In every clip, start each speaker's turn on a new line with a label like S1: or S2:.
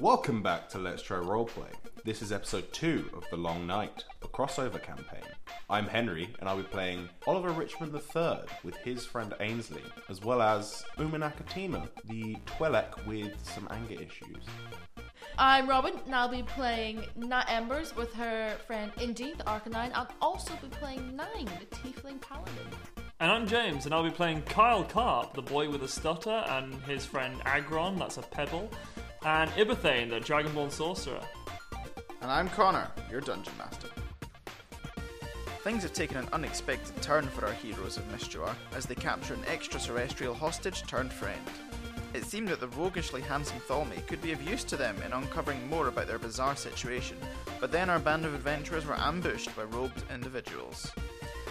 S1: Welcome back to Let's Try Roleplay. This is episode 2 of The Long Night, a crossover campaign. I'm Henry, and I'll be playing Oliver Richmond III with his friend Ainsley, as well as Uma Nakatima, the Twi'lek with some anger issues.
S2: I'm Robin, and I'll be playing Nat Embers with her friend Indy, the Arcanine. I'll also be playing Nine, the Tiefling Paladin.
S3: And I'm James, and I'll be playing Kyle Carp, the boy with a stutter, and his friend Agron, that's a pebble, and Ibethane, the Dragonborn sorcerer.
S4: And I'm Connor, your dungeon master. Things have taken an unexpected turn for our heroes of Mistjuar as they capture an extraterrestrial hostage turned friend. It seemed that the roguishly handsome Thalme could be of use to them in uncovering more about their bizarre situation, but then our band of adventurers were ambushed by robed individuals.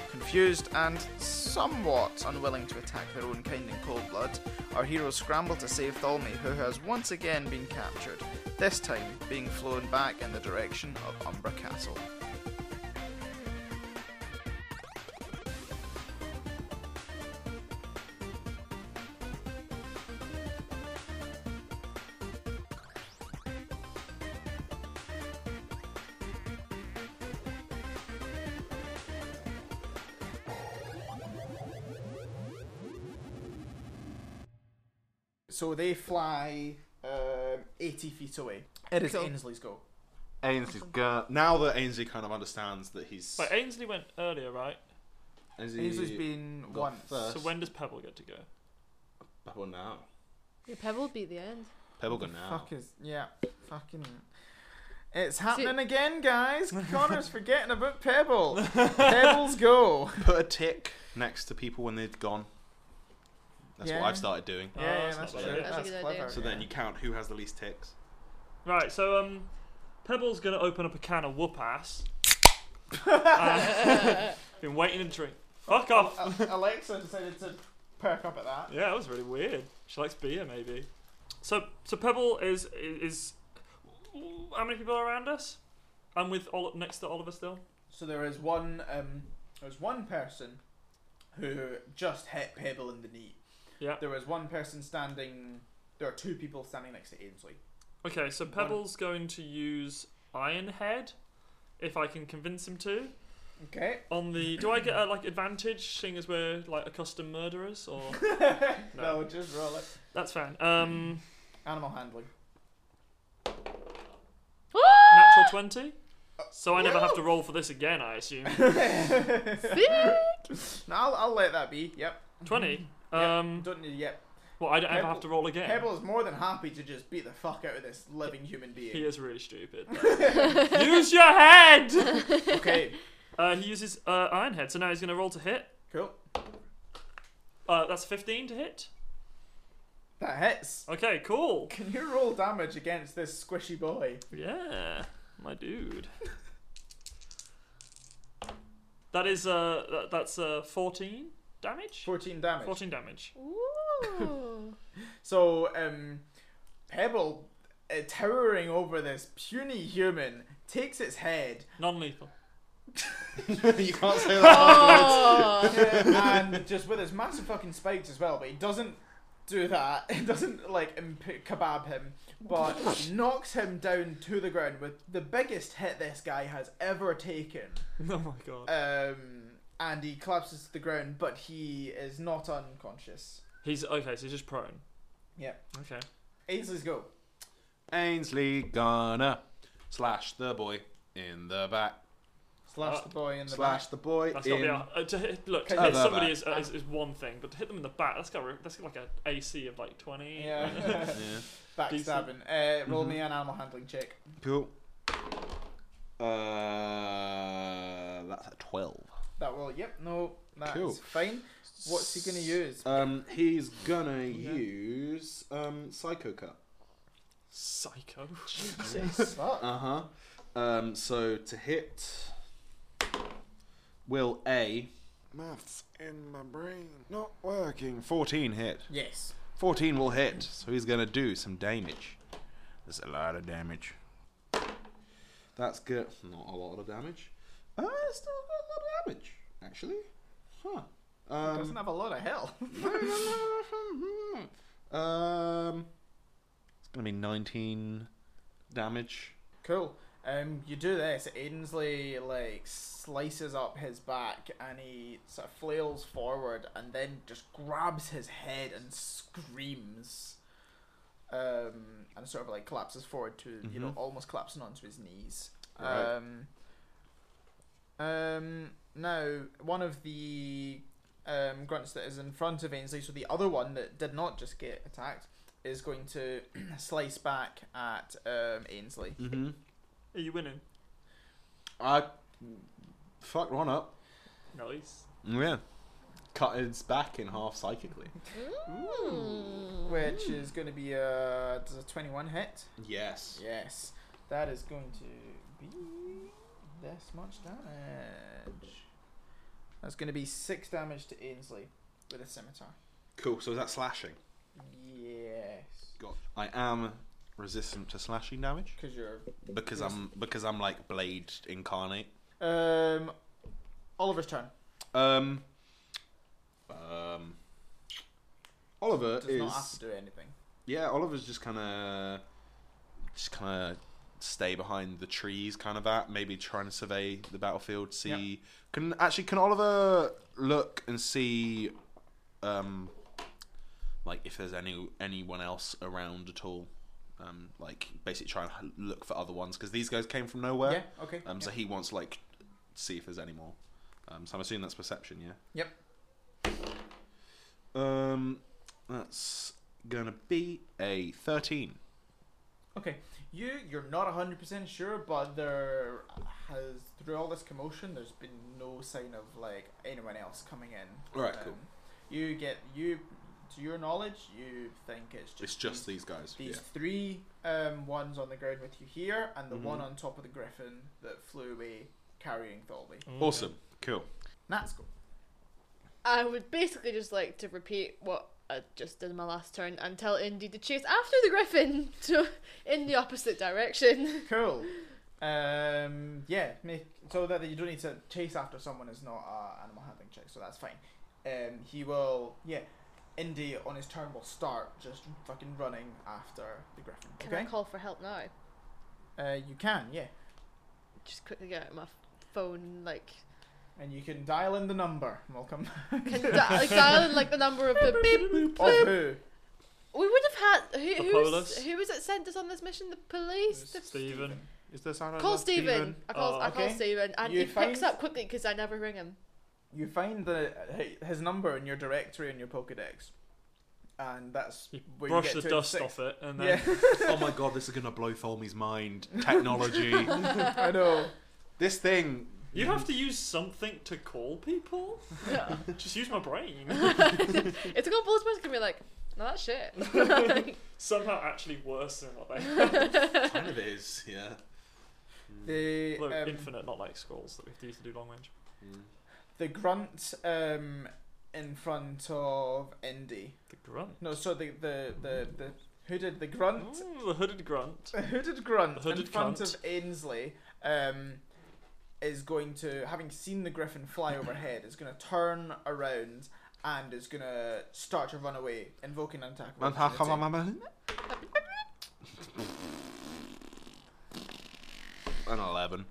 S4: Confused and somewhat unwilling to attack their own kind in cold blood, our heroes scramble to save Thalme, who has once again been captured, this time being flown back in the direction of Umbra Castle. So they fly um, 80 feet away. It is Ainsley's go.
S1: Ainsley's go. Now that Ainsley kind of understands that he's.
S3: But Ainsley went earlier, right?
S1: Ainsley
S4: Ainsley's been
S1: got
S4: once.
S1: first.
S3: So when does Pebble get to go?
S1: Pebble now.
S2: Your pebble will be the end.
S1: Pebble go now.
S4: Fuck is yeah, fucking. It's happening again, guys. Connor's forgetting about Pebble. Pebbles go.
S1: Put a tick next to people when they're gone. That's
S4: Yeah.
S1: what I've started doing.
S3: Oh,
S4: yeah, yeah,
S3: that's
S4: that's,
S3: not
S4: true.
S3: bad
S2: idea.
S4: That's,
S2: That's a good idea.
S4: clever.
S1: So then you count who has the least ticks.
S3: Right, so um, Pebble's gonna open up a can of whoop ass. been waiting and drink. Fuck off!
S4: Uh, Alexa decided to perk up at that.
S3: Yeah, that was really weird. She likes beer, maybe. So, so Pebble is is. is- How many people are around us? I'm with Ol- next to Oliver still.
S4: So there is one. Um, there's one person who just hit Pebble in the knee.
S3: Yeah.
S4: There was one person standing. There are two people standing next to Ainsley.
S3: Okay, so Pebble's going to use Iron Head, if I can convince him to.
S4: Okay.
S3: On the, do I get a like advantage, seeing as we're like accustomed murderers, or
S4: No, just roll it.
S3: that's fine. Um,
S4: Animal handling.
S3: natural twenty, so I never have to roll for this again. I assume
S4: No, I'll, I'll let that be. Yep.
S3: twenty.
S4: Yeah.
S3: Um,
S4: Don't need. Yep.
S3: well, I don't ever
S4: Pebble-
S3: have to roll again.
S4: Pebble is more than happy to just beat the fuck out of this living human
S3: He
S4: being.
S3: is really stupid. Use your head.
S4: okay,
S3: Uh, he uses uh, Iron Head, so now he's going to roll to hit.
S4: cool.
S3: Uh, that's fifteen to hit.
S4: That hits.
S3: Okay, cool.
S4: Can you roll damage against this squishy boy?
S3: Yeah, my dude. That is uh, that, that's uh, fourteen damage.
S4: 14 damage.
S3: Fourteen damage.
S2: Ooh.
S4: So, um, Pebble, uh, towering over this puny human, takes its head
S3: Non-lethal.
S1: you can't say that.
S2: oh.
S4: and just with his massive fucking spikes as well, but he doesn't do that. It doesn't like imp- kebab him, but knocks him down to the ground with the biggest hit this guy has ever taken.
S3: Oh my god.
S4: Um, and he collapses to the ground, but he is not unconscious.
S3: He's okay. So he's just prone.
S4: Yep.
S3: Okay.
S4: Ainsley's go.
S1: Ainsley gonna slash the boy in the back.
S4: Slash
S3: Uh,
S4: the boy in the
S1: slash the boy
S3: That's
S1: in.
S3: gotta be a, uh, to hit, look to
S4: Can
S3: hit
S1: you-
S3: somebody is, uh, is is one thing, but to hit them in the back, that's got re- that's got like a AC of like
S4: back.
S3: twenty.
S4: Yeah.
S1: Yeah.
S4: Backstabbing. Uh, roll
S1: Mm-hmm.
S4: me an animal handling check.
S1: Cool. Uh, that's a twelve.
S4: That will. Yep. No. That's
S1: Cool.
S4: fine. What's he gonna use?
S1: Um, he's gonna use um Psycho Cup.
S3: Psycho.
S4: Fuck.
S1: Uh huh. Um, so to hit, will a maths in my brain not working. Fourteen hit.
S4: Yes.
S1: 14 will hit, so he's going to do some damage. There's a lot of damage. That's good. Not a lot of damage. Uh, it's still a lot of damage, actually. Huh.
S4: Doesn't
S1: Um,
S4: have a lot of health.
S1: um, it's going to be 19 damage.
S4: Cool. Um, you do this. Ainsley like slices up his back, and he sort of flails forward, and then just grabs his head and screams, um, and sort of like collapses forward to you know
S1: Mhm.
S4: almost collapsing onto his knees.
S1: Right.
S4: Um, um, now one of the um, grunts that is in front of Ainsley, so the other one that did not just get attacked, is going to slice back at um, Ainsley.
S1: Mm-hmm.
S3: Are you winning?
S1: I fucked one up.
S3: Nice.
S1: Yeah. Cut its back in half psychically.
S2: Mm.
S5: Ooh.
S4: which is going to be a, does a 21 hit.
S1: Yes.
S4: Yes, that is going to be this much damage. That's going to be six damage to Ainsley with a scimitar.
S1: Cool. So is that slashing?
S4: Yes,
S1: Got. I am resistant to slashing damage
S4: because you're
S1: because
S4: Yes.
S1: I'm because I'm like blade incarnate.
S4: um Oliver's turn.
S1: Um. Um. Oliver
S4: Does
S1: is
S4: not have to do anything.
S1: yeah. Oliver's just kind of just kind of stay behind the trees, kind of that. Maybe trying to survey the battlefield. See can actually can Oliver look and see um like if there's any anyone else around at all. Um, like basically try and h- look for other ones because these guys came from nowhere.
S4: yeah. Okay.
S1: Um,
S4: yeah.
S1: so he wants like see if there's any more. Um, so I'm assuming that's perception, yeah.
S4: Yep.
S1: Um, that's gonna be a thirteen.
S4: Okay, you you're not hundred percent sure, but there has through all this commotion, there's been no sign of like anyone else coming in. Um,
S1: Alright, cool.
S4: You get you to your knowledge, you think it's just
S1: It's just these guys.
S4: these, these three um, ones on the ground with you here, and the one
S1: Mhm.
S4: on top of the griffin that flew away carrying Tholby.
S1: yeah. Awesome. Cool.
S4: That's cool.
S2: I would basically just like to repeat what I just did in my last turn and tell Indy to chase after the griffin to, in the opposite direction.
S4: Cool. Um, yeah, make so that you don't need to chase after someone is not a animal handling check, so that's fine. Um, he will, yeah. Indy on his turn will start just fucking running after the griffin.
S2: Can I
S4: Okay.
S2: call for help now?
S4: Uh, you can, yeah,
S2: Just quickly get out my phone, like,
S4: and you can dial in the number. and We'll come.
S2: can di- like dial in like the number of the.
S4: Of who?
S2: We would have had who?
S3: The
S2: who was,
S3: police.
S2: who was it sent us on this mission? The police. The,
S3: Stephen.
S1: Is there someone?
S2: call Stephen. I call.
S3: Oh,
S2: I call
S4: okay.
S2: Stephen, and
S4: You
S2: he picks
S4: find-
S2: up quickly because I never ring him.
S4: You find the his number in your directory in your Pokédex, and that's
S3: You
S4: where you
S3: brush
S4: get
S3: the
S4: to
S3: dust
S4: six.
S3: off it and then
S4: Yeah,
S1: oh my god, this is gonna blow Tholme's mind. Technology.
S4: I know.
S1: this thing.
S3: you have to use something to call people. Just use my brain.
S2: it's a couple of person can be like, no, that's shit.
S3: Somehow actually worse than what they
S1: kind of is. Yeah.
S4: The
S3: Look,
S4: um,
S3: infinite, not like scrolls that we have to use to do long range.
S1: Mm-hmm.
S4: the grunt um in front of Indy.
S3: The grunt.
S4: No, so the the the, the who did the grunt?
S3: Ooh, the hooded grunt.
S4: The hooded grunt
S3: The hooded
S4: in front
S3: grunt.
S4: of Ainsley um is going to having seen the griffin fly overhead is going to turn around and is going to start to run away invoking an attack. of opportunity.
S1: An eleven.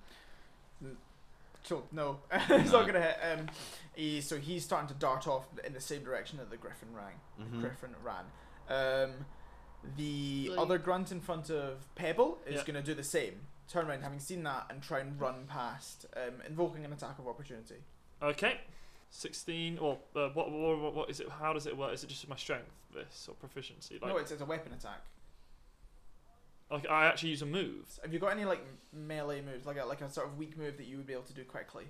S4: So no, it's not going to hit. Um, he, so he's starting to dart off in the same direction that the griffin rang.
S1: Mhm.
S4: Griffin ran. Um, the
S2: Blue.
S4: other grunt in front of Pebble is
S3: Yeah.
S4: going to do the same. Turn around, having seen that, and try and run past, um, invoking an attack of opportunity.
S3: Okay. 16. Well, uh, what, what, what, what is it? How does it work? Is it just my strength, this, or proficiency? Like,
S4: no, it's, it's a weapon attack.
S3: like I actually use a move.
S4: So have you got any like melee moves, like a, like a sort of weak move that you would be able to do quickly?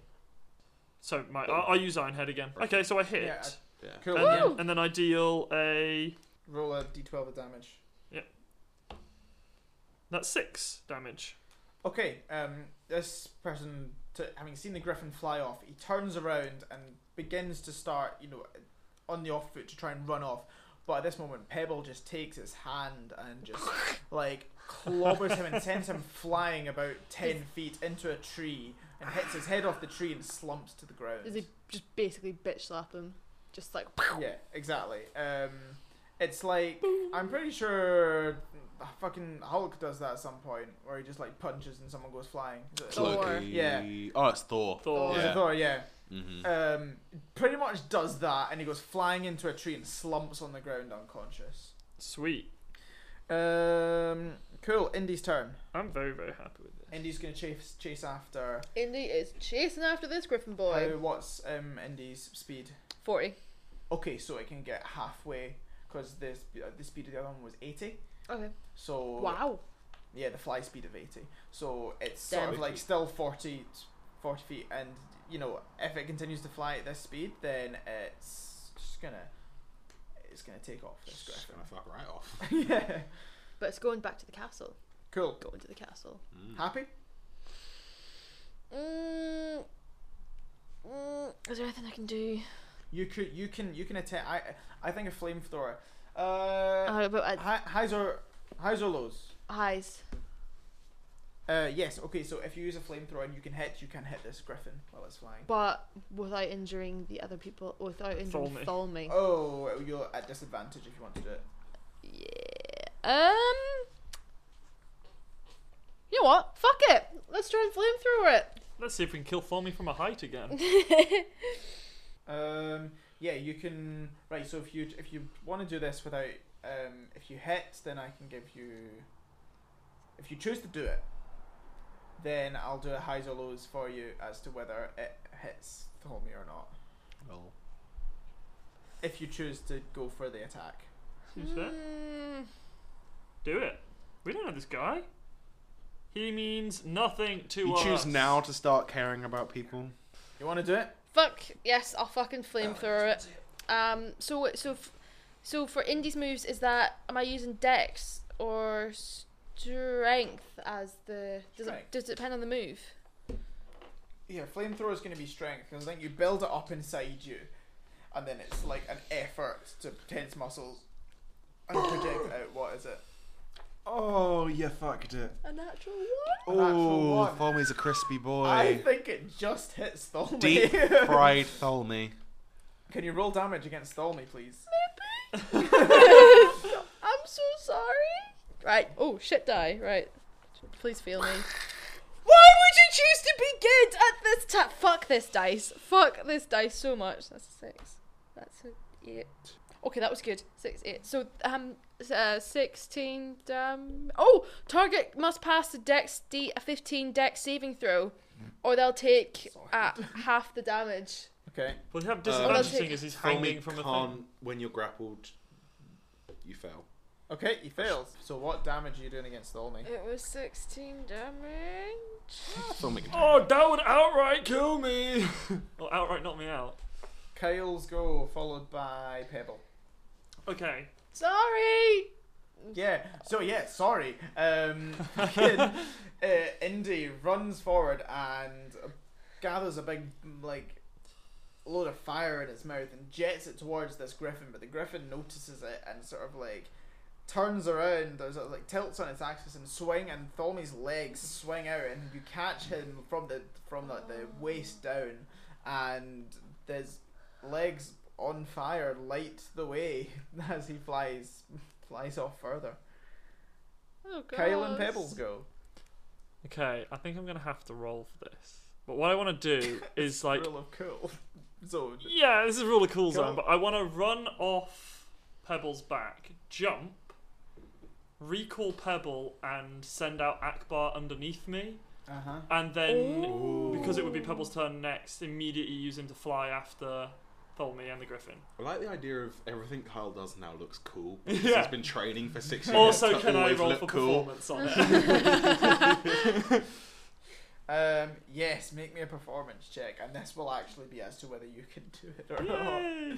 S3: So my, I, I use Iron Head again. Okay, so I hit.
S4: Yeah,
S1: Yeah.
S4: Cool.
S3: and,
S4: yeah.
S3: then, and then I deal a.
S4: Roll a d12 of damage.
S3: That's six damage.
S4: Okay, um, this person, t- having seen the griffin fly off, he turns around and begins to start, you know, on the off foot to try and run off. But at this moment, Pebble just takes his hand and just like clobbers him and sends him flying about ten feet into a tree and hits his head off the tree and slumps to the ground.
S2: Does he just basically bitch slap him? Just like
S4: Yeah, exactly. Um, it's like I'm pretty sure fucking Hulk does that at some point, where he just like punches and someone goes flying. Is it-
S2: Thor.
S1: Loki.
S4: Yeah.
S1: Oh, it's Thor.
S3: Thor. Uh,
S4: is it
S1: Yeah.
S4: Thor, yeah.
S1: hmm
S4: Um, pretty much does that, and he goes flying into a tree and slumps on the ground unconscious.
S3: Sweet.
S4: Um, cool. Indy's turn.
S3: I'm very, very happy with this.
S4: Indy's gonna chase chase after.
S2: Indy is chasing after this Griffin boy.
S4: How, what's um Indy's speed?
S2: 40.
S4: Okay, so it can get halfway because the sp- uh, the speed of the other one was eighty.
S2: Okay.
S4: So
S2: Wow.
S4: yeah, the fly speed of 80. So it's sort
S2: Damn.
S4: of like still 40, 40 feet, and you know if it continues to fly at this speed, then it's just gonna it's gonna take off this
S1: Just
S4: griffin.
S1: gonna fuck right off.
S4: yeah,
S2: But it's going back to the castle.
S4: cool.
S2: Going to the castle.
S1: Mm.
S4: Happy?
S2: Mm. Mm. Is there anything I can do?
S4: You could you can you can attack. I I think a flamethrower. Uh,
S2: Uh, but uh,
S4: hi, highs or highs or lows?
S2: highs.
S4: Uh, yes. Okay, so if you use a flamethrower and you can hit, you can hit this griffin while it's flying.
S2: But without injuring the other people, without injuring
S3: Tholme.
S2: Tholme.
S4: Oh, you're at disadvantage if you want to do it.
S2: Yeah. Um. You know what? Fuck it. Let's try and flamethrower it.
S3: Let's see if we can kill Thormy from a height again.
S4: Um, yeah, you can. Right, so if you if you want to do this without, um, if you hit, then I can give you. If you choose to do it, then I'll do a highs or lows for you as to whether it hits Thormy or not.
S1: Well,
S4: If you choose to go for the attack,
S3: Who's that?
S2: Mm,
S3: Do it. We don't know this guy. He means nothing to
S1: you
S3: us.
S1: choose now to start caring about people.
S4: you want to do it.
S2: fuck yes, I'll fucking flamethrower it. Um. So what- so, f- so for Indy's moves, is that am I using Dex or Strength as the? Does it
S4: Strength.
S2: does it depend on the move?
S4: Yeah, flamethrower is going to be strength because I think you build it up inside you, and then it's like an effort to tense muscles and project out. What is it?
S1: Oh, you fucked it.
S2: A natural one.
S4: An actual
S1: Oh,
S4: one.
S1: Tholme's a crispy
S4: I
S1: boy.
S4: think it just hits Tholme.
S1: Deep fried Tholme.
S4: Can you roll damage against Tholme, please?
S2: I'm so sorry. Right. Oh shit, die. Right. Please feel me. Why would you choose to be good at this ta- Fuck this dice. Fuck this dice so much. That's a six. That's an eight. Okay, that was good. Six, eight. So, um, s- uh, sixteen. Um. Oh, target must pass the dex D a fifteen dex saving throw, or they'll take uh, half the damage.
S4: Okay.
S3: Well, they have
S1: Well,
S3: disadvantage
S2: that's
S3: thing
S2: it.
S3: as he's hanging
S1: Tholme
S3: from a
S1: uh, can't,
S3: thing.
S1: when you're grappled, you fail.
S4: Okay, he fails. So what damage are you doing against Tholme?
S2: It was sixteen damage.
S1: Tholme can
S3: Oh, that would outright kill me. or outright knock me out.
S4: Kyle's go, followed by Pebble.
S3: Okay.
S2: Sorry.
S4: Yeah, so yeah, sorry. Um, fucking, uh, Indy runs forward and gathers a big, like, load of fire in its mouth and jets it towards this griffin, but the griffin notices it and sort of, like, turns around, or sort of, like, tilts on its axis and swing, and Tholme's legs swing out, and you catch him from the, from, like, the waist down, and there's legs on fire light the way as he flies flies off further.
S2: Oh,
S4: Kyle and
S2: gosh.
S4: Pebbles go.
S3: Okay, I think I'm gonna have to roll for this. But what I want to do is like,
S4: Rule of cool. So
S3: yeah, this is rule of cool
S4: Go.
S3: zone. But I want to run off Pebble's back, jump, recall Pebble, and send out Akbar underneath me,
S4: uh huh.
S3: and then because it would be Pebble's turn next, immediately use him to fly after Tholme and the Griffin.
S1: I like the idea of everything Kyle does now looks cool.
S3: Yeah.
S1: because He's been training for six years.
S3: also,
S1: to
S3: can I
S1: always
S3: roll
S1: look
S3: for
S1: cool?
S3: performance on it?
S4: Um yes, make me a performance check and this will actually be as to whether you can do it or not.
S3: Yay.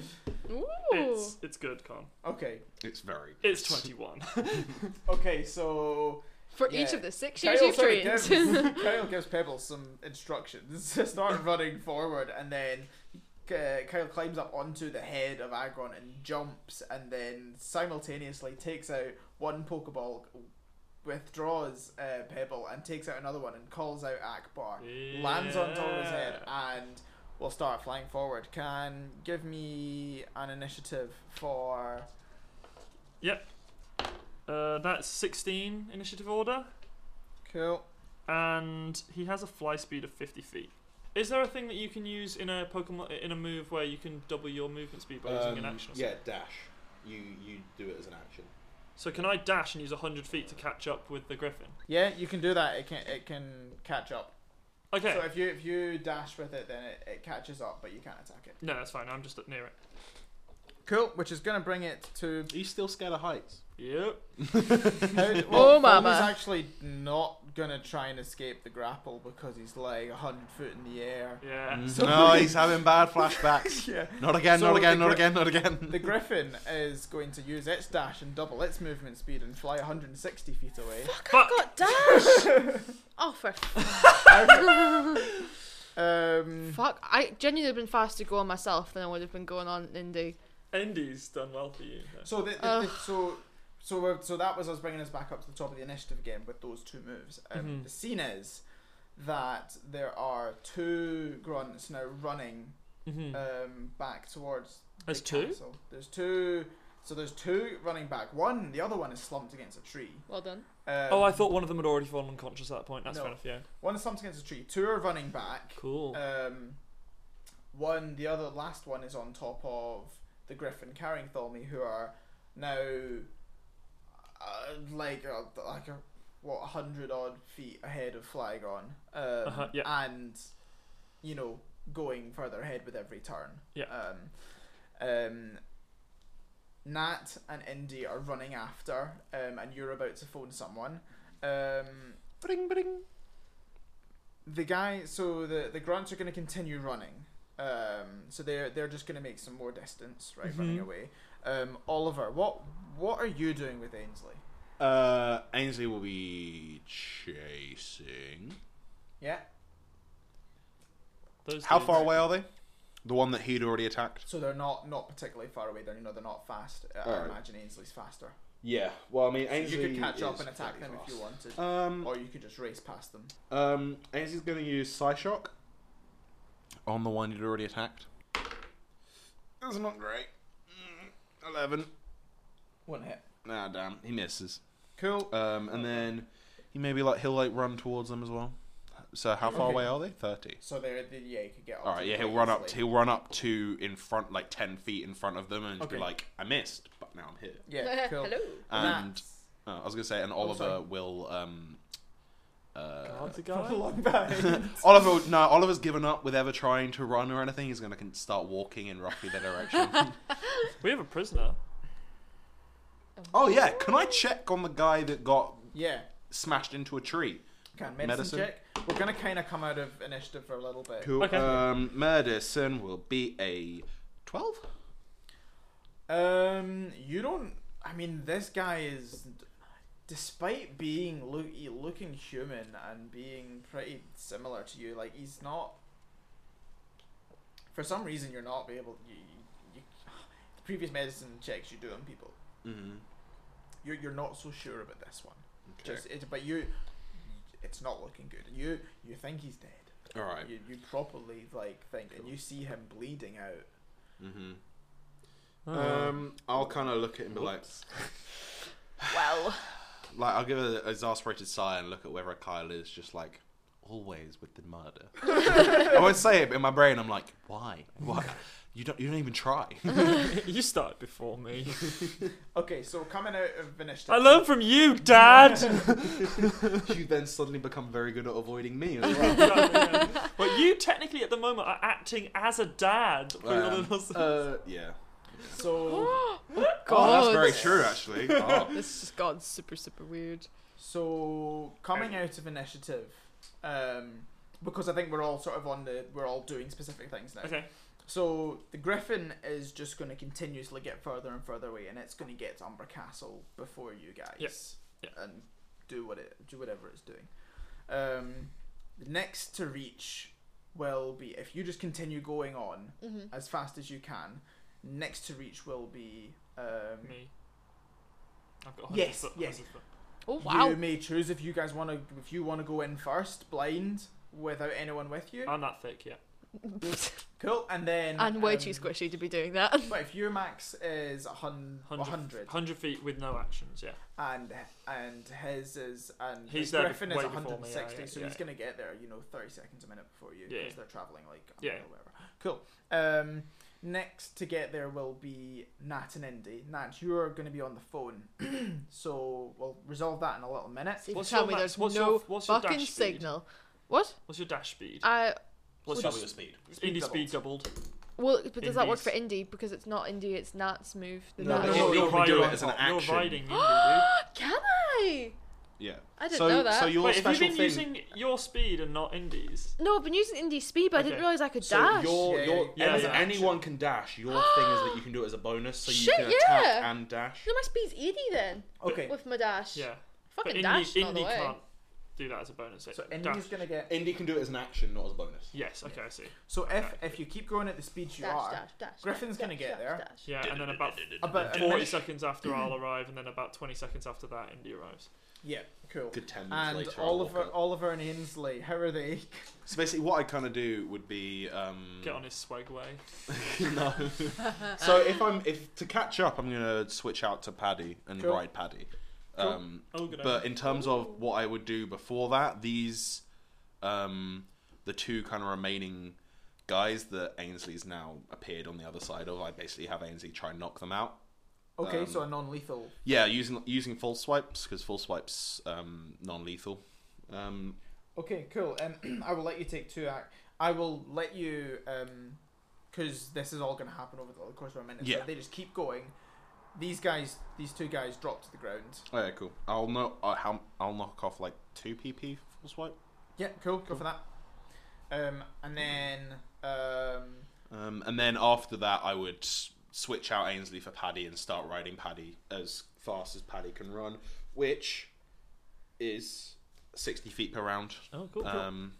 S2: Ooh.
S3: It's it's good, Con.
S4: Okay.
S1: It's very.
S3: It's twenty one.
S4: Okay, so
S2: For
S4: Yeah.
S2: each of the six years
S4: Kyle
S2: you've
S4: sort of
S2: trained.
S4: gives Kyle gives Pebbles some instructions to start running forward and then uh, Kyle climbs up onto the head of Agron and jumps and then simultaneously takes out one Pokeball, withdraws uh, Pebble and takes out another one and calls out Akbar, lands on Tolga's head and will start flying forward. Can give me an initiative for
S3: Yep. Uh, that's 16 initiative order,
S4: Cool.
S3: and he has a fly speed of 50 feet. Is there a thing that you can use in a Pokemon in a move where you can double your movement speed by using an action? Or something?
S1: Um, yeah, dash. You you do it as an action.
S3: So can I dash and use 100 feet to catch up with the Griffin?
S4: Yeah, you can do that. It can it can catch up.
S3: Okay.
S4: So if you if you dash with it, then it, it catches up, but you can't attack it.
S3: No, that's fine. I'm just near it.
S4: Cool. Which is gonna bring it to.
S1: Are you still scared of heights?
S3: Yep.
S4: How, well,
S2: Oh,
S4: Fulmer's
S2: mama.
S4: actually not gonna try and escape the grapple because he's like hundred foot in the air.
S3: Yeah.
S1: No, he's having bad flashbacks.
S4: Yeah.
S1: Not again,
S4: So
S1: not again,
S4: the
S1: not
S4: gri-
S1: again, not again.
S4: The griffin is going to use its dash and double its movement speed and fly 160 feet away.
S2: Fuck, I got dash. oh for
S4: Um,
S2: fuck! I genuinely have been faster going myself than I would have been going on Indy.
S3: Endy's done well for you. though.
S4: so the, the,
S2: Ugh.
S4: the- so so we're, so that was us bringing us back up to the top of the initiative again with those two moves. Um,
S3: Mhm.
S4: The scene is that there are two grunts now running
S3: Mhm.
S4: um, back towards
S3: There's
S4: the
S3: two?
S4: castle. There's two. So there's two running back. One, the other one is slumped against a tree.
S2: Well done.
S4: Um,
S3: oh, I thought one of them had already fallen unconscious at that point. That's
S4: No. Uh,
S3: fair enough. Yeah.
S4: one is slumped against a tree. Two are running back.
S3: Cool.
S4: Um, one, the other last one is on top of the Griffin carrying Tholme, who are now uh, like uh, like a, what hundred odd feet ahead of Flygon, um,
S3: Uh-huh,
S4: and you know going further ahead with every turn.
S3: Yeah.
S4: Um, um, Nat and Indy are running after, um, and you're about to phone someone. Um,
S1: Bring, bring.
S4: the guy so the the grunts are going to continue running um so they're they're just going to make some more distance right
S1: Mm-hmm.
S4: running
S3: Mhm.
S4: away um oliver what what are you doing with ainsley
S1: Uh, Ainsley will be chasing.
S4: yeah
S3: Those
S1: How
S3: dudes-
S1: far away are they? The one that he'd already attacked.
S4: so they're not not particularly far away they're you know they're not fast i I
S1: Alright.
S4: imagine ainsley's faster
S1: Yeah. Well, I mean,
S4: So you could catch up and attack them if you wanted
S1: Um,
S4: or you could just race past them
S1: Um, Ainsley's going to use Psyshock on the one you'd already attacked. That's not great. Mm, Eleven.
S4: one hit
S1: Nah, damn, he misses.
S4: cool
S1: Um, and then he maybe like he'll like run towards them as well. So how far
S4: Okay.
S1: away are they? Thirty.
S4: so they're the yeah you could get up
S1: All right,
S4: to them
S1: yeah, he'll
S4: quite
S1: run up.
S4: easily.
S1: he'll run up to in front, like ten feet in front of them, and just be
S4: Okay.
S1: like, "I missed, but now I'm here."
S4: yeah cool
S2: Hello.
S1: And
S4: That's-
S1: uh, I was gonna say, and
S4: Oh, sorry.
S1: Oliver will. Um, uh,
S3: Guards a
S4: Run
S3: guy?
S4: along behind.
S1: Oliver, no, Oliver's given up with ever trying to run or anything. He's gonna con- start walking in roughly the direction.
S3: We have a prisoner.
S1: oh yeah, can I check on the guy that got
S4: yeah
S1: smashed into a tree?
S4: Can medicine,
S1: Medicine.
S4: check. We're gonna kind of come out of initiative for a little bit.
S1: Cool.
S3: Okay.
S1: Um, medicine will be a twelve.
S4: Um, you don't. I mean, this guy is, despite being look looking human and being pretty similar to you, like he's not. For some reason, you're not be able. You, you, you, the previous medicine checks you do on people,
S1: Mm-hmm.
S4: you're you're not so sure about this one.
S1: Okay.
S4: Just it, but you, it's not looking good. You you think he's dead.
S1: All right.
S4: You you properly like think, and you see him bleeding out.
S1: Mm-hmm.
S3: Oh.
S1: Um, I'll kind of look at him and be like,
S2: Well,
S1: like I'll give a an exasperated sigh and look at whether Kyle is just like always with the murder. I won't say it, but in my brain I'm like, why? Why? You don't. You don't even try.
S3: Oh. you started before me.
S4: Okay, so coming out of initiative.
S3: I learned from you, Dad.
S1: you then suddenly become very good at avoiding me as well.
S3: But you technically at the moment are acting as a dad. for your
S1: Um,
S3: little-
S1: uh, yeah.
S4: So
S1: Oh, that's
S2: God.
S1: very true, actually. Oh.
S2: this has gone super super weird.
S4: so coming out of initiative, um, because I think we're all sort of on the we're all doing specific things now.
S3: okay.
S4: So the Griffin is just going to continuously get further and further away, and it's going to get to Umber Castle before you guys.
S3: Yep. Yep.
S4: And do what it do whatever it's doing. Um, the next to reach will be if you just continue going on
S2: Mhm.
S4: as fast as you can. Next to reach will be um,
S3: Me. I've got 100
S4: Yes,
S3: foot,
S4: yes.
S3: 100 foot.
S2: Oh wow.
S4: You may choose if you guys want to
S3: Uh,
S4: if you want to go in first, blind, without anyone with you.
S3: I'm that thick, yeah.
S4: Cool. And then.
S2: And way
S4: um,
S2: too squishy to be doing that.
S4: But if your max is a hun-
S3: 100,
S4: 100,
S3: 100 feet with no actions, yeah.
S4: and and his is and
S3: He's there
S4: Griffin is
S3: way before me, yeah,
S4: 160,
S3: yeah,
S4: so
S3: yeah.
S4: he's gonna get there, you know, 30 seconds a minute before you
S3: Yeah.
S4: because they're traveling like I
S3: Yeah.
S4: don't know, whatever. Cool. Um, next to get there will be Nat and Indy. Nat, you're gonna be on the phone, so we'll resolve that in a little minute.
S2: So you can
S3: What's
S2: tell
S3: your
S2: me
S3: ma-
S2: there's
S3: what's
S2: no
S3: your- what's your
S2: fucking
S3: dash speed?
S2: signal. What?
S3: What's your dash speed?
S2: I
S3: What's
S6: Double
S3: your
S6: your speed.
S3: indie speed doubled?
S2: well, but does that work
S3: Indies.
S2: for indie? Because it's not indie, it's Nat's move. The
S1: No,
S2: Nat-
S1: no, no,
S3: you're
S1: we do
S3: riding
S1: it
S3: on
S1: as an
S3: top.
S1: action.
S3: You're riding indie,
S2: Can I?
S1: Yeah.
S2: I didn't
S1: so,
S2: know that.
S1: So your
S3: dude. Wait, have
S1: special
S3: you been
S1: thing.
S3: using your speed and not indies?
S2: No, I've been using indie speed, but I didn't
S3: Okay.
S2: realize I could
S6: So
S2: dash.
S6: your
S4: Yeah,
S6: your
S3: yeah,
S6: as
S3: yeah.
S6: anyone can dash. Your thing is that you can do it as a bonus, so you
S2: Shit,
S6: can attack
S2: yeah.
S6: and dash.
S2: No, my speed's eighty then
S4: Okay.
S2: with my dash.
S3: Yeah.
S2: Fucking
S3: but
S2: dash,
S3: indie,
S2: not the
S3: indie
S2: way.
S3: can't do that as a bonus.
S4: So
S3: It-
S4: Indy's
S3: dash.
S4: gonna get.
S6: Indy can do it as an action, not as a bonus.
S3: Yes, okay, I see.
S4: So if if you keep going at the speed you
S2: Dash,
S4: are,
S2: dash, dash.
S4: Griffin's
S2: dash,
S4: gonna
S2: dash,
S4: get there.
S2: dash, dash.
S3: Yeah, and then about
S4: about and
S3: 40
S4: then-
S3: seconds after I'll arrive, and then about 20 seconds after that, Indy arrives.
S4: yeah, cool.
S6: Good ten minutes
S4: And
S6: later. I'll walk
S4: Oliver,
S6: up.
S4: Oliver and Ainsley, how are they?
S1: So basically, what I kind of do would be um,
S3: Get on his swag way.
S1: no. so if I'm if to catch up, I'm gonna switch out to Paddy and
S4: Cool.
S1: ride Paddy. Um,
S3: Oh, good
S1: but in terms of what I would do before that, these um, the two kind of remaining guys that Ainsley's now appeared on the other side of, I basically have Ainsley try and knock them out.
S4: Okay,
S1: Um,
S4: so a non-lethal.
S1: Yeah, using using full swipes because full swipes um, non lethal. Um,
S4: Okay, cool. Um, I will let you take two act. I will let you, um, because this is all going to happen over the course of a minute. so
S1: Yeah.
S4: they just keep going. These guys, these two guys, drop to the ground.
S1: oh yeah, cool. I'll know uh, how I'll knock off like two PP full swipe.
S4: Yeah, cool. Go for that. Um, and then, um,
S1: Um, and then after that, I would s- switch out Ainsley for Paddy and start riding Paddy as fast as Paddy can run, which is 60 feet per round.
S3: Oh, cool.
S1: Um,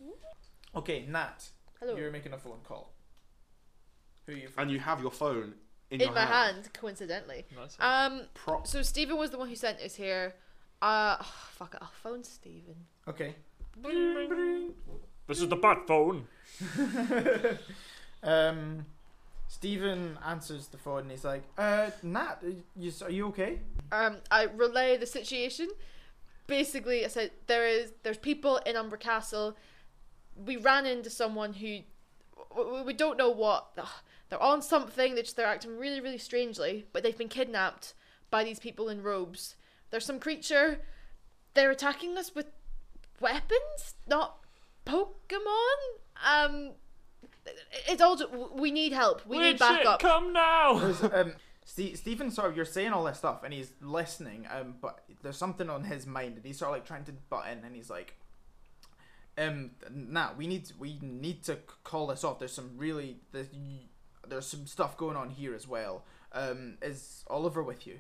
S4: okay, Nat,
S2: Hello.
S4: you're making a phone call. Who are you?
S1: and you have your phone in, your
S2: In my hand, coincidentally.
S3: Nice.
S2: Um,
S1: Props.
S2: so Stephen was the one who sent us here. Uh, oh, fuck it, I'll phone Stephen.
S4: Okay.
S3: This is the bad phone.
S4: Um, Stephen answers the phone and he's like, "Uh, Nat, are you, are you okay?"
S2: Um, I relay the situation. Basically, I said there is there's people in Umber Castle. We ran into someone who w- w- we don't know what. Ugh, they're on something. They're, just, they're acting really really strangely, but they've been kidnapped by these people in robes. There's some creature. They're attacking us with weapons, not Pokemon. Um, it's all. ju- We need help. We need
S3: Weird shit,
S2: backup.
S3: come now!
S4: Because, um, Ste Stephen, sort of, you're saying all this stuff, and he's listening, um, but there's something on his mind, and he's sort of like trying to butt in, and he's like, um, nah, we need we need to c- call this off. There's some really there's, there's some stuff going on here as well. Um, is Oliver with you?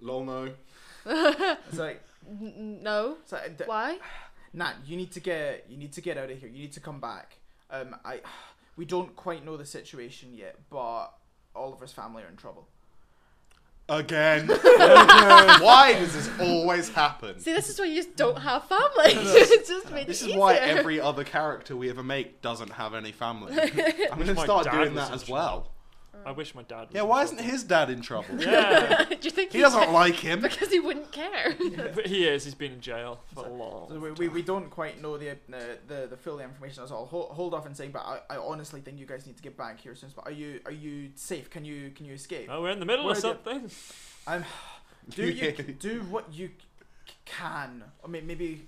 S1: Lol, no.
S4: It's like,
S2: N- n- no.
S4: it's like d-
S2: Why?
S4: Nat, you need to get you need to get out of here. You need to come back. Um, I we don't quite know the situation yet, but Oliver's family are in trouble.
S1: Again. why does this always happen?
S2: See, this is why you just don't have family. it just made
S1: This
S2: it
S1: is
S2: easier.
S1: why every other character we ever make doesn't have any family. I'm going to
S3: my
S1: start
S3: dad
S1: doing
S3: was
S1: that as
S3: actually-
S1: well.
S3: I wish my dad was.
S1: Yeah, why isn't his dad in trouble?
S3: Yeah,
S2: Do you think
S1: He doesn't
S2: cares?
S1: like him.
S2: because he wouldn't care?
S3: but he is. He's been in jail for a
S4: So
S3: long
S4: we, we, we don't quite know the the, the, the full information as all. Hold, hold off and saying, but I, I honestly think you guys need to get back here soon. But are you are you safe? Can you can you escape?
S3: Oh, we're in the middle
S4: Where
S3: of
S4: did-
S3: something.
S4: Um, do you do what you c- can? I mean, maybe.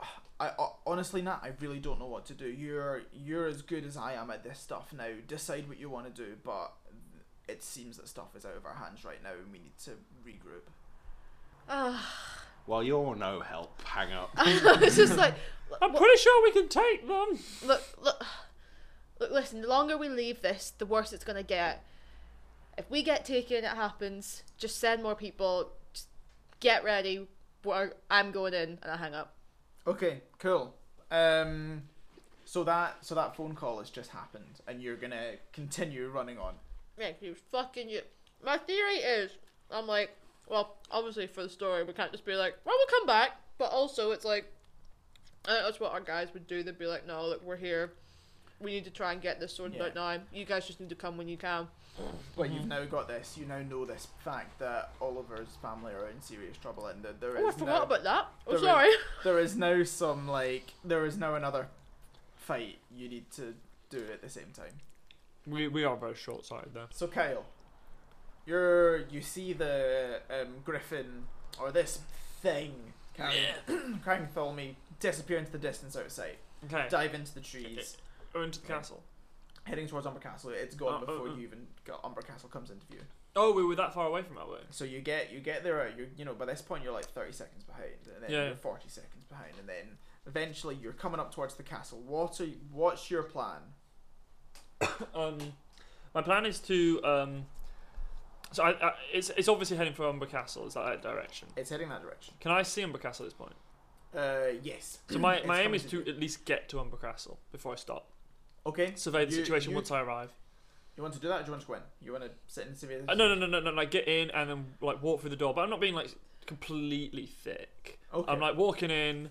S4: I o- honestly, Nat, I really don't know what to do. You're you're as good as I am at this stuff now. Decide what you want to do, but it seems that stuff is out of our hands right now, and we need to regroup.
S2: Ah,
S1: Well, you're no help. Hang up.
S2: it's just like
S3: I'm pretty sure we can take them.
S2: look, look, look. Listen, the longer we leave this, the worse it's gonna get. If we get taken, it happens. Just send more people. Just get ready. We're, I'm going in, and I hang up.
S4: Okay, cool. Um, so that so that phone call has just happened, and you're gonna continue running on.
S2: Yeah, you fucking you. My theory is, I'm like, well, obviously for the story, we can't just be like, well, we'll come back. But also, it's like, I think that's what our guys would do. They'd be like, no, look, we're here. we need to try and get this sorted out now. You guys just need to come when you can.
S4: But you've now got this. You now know this fact that Oliver's family are in serious trouble, and that there is
S2: Oh, I forgot
S4: now,
S2: about that. Oh,
S4: there is-
S2: sorry.
S4: there is now some like there is now another fight you need to do at the same time.
S3: We, we are very short sighted there.
S4: So Kyle, you're you see the um, griffin or this thing carrying, carrying Tholme disappear into the distance outside,
S3: Okay.
S4: dive into the trees,
S3: Or into the castle.
S4: heading towards Umber Castle. It's gone
S3: Uh, uh,
S4: before
S3: uh.
S4: you even got Umber Castle comes into view.
S3: Oh, we were that far away from our way.
S4: So you get you get there. You you know by this point you're like thirty seconds behind, and then
S3: Yeah.
S4: you're forty seconds behind, and then eventually you're coming up towards the castle. What are you, what's your plan?
S3: Um, my plan is to. Um, so I, I, it's, it's obviously heading for Umber Castle. Is that that direction?
S4: It's heading that direction.
S3: Can I see Umber Castle at this point?
S4: Uh, yes.
S3: So my,
S4: It's
S3: my aim
S4: coming
S3: is to
S4: you.
S3: at least get to Umber Castle before I stop.
S4: okay.
S3: Survey the
S4: You-
S3: situation
S4: you-
S3: once I arrive.
S4: You want to do that? Or do you want to go in? You want to sit and survey?
S3: Uh, no, no, no, no, no, no. Get in and then like walk through the door. But I'm not being like completely thick.
S4: Okay.
S3: I'm like walking in.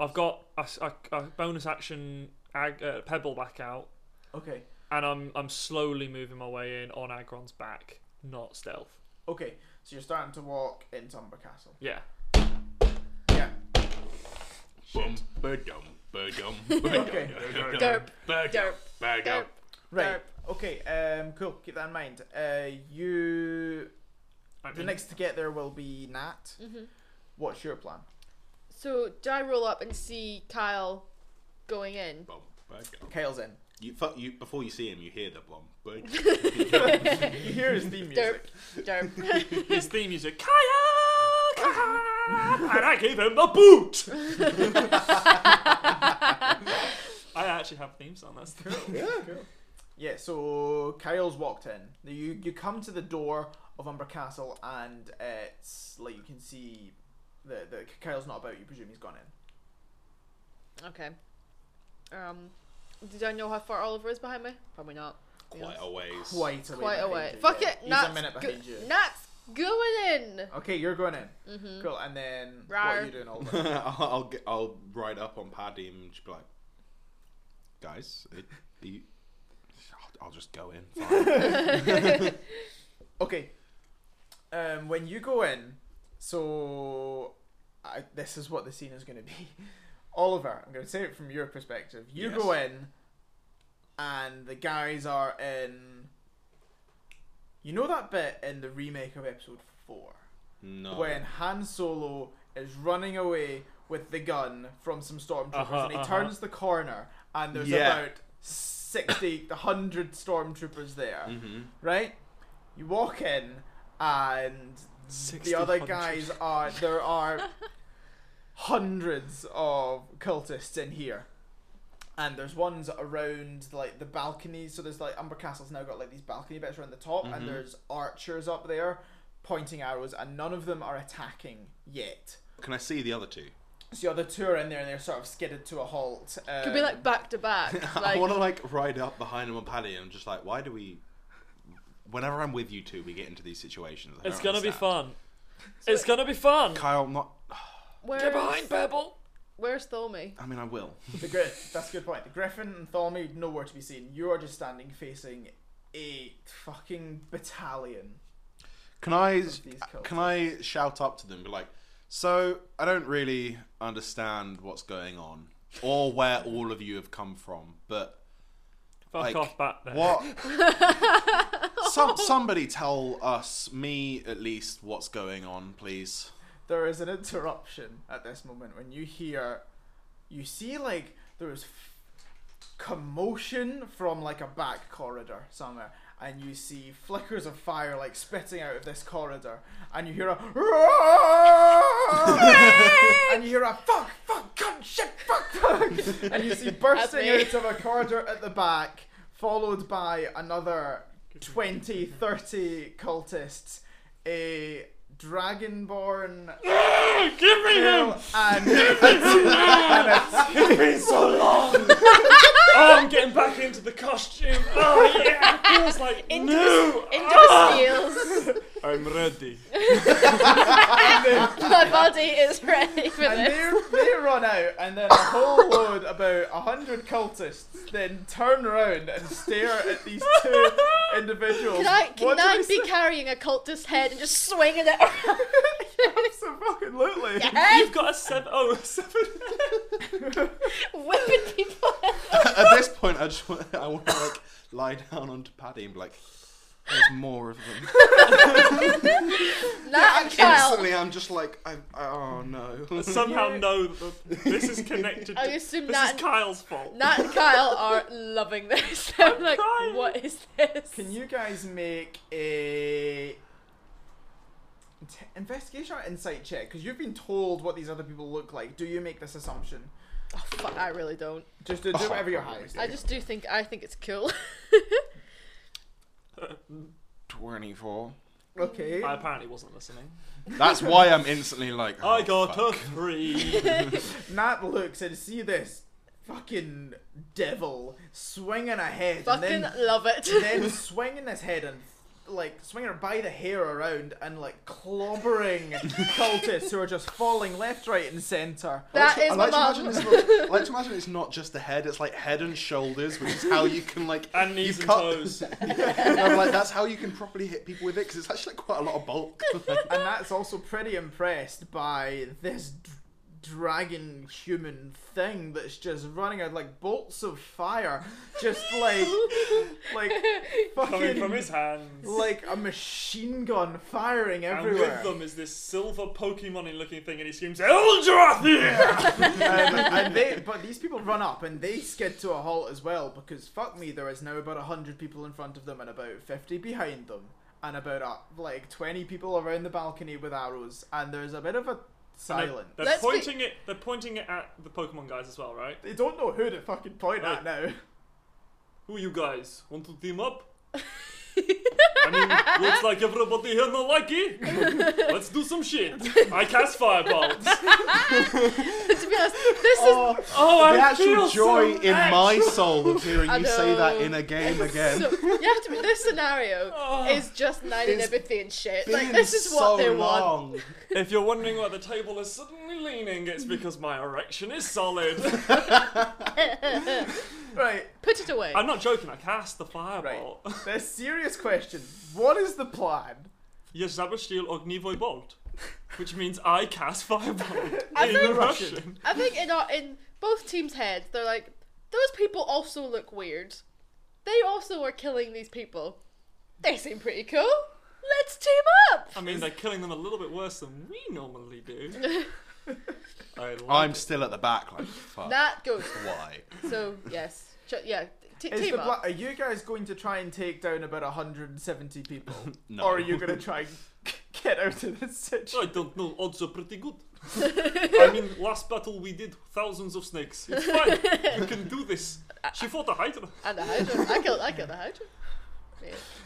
S3: I've got a, s- a- a bonus action ag, uh, pebble back out,
S4: Okay.
S3: and I'm I'm slowly moving my way in on Agron's back, not stealth.
S4: Okay. So you're starting to walk into Umber Castle.
S3: Yeah.
S4: Yeah.
S6: Bum, ba-dum, ba-dum, ba-dum,
S4: Okay.
S6: ba-dum,
S2: Derp,
S6: ba-dum,
S2: derp,
S6: ba-dum.
S2: derp.
S4: Right. Okay. Um. Cool. Keep that in mind. Uh. You.
S3: I'm
S4: The
S3: in.
S4: next to get there will be Nat. What's your plan?
S2: So, do I roll up and see Kyle going in?
S6: Bum, ba-dum.
S4: Kyle's in.
S1: You, fu- you before you see him, you hear the blum.
S4: You hear his theme music.
S2: Derp, derp.
S3: his theme music. Kaya, and I gave him the boot. I actually have a theme song. That's cool.
S4: Yeah, so Kyle's walked in. Now You you come to the door of Umber Castle and it's like you can see that the Kyle's not about. You presume he's gone in.
S2: okay. Um, did I know how far Oliver is behind me? Probably not. to be
S1: Quite
S2: honest.
S1: a ways.
S4: Quite away.
S2: Quite
S4: behind
S2: away.
S4: you,
S2: Fuck
S4: yeah.
S2: it.
S4: He's
S2: Nat's
S4: a minute
S2: go-
S4: behind you.
S2: Nat's going in.
S4: Okay, you're going in.
S2: Mm-hmm.
S4: Cool. And then what
S2: Rar.
S4: are you doing all day?
S1: I'll I'll, get, I'll ride up on Paddy and just be like, guys, it, you, I'll, I'll just go in. Fine.
S4: Okay. Um, when you go in, so I, this is what the scene is going to be. Oliver, I'm going to say it from your perspective. You
S1: Yes.
S4: go in, and the guys are in. You know that bit in the remake of episode four
S1: no.
S4: when Han Solo is running away with the gun from some stormtroopers,
S3: Uh-huh,
S4: and he
S3: uh-huh.
S4: turns the corner, and there's
S1: Yeah.
S4: about sixty, hundred stormtroopers there
S1: hmm
S4: right? You walk in, and the other guys are there are hundreds of cultists in here, and there's ones around like the balconies. So there's like Umber Castle's now got like these balcony bits around the top, and there's archers up there pointing arrows, and none of them are attacking yet.
S1: Can I see the other two?
S4: So the other two are in there, and they're sort of skidded to a halt. Um,
S2: Could be like back to back.
S1: I
S2: Like,
S1: want to like ride up behind him on Paddy and just like, why do we? Whenever I'm with you two, we get into these situations. I
S3: It's
S1: don't
S3: gonna be
S1: understand.
S3: fun. It's gonna be fun.
S1: Kyle, I'm not.
S3: Get
S2: where's,
S3: behind, Pebble.
S2: where's Tholme?
S1: I mean, I will.
S4: The gri- that's a good point. The Griffin and Tholme nowhere to be seen. You are just standing facing a fucking battalion.
S1: Can I
S4: these
S1: can I shout up to them? Be like, so I don't really understand what's going on or where all of you have come from, but
S3: Fuck
S1: like
S3: off back there.
S1: what? Some somebody tell us, me at least, what's going on, please.
S4: There is an interruption at this moment when you hear, you see like there was f- commotion from like a back corridor somewhere, and you see flickers of fire like spitting out of this corridor, and you hear a. and you hear a fuck, fuck, cunt, shit, fuck, fuck, and you see bursting
S2: That's
S4: out of a corridor at the back, followed by another 20, 30 cultists, a dragonborn
S3: Give me him.
S4: girl, and, and a-
S3: It's been so long. oh, I'm getting back into the costume. Oh yeah, it feels like
S2: Into
S3: new.
S2: the, into
S3: Ah!
S2: the seals.
S3: I'm ready.
S2: My body is ready for
S4: and
S2: this.
S4: they, they run out, and then a whole load about a hundred cultists, then turn around and stare at these two individuals.
S2: Can I, can
S4: What do
S2: I
S4: they
S2: be
S4: say?
S2: carrying a cultist head and just swinging it around?
S4: Absolutely.
S2: Yes!
S3: You've got a seven. Oh, seven.
S2: Whipping people.
S1: At this point, I just want, I want to like lie down onto Paddy and be like, "There's more of them."
S2: Not a child.
S1: Instantly, I'm just like, I, I, "Oh no!"
S3: Somehow
S2: You're-
S3: know that the- this is connected. To,
S2: I assume
S3: this
S2: Nat-
S3: is Kyle's fault.
S2: Nat and Kyle are loving this. I'm like,
S3: crying.
S2: what is this?
S4: Can you guys make a t- investigation or insight check? Because you've been told what these other people look like. Do you make this assumption?
S2: Oh, fuck, I really don't.
S4: Just do, do
S1: Oh,
S4: whatever your
S1: probably
S4: highest.
S1: do.
S2: I just do think I think it's cool.
S1: Twenty-four.
S4: Okay.
S3: I apparently wasn't listening.
S1: That's why I'm instantly like,
S3: I
S1: oh,
S3: got
S1: fuck.
S3: a three.
S4: Nat looks and see this fucking devil swinging a head
S2: Fucking
S4: and then,
S2: love it.
S4: then swinging his head and like swinging her by the hair around and like clobbering cultists who are just falling left, right, and center.
S2: That
S1: I
S2: is my
S1: like, to imagine
S2: mum.
S1: it's not, I like to imagine it's not just the head; it's like head and shoulders, which is how you can like
S3: And
S1: you
S3: knees and
S1: cut-
S3: toes.
S1: And I'm like, that's how you can properly hit people with it because it's actually like, quite a lot of bulk.
S4: and that's also pretty impressed by this d- dragon human thing that's just running out like bolts of fire, just like like
S3: Coming from
S4: fucking
S3: his hands.
S4: like a machine gun firing everywhere.
S3: And with them is this silver Pokemon looking thing, and he screams, Eldrathir!
S4: Um, and they, but these people run up and they skid to a halt as well because fuck me, there is now about hundred people in front of them and about fifty behind them, and about uh, like twenty people around the balcony with arrows, and there's a bit of a silence.
S3: They're
S2: Let's be-
S3: pointing it. They're pointing it at the Pokemon guys as well, right?
S4: They don't know who to fucking point
S3: Right.
S4: at now.
S3: Who you guys want to team up? I mean, looks like everybody here not lucky. Let's do some shit. I cast fireballs.
S2: to be honest, this
S1: Oh,
S3: Oh, I
S1: the actual
S3: feel
S1: joy
S3: so
S1: in my
S3: actual-
S1: soul of hearing
S2: I
S1: you say that
S2: know.
S1: in a game
S2: is
S1: again. Oh.
S2: so, you have to be, this scenario is just nine and
S1: It's
S2: everything and shit.
S1: Been
S2: Like this is
S1: so
S2: what they want.
S1: long.
S3: If you're wondering why the table is suddenly leaning, it's because my erection is solid.
S4: Right,
S2: Put it away.
S3: I'm not joking. I cast the fireball.
S4: the serious question. What is the plan?
S3: Я запустил огневой болт, which means I cast fireball
S2: I
S3: in
S2: think-
S3: Russian.
S2: I think in our, in both teams' heads, they're like, those people also look weird. They also are killing these people. They seem pretty cool. Let's team up.
S3: I mean, they're killing them a little bit worse than we normally do. I like
S1: I'm
S3: it.
S1: still at the back, like, fuck.
S2: That goes.
S1: Why?
S2: So yes, Ch- yeah. T-
S4: Is
S2: team
S4: the
S2: up.
S4: pla- are you guys going to try and take down about 170 people?
S1: No.
S4: Or are you going to try and get out of this situation?
S3: I don't know. Odds are pretty good. I mean, last battle we did thousands of snakes. It's fine. You can do this. She fought a Hydra.
S2: and the Hydra. I killed. I killed the Hydra.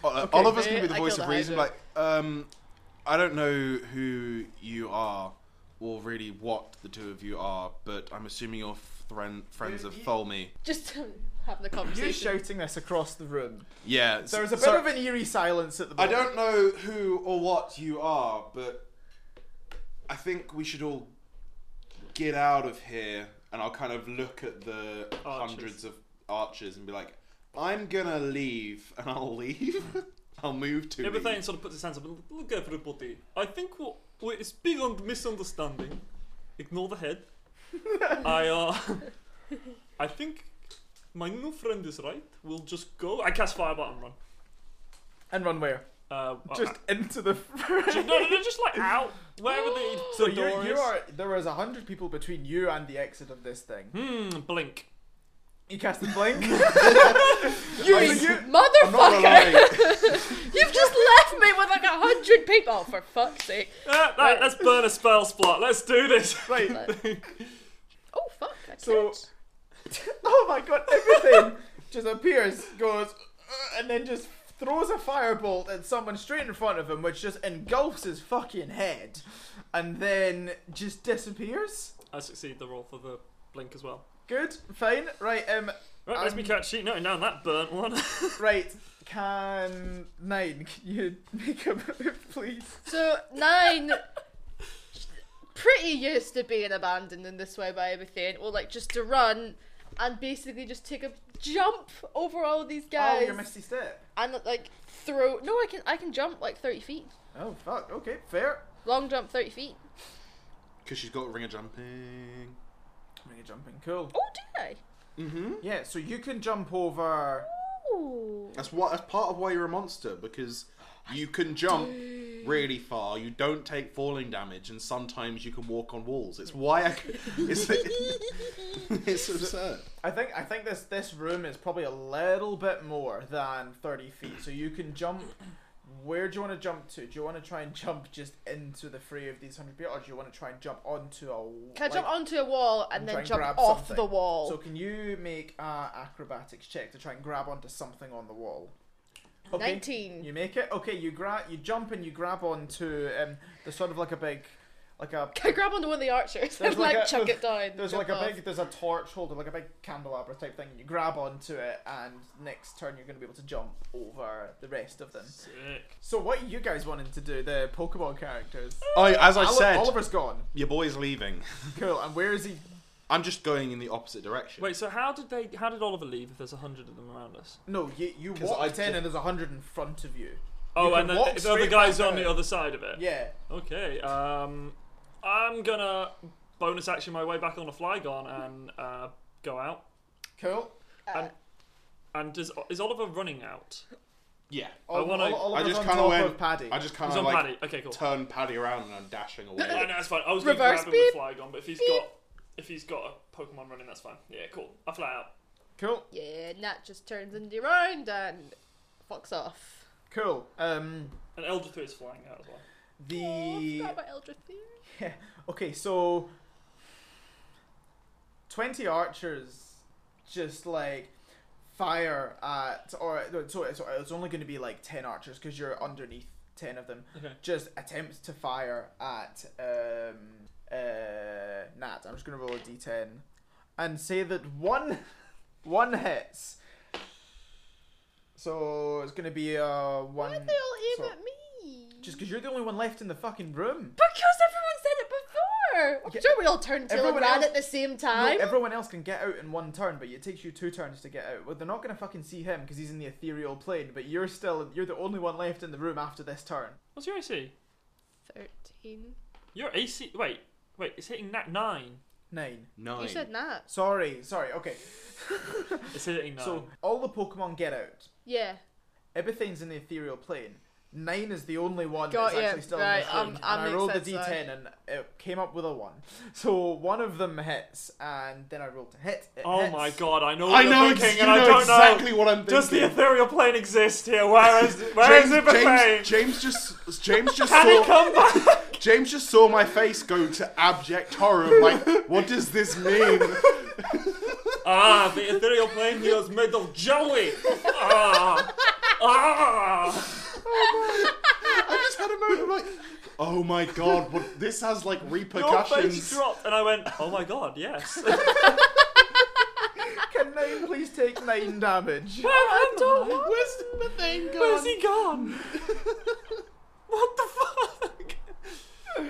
S1: Uh, Oliver's
S2: Okay.
S1: gonna be the
S2: I
S1: voice
S2: killed
S1: of
S2: the
S1: reason.
S2: Hydra.
S1: Like, um, I don't know who you are, or really what the two of you are, but I'm assuming you're friend, friends of
S4: You- you-
S1: Tholme.
S2: Just um, having a
S4: You're
S2: conversation.
S4: shouting this across the room.
S1: Yeah. s-
S4: There's a bit
S1: so-
S4: of an eerie silence at the
S1: I don't
S4: moment.
S1: know who or what you are, but I think we should all get out of here. And I'll kind of look at the
S3: Archers.
S1: hundreds of archers and be like, I'm gonna leave, and I'll leave. I'll move to.
S3: Everything
S1: leave.
S3: sort of puts its hands up. and Look, everybody. I think we're, we're, it's big on misunderstanding. Ignore the head. I uh, I think my new friend is right. We'll just go. I cast fireball and run.
S4: And run where?
S3: Uh,
S4: Just into the.
S3: Ju- no, no, no, just like out wherever the,
S4: so
S3: the
S4: you,
S3: door
S4: you
S3: is.
S4: are. There is 100 people between you and the exit of this thing.
S3: Hmm, blink.
S4: You cast the blink.
S2: You
S1: I- I'm not gonna
S2: motherfucker!
S1: lie.
S2: You've just left me with like a hundred people. Oh, For fuck's sake.
S3: Ah, right, let's burn a spell slot. Let's do this.
S4: right.
S2: Oh fuck! I
S4: So-
S2: can't.
S4: Oh my god, everything just appears, goes, "Ugh," and then just throws a firebolt at someone straight in front of him, which just engulfs his fucking head, and then just disappears.
S3: I succeed the roll for the blink as well.
S4: Good, fine, right, um,
S3: Right, let's be
S4: Um,
S3: catch sheet noting down that burnt one.
S4: right, can nine, can you make a move, please?
S2: So nine, pretty used to being abandoned in this way by everything, or like just to run and basically just take a jump over all these
S4: Oh,
S2: guys
S4: your misty step.
S2: and like throw. No, I can I can jump like thirty feet.
S4: Oh fuck. Okay, fair.
S2: Long jump thirty feet.
S6: Because she's got ring of jumping.
S4: Ring of jumping. Cool.
S2: Oh, did I?
S6: Mm-hmm.
S4: Yeah. So you can jump over.
S2: Ooh.
S6: That's what. That's part of why you're a monster because you can jump really far. You don't take falling damage, and sometimes you can walk on walls. It's why I. c- It's, it's absurd.
S4: I think I think this this room is probably a little bit more than thirty feet. So you can jump. Where do you want to jump to? Do you want to try and jump just into the fray of these hundred people, or do you want to try and jump onto a? w-
S2: Can I jump
S4: like-
S2: onto a wall and
S4: and
S2: then
S4: try and
S2: jump
S4: grab
S2: off
S4: something.
S2: the wall?
S4: So can you make a acrobatics check to try and grab onto something on the wall? Okay.
S2: Nineteen.
S4: You make it. Okay, you grab, you jump, and you grab onto um, there's sort of like a big, like a
S2: Can I grab onto one of the archers
S4: There's
S2: and like,
S4: like a-
S2: chuck it down?
S4: there's
S2: jump
S4: like a
S2: off?
S4: big there's a torch holder, like a big candelabra type thing. You grab onto it, and next turn you're going to be able to jump over the rest of them.
S3: Sick.
S4: So what are you guys wanting to do? The Pokemon characters.
S6: Oh, as I
S4: Oli-
S6: said,
S4: Oliver's gone.
S6: your boy's leaving.
S4: Cool. And where is he?
S6: I'm just going in the opposite direction.
S3: Wait, so how did they? How did Oliver leave if there's a hundred of them around us?
S4: No, you you
S6: 'Cause
S4: walked
S6: I-
S4: in, and there's a hundred in front of you.
S3: Oh,
S4: can
S3: and
S4: walk
S3: then the, the other
S4: straight
S3: guy's
S4: back
S3: on the
S4: out.
S3: other side of it.
S4: Yeah.
S3: Okay. Um, I'm gonna bonus action my way back on a Flygon and uh, go out.
S4: Cool.
S3: And is, is Oliver running out?
S6: Yeah.
S4: Ol-
S3: wanna-
S4: Ol- Oliver's
S6: I just
S4: on
S6: kinda
S4: top
S6: went-
S4: of Paddy.
S6: I just kind
S3: He's
S6: of
S3: on
S6: like
S3: Paddy. Okay, cool.
S6: turn Paddy around and I'm dashing
S3: I
S6: away.
S3: know, that's fine. I was going to grab
S2: Reverse
S3: him
S2: beep.
S3: with Flygon, but if he's got if he's got a Pokemon running, that's fine. Yeah, cool. I fly out.
S4: Cool.
S2: Yeah, Nat just turns Indy round and fucks off.
S4: Cool. Um,
S3: And Eldritch is flying out as well.
S4: the
S2: Oh, forgot about Eldritch there.
S4: okay, so twenty archers just like fire at or no, so it's, it's only going to be like ten archers because you're underneath ten of them.
S3: Okay.
S4: Just attempts to fire at um uh Nat. I'm just going to roll a d10 and say that one one hits. So it's going to be a one.
S2: Why did they all aim
S4: so-
S2: at me?
S4: Just because you're the only one left in the fucking room.
S2: because everyone said it before. I'm
S4: Yeah.
S2: sure we all turned tail
S4: Everyone
S2: and ran
S4: else-
S2: at the same
S4: No,
S2: time.
S4: everyone else can get out in one turn, but it takes you two turns to get out. Well, they're not gonna fucking see him because he's in the ethereal plane. But you're still you're the only one left in the room after this turn.
S3: What's your AC?
S2: Thirteen.
S3: Your AC. Wait, wait. It's hitting nat nine.
S4: Nine.
S6: Nine.
S2: You said Nat.
S4: Sorry, sorry. Okay.
S3: It's hitting nine.
S4: So all the Pokemon get out.
S2: Yeah.
S4: Everything's in the ethereal plane. Nine is the only one
S2: Got
S4: that's
S2: ya,
S4: actually still in
S2: right,
S4: the room.
S2: um,
S4: and
S2: that
S4: I
S2: makes
S4: rolled a
S2: sense,
S4: d10
S2: sorry.
S4: and it came up with a one. So one of them hits, and then I rolled a hit. It
S3: oh
S4: hits.
S3: my god, I know. What
S6: I
S3: you're
S6: know,
S3: thinking,
S6: ex- you
S3: and I
S6: know
S3: don't
S6: exactly
S3: know.
S6: what I'm thinking.
S3: Does the ethereal plane exist here? Where is where is it
S6: James,
S3: betrayed?
S6: James just James just
S3: Can
S6: saw
S3: it come back?
S6: James just saw my face go to abject horror. of Like, what does this mean?
S3: Ah, the ethereal plane here is made of jelly. Ah, ah.
S6: I just had a moment of like, oh my god, what this has like
S3: Your face
S6: repercussions.
S3: dropped, and I went, "Oh my god, yes."
S4: Can nine please take nine damage?
S3: I don't
S6: Where's the thing gone?
S3: Where's he gone? what the fuck?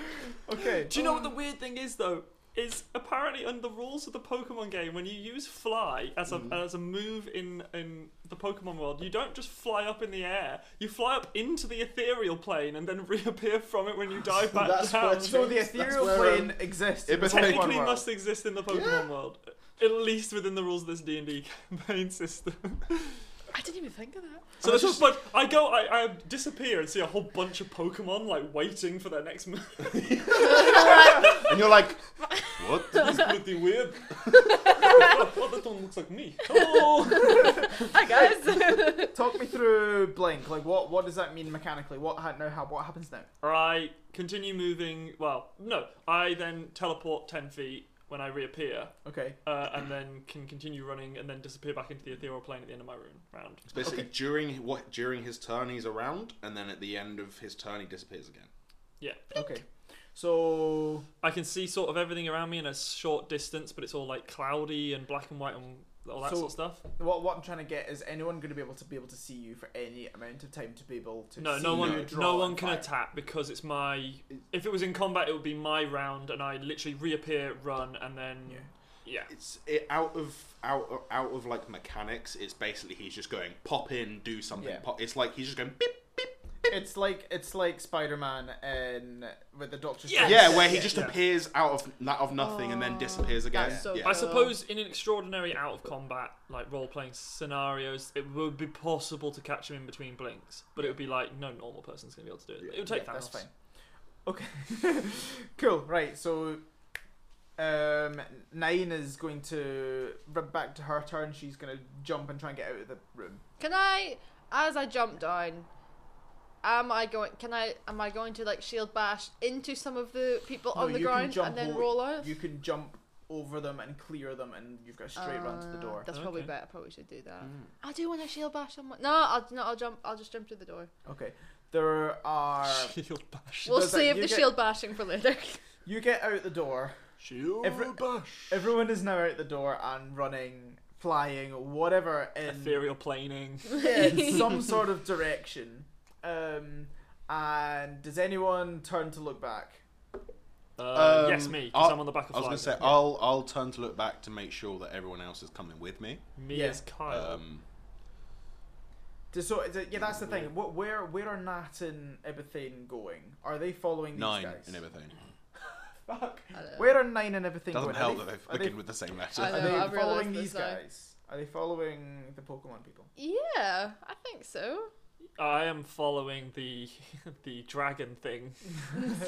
S4: Okay.
S3: Do you know what the weird thing is though? Is apparently under the rules of the Pokemon game, when you use fly as a as a move in in the Pokemon world, you don't just fly up in the air. You fly up into the ethereal plane and then reappear from it when you dive back
S6: That's
S3: down.
S6: what-
S4: So the
S6: That's
S4: ethereal
S6: where,
S4: plane
S6: um,
S4: exists.
S6: it
S4: in the
S6: became-
S4: Pokemon
S3: Technically,
S4: world.
S3: must exist in the Pokemon world, at least within the rules of this D and D campaign system.
S2: I didn't even think of that.
S3: So there's just but I go, I, I disappear and see a whole bunch of Pokemon like waiting for their next move.
S6: And you're like, what?
S3: That's pretty weird. oh, that one looks like me. Oh.
S2: Hi guys.
S4: Talk me through Blink. Like, what what does that mean mechanically? What ha- now? How what happens now?
S3: I continue moving. Well, no, I then teleport ten feet when I reappear,
S4: Okay.
S3: uh, and then can continue running, and then disappear back into the ethereal plane at the end of my run round.
S6: It's basically during what during his turn he's around, and then at the end of his turn he disappears again.
S3: Yeah,
S4: Okay. So
S3: I can see sort of everything around me in a short distance, but it's all like cloudy and black and white and all that
S4: So-
S3: sort of stuff.
S4: what what I'm trying to get is anyone going to be able to be able to see you for any amount of time to be able to
S3: No,
S4: see
S3: no
S4: you
S3: one,
S4: draw
S3: no
S4: and
S3: one can
S4: fire.
S3: attack because it's my. If it was in combat, it would be my round, and I literally reappear, run, and then
S4: Yeah.
S3: Yeah.
S1: It's it, out of out out of like mechanics. It's basically he's just going pop in, do something.
S7: Yeah.
S1: Pop. It's like he's just going beep.
S7: It's like it's like Spider-Man in with the Doctor.
S3: Yeah.
S7: Strange.
S1: Yeah, where he
S7: Yeah.
S1: just
S3: Yeah.
S1: appears out of not of nothing and then
S2: Oh,
S1: disappears again.
S2: That's so
S1: yeah.
S2: cool.
S3: I suppose in an extraordinary out of combat, like role playing scenarios, it would be possible to catch him in between blinks, but it would be like no normal person's gonna be able to do it. It would take
S7: Yeah,
S3: Thanos.
S7: That's fine. Okay. cool. Right. So, um, Nine is going to r- back to her turn. She's going to jump and try and get out of the room.
S2: Can I, as I jump down, am I going? Can I? Am I going to like shield bash into some of the people
S7: No,
S2: on the
S7: you can
S2: ground
S7: jump
S2: and then
S7: over-
S2: roll out?
S7: You can jump over them and clear them, and you've got a straight run to the
S2: Uh,
S7: door. Hmm.
S2: That's probably
S3: Okay.
S2: better. I probably should do that.
S1: Mm.
S2: I do want to shield bash someone. No, I'll no. I'll jump. I'll just jump through the door.
S7: Okay. There are.
S3: Shield bash.
S2: We'll
S7: Does that-
S2: save
S7: you
S2: the
S7: get-
S2: shield bashing for later.
S7: You get out the door.
S1: Shield
S7: Every-
S1: bash.
S7: Everyone is now out the door and running, flying, whatever. In
S3: Ethereal planing.
S7: in some sort of direction. Um, and does anyone turn to look back?
S3: Uh,
S1: Um,
S3: yes, me.
S1: I'll-
S3: Because I'm on the back of.
S1: I was gonna say
S3: Flygon.
S1: I'll I'll turn to look back to make sure that everyone else is coming with me.
S3: me
S7: Yeah.
S3: as Kyle.
S1: Um,
S7: Does- So is it- yeah, that's the thing. What, where where are Nat and Ibethane going? Are they following these
S1: nine
S7: guys?
S1: and everything.
S7: Fuck.
S2: I don't know.
S7: Where are Nine and Ibethane
S1: Doesn't
S7: going?
S1: help
S7: are
S1: that
S7: they,
S1: they
S7: are
S1: begin
S7: they,
S1: with the same
S2: I
S1: letter.
S7: are
S2: know,
S7: they
S2: I've realised
S7: following
S2: this
S7: these
S2: now.
S7: guys? Are they following the Pokemon people?
S2: Yeah, I think so.
S3: I am following the the dragon thing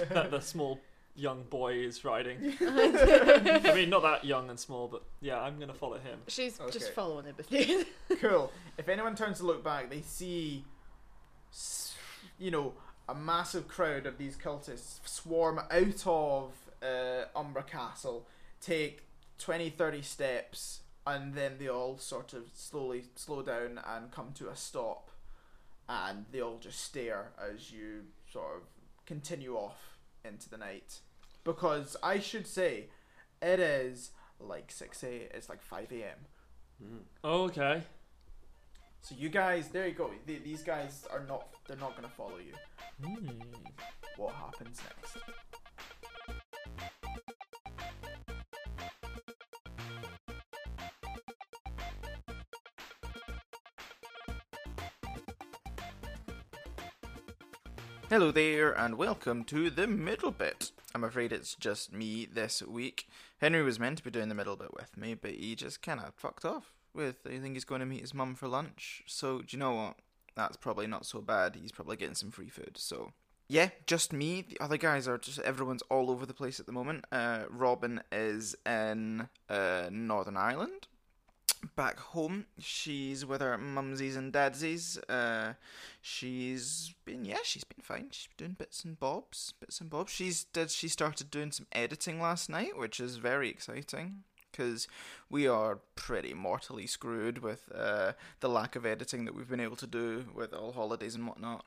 S3: that the small young boy is riding. I mean, not that young and small, but yeah, I'm gonna follow him.
S2: She's just
S7: Okay.
S2: following everything.
S7: cool. If anyone turns to look back, they see, s- you know, a massive crowd of these cultists swarm out of uh, Umbra Castle, take 20, 30 steps, and then they all sort of slowly slow down and come to a stop, and they all just stare as you sort of continue off into the night. Because I should say, it is like 6 a. It's like 5 a.m.
S3: Oh, okay.
S7: So you guys, there you go. Th- These guys are not. They're not gonna follow you.
S3: Hmm.
S7: What happens next?
S4: Hello there, and welcome to the middle bit. I'm afraid it's just me this week. Henry was meant to be doing the middle bit with me, but he just kind of fucked off with. I think he's going to meet his mum for lunch. So, do you know what? That's probably not so bad. He's probably getting some free food. So, yeah, just me. The other guys are just everyone's all over the place at the moment. Uh, Robin is in uh, Northern Ireland. Back home, she's with her mumsies and dadsies. Uh, She's been yeah, she's been fine. She's been doing bits and bobs, bits and bobs. She's did she started doing some editing last night, which is very exciting because we are pretty mortally screwed with uh, the lack of editing that we've been able to do with all holidays and whatnot.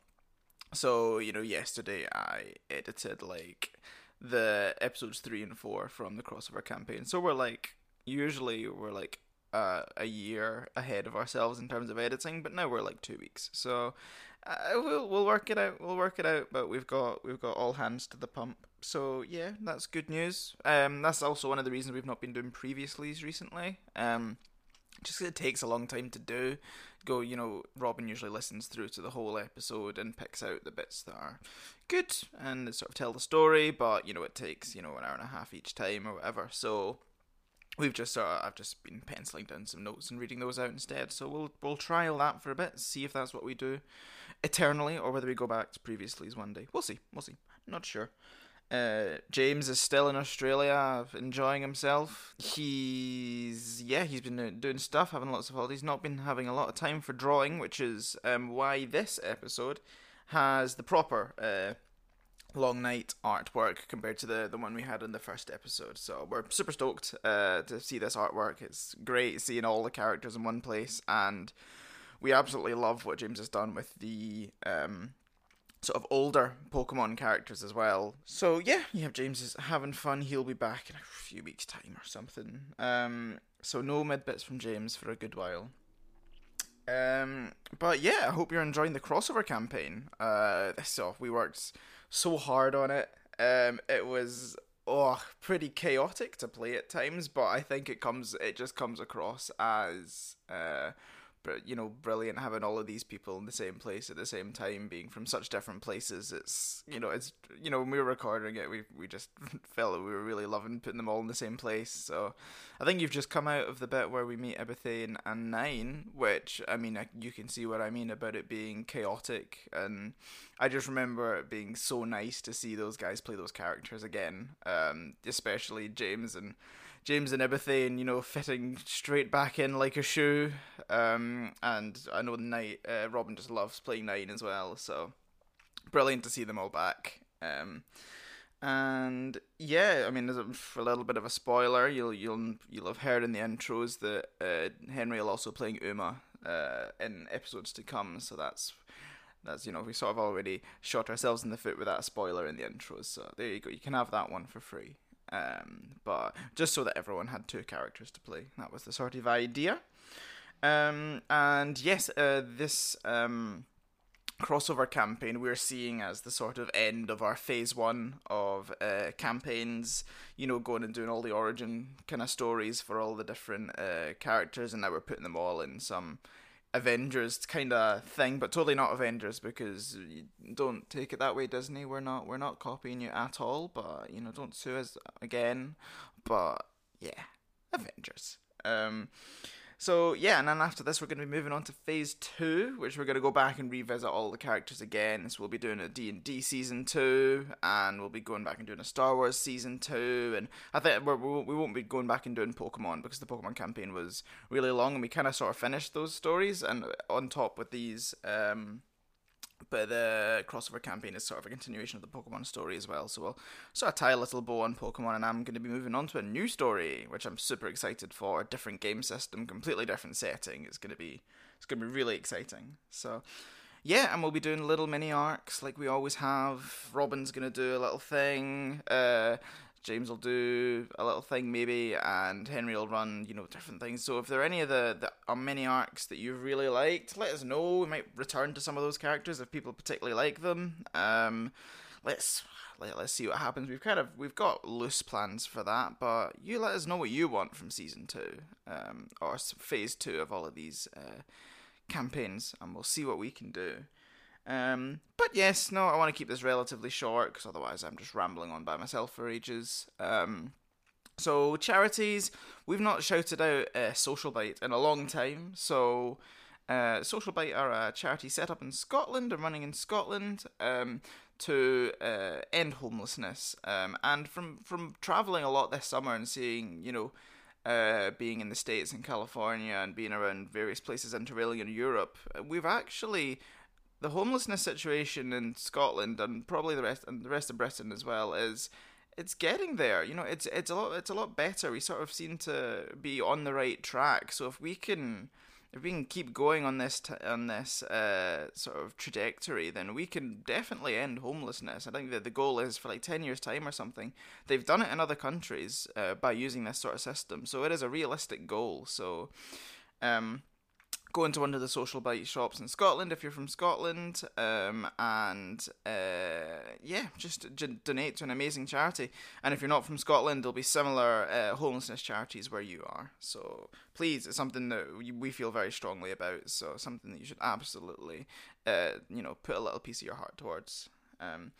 S4: So you know, yesterday I edited like the episodes three and four from the crossover campaign. So we're like usually we're like uh, a year ahead of ourselves in terms of editing, but now we're like two weeks. So uh, we'll we'll work it out. We'll work it out. But we've got we've got all hands to the pump. So yeah, that's good news. Um, that's also one of the reasons we've not been doing previously's recently. Um, just 'cause it takes a long time to do. Go, you know, Robin usually listens through to the whole episode and picks out the bits that are good and sort of tell the story. But you know, it takes you know an hour and a half each time or whatever. So we've just sort of, I've just been penciling down some notes and reading those out instead. So we'll we'll trial that for a bit, see if that's what we do eternally, or whether we go back to previously's one day. We'll see. We'll see. Not sure. Uh, James is still in Australia, enjoying himself. He's yeah, he's been uh, doing stuff, having lots of holidays. Not been having a lot of time for drawing, which is um, why this episode has the proper uh, long night artwork compared to the the one we had in the first episode. So we're super stoked uh, to see this artwork. It's great seeing all the characters in one place, and we absolutely love what James has done with the um, sort of older Pokemon characters as well. So yeah, yeah, James is having fun. He'll be back in a few weeks' time or something. Um, so no midbits from James for a good while. Um, but yeah, I hope you're enjoying the crossover campaign. Uh, this off, we worked so hard on it. Um, it was oh, pretty chaotic to play at times, but I think it comes it just comes across as uh br- you know, brilliant having all of these people in the same place at the same time, being from such different places. It's you know, it's you know, when we were recording it, we we just felt that we were really loving putting them all in the same place. So I think you've just come out of the bit where we meet Ebithane and Nine, which I mean, I, you can see what I mean about it being chaotic, and I just remember it being so nice to see those guys play those characters again, um, especially James and. James and Ebithane, you know, fitting straight back in like a shoe. Um, and I know Knight, uh, Robin just loves playing Nine as well, so brilliant to see them all back. Um, and yeah, I mean, there's a, for a little bit of a spoiler, you'll you'll you'll have heard in the intros that uh, Henry will also playing Uma uh, in episodes to come. So that's that's you know we sort of already shot ourselves in the foot with that spoiler in the intros. So there you go, you can have that one for free. Um, but just so that everyone had two characters to play, that was the sort of idea. Um, and yes, uh, this um crossover campaign we're seeing as the sort of end of our phase one of uh, campaigns you know going and doing all the origin kind of stories for all the different uh, characters and now we're putting them all in some avengers kind of thing but totally not avengers because you don't take it that way disney we're not we're not copying you at all but you know don't sue us again but yeah avengers um so yeah, and then after this, we're going to be moving on to phase two, which we're going to go back and revisit all the characters again. So we'll be doing a D and D season two, and we'll be going back and doing a Star Wars season two, and I think we're, we won't- we won't be going back and doing Pokemon because the Pokemon campaign was really long, and we kind of sort of finished those stories. And on top with these, um, but the crossover campaign is sort of a continuation of the Pokemon story as well. So we'll sort of tie a little bow on Pokemon, and I'm going to be moving on to a new story, which I'm super excited for. A different game system, completely different setting. It's going to be it's going to be really exciting. So. Yeah, and we'll be doing little mini arcs like we always have. Robin's gonna do a little thing. Uh, James will do a little thing maybe, and Henry will run, you know, different things. So if there are any of the, the uh, mini arcs that you've really liked, let us know. We might return to some of those characters if people particularly like them. Um, let's let, let's see what happens. We've kind of we've got loose plans for that, but you let us know what you want from season two, um, or s- phase two of all of these uh, campaigns, and we'll see what we can do. Um, but yes, no, I want to keep this relatively short because otherwise I'm just rambling on by myself for ages. Um, so charities, we've not shouted out uh, Social Bite in a long time. So uh, Social Bite are a charity set up in Scotland and running in Scotland um, to uh, end homelessness. Um, and from from traveling a lot this summer and seeing, you know, uh, being in the States and California and being around various places interrailing in Europe, uh, we've actually the homelessness situation in Scotland and probably the rest and the rest of Britain as well is it's getting there. You know, it's it's a lot it's a lot better. We sort of seem to be on the right track. So if we can if we can keep going on this t- on this uh, sort of trajectory, then we can definitely end homelessness. I think that the goal is for like ten years time or something. They've done it in other countries uh, by using this sort of system, so it is a realistic goal. So. Um, go into one of the social bite shops in Scotland if you're from Scotland, um, and uh, yeah, just j- donate to an amazing charity. And if you're not from Scotland, there'll be similar uh, homelessness charities where you are. So please, it's something that we- we feel very strongly about. So something that you should absolutely, uh, you know, put a little piece of your heart towards. Um,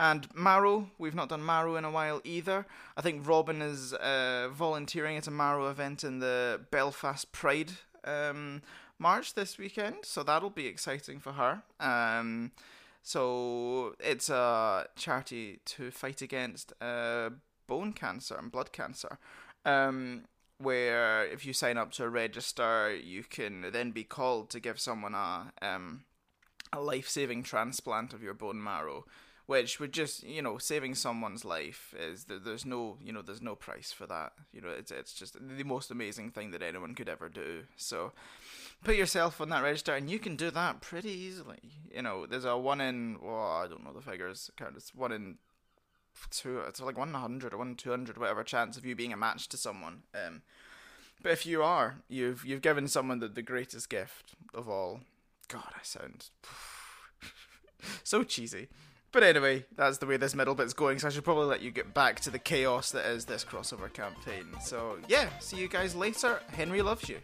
S4: and Marrow, we've not done Marrow in a while either. I think Robin is uh, volunteering at a Marrow event in the Belfast Pride um, March this weekend, so that'll be exciting for her. Um, so it's a charity to fight against uh, bone cancer and blood cancer. Um, where if you sign up to register, you can then be called to give someone a um, a life saving transplant of your bone marrow, which would just you know saving someone's life is there, there's no you know there's no price for that. You know it's it's just the most amazing thing that anyone could ever do. So put yourself on that register and you can do that pretty easily. You know there's a one in well I don't know the figures count it's one in two it's like one in hundred or one in two hundred whatever chance of you being a match to someone. Um, but if you are, you've you've given someone the, the greatest gift of all. God, I sound so cheesy.
S8: But anyway, that's the way this middle bit's going, so I should probably let you get back to the chaos that is this crossover campaign. So, yeah, see you guys later. Henry loves you.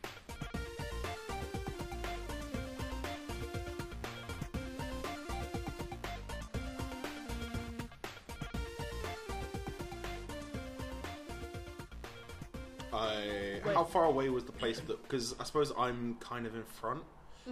S6: I,
S2: Wait.
S6: how far away was the place that? Because I suppose I'm kind of in front.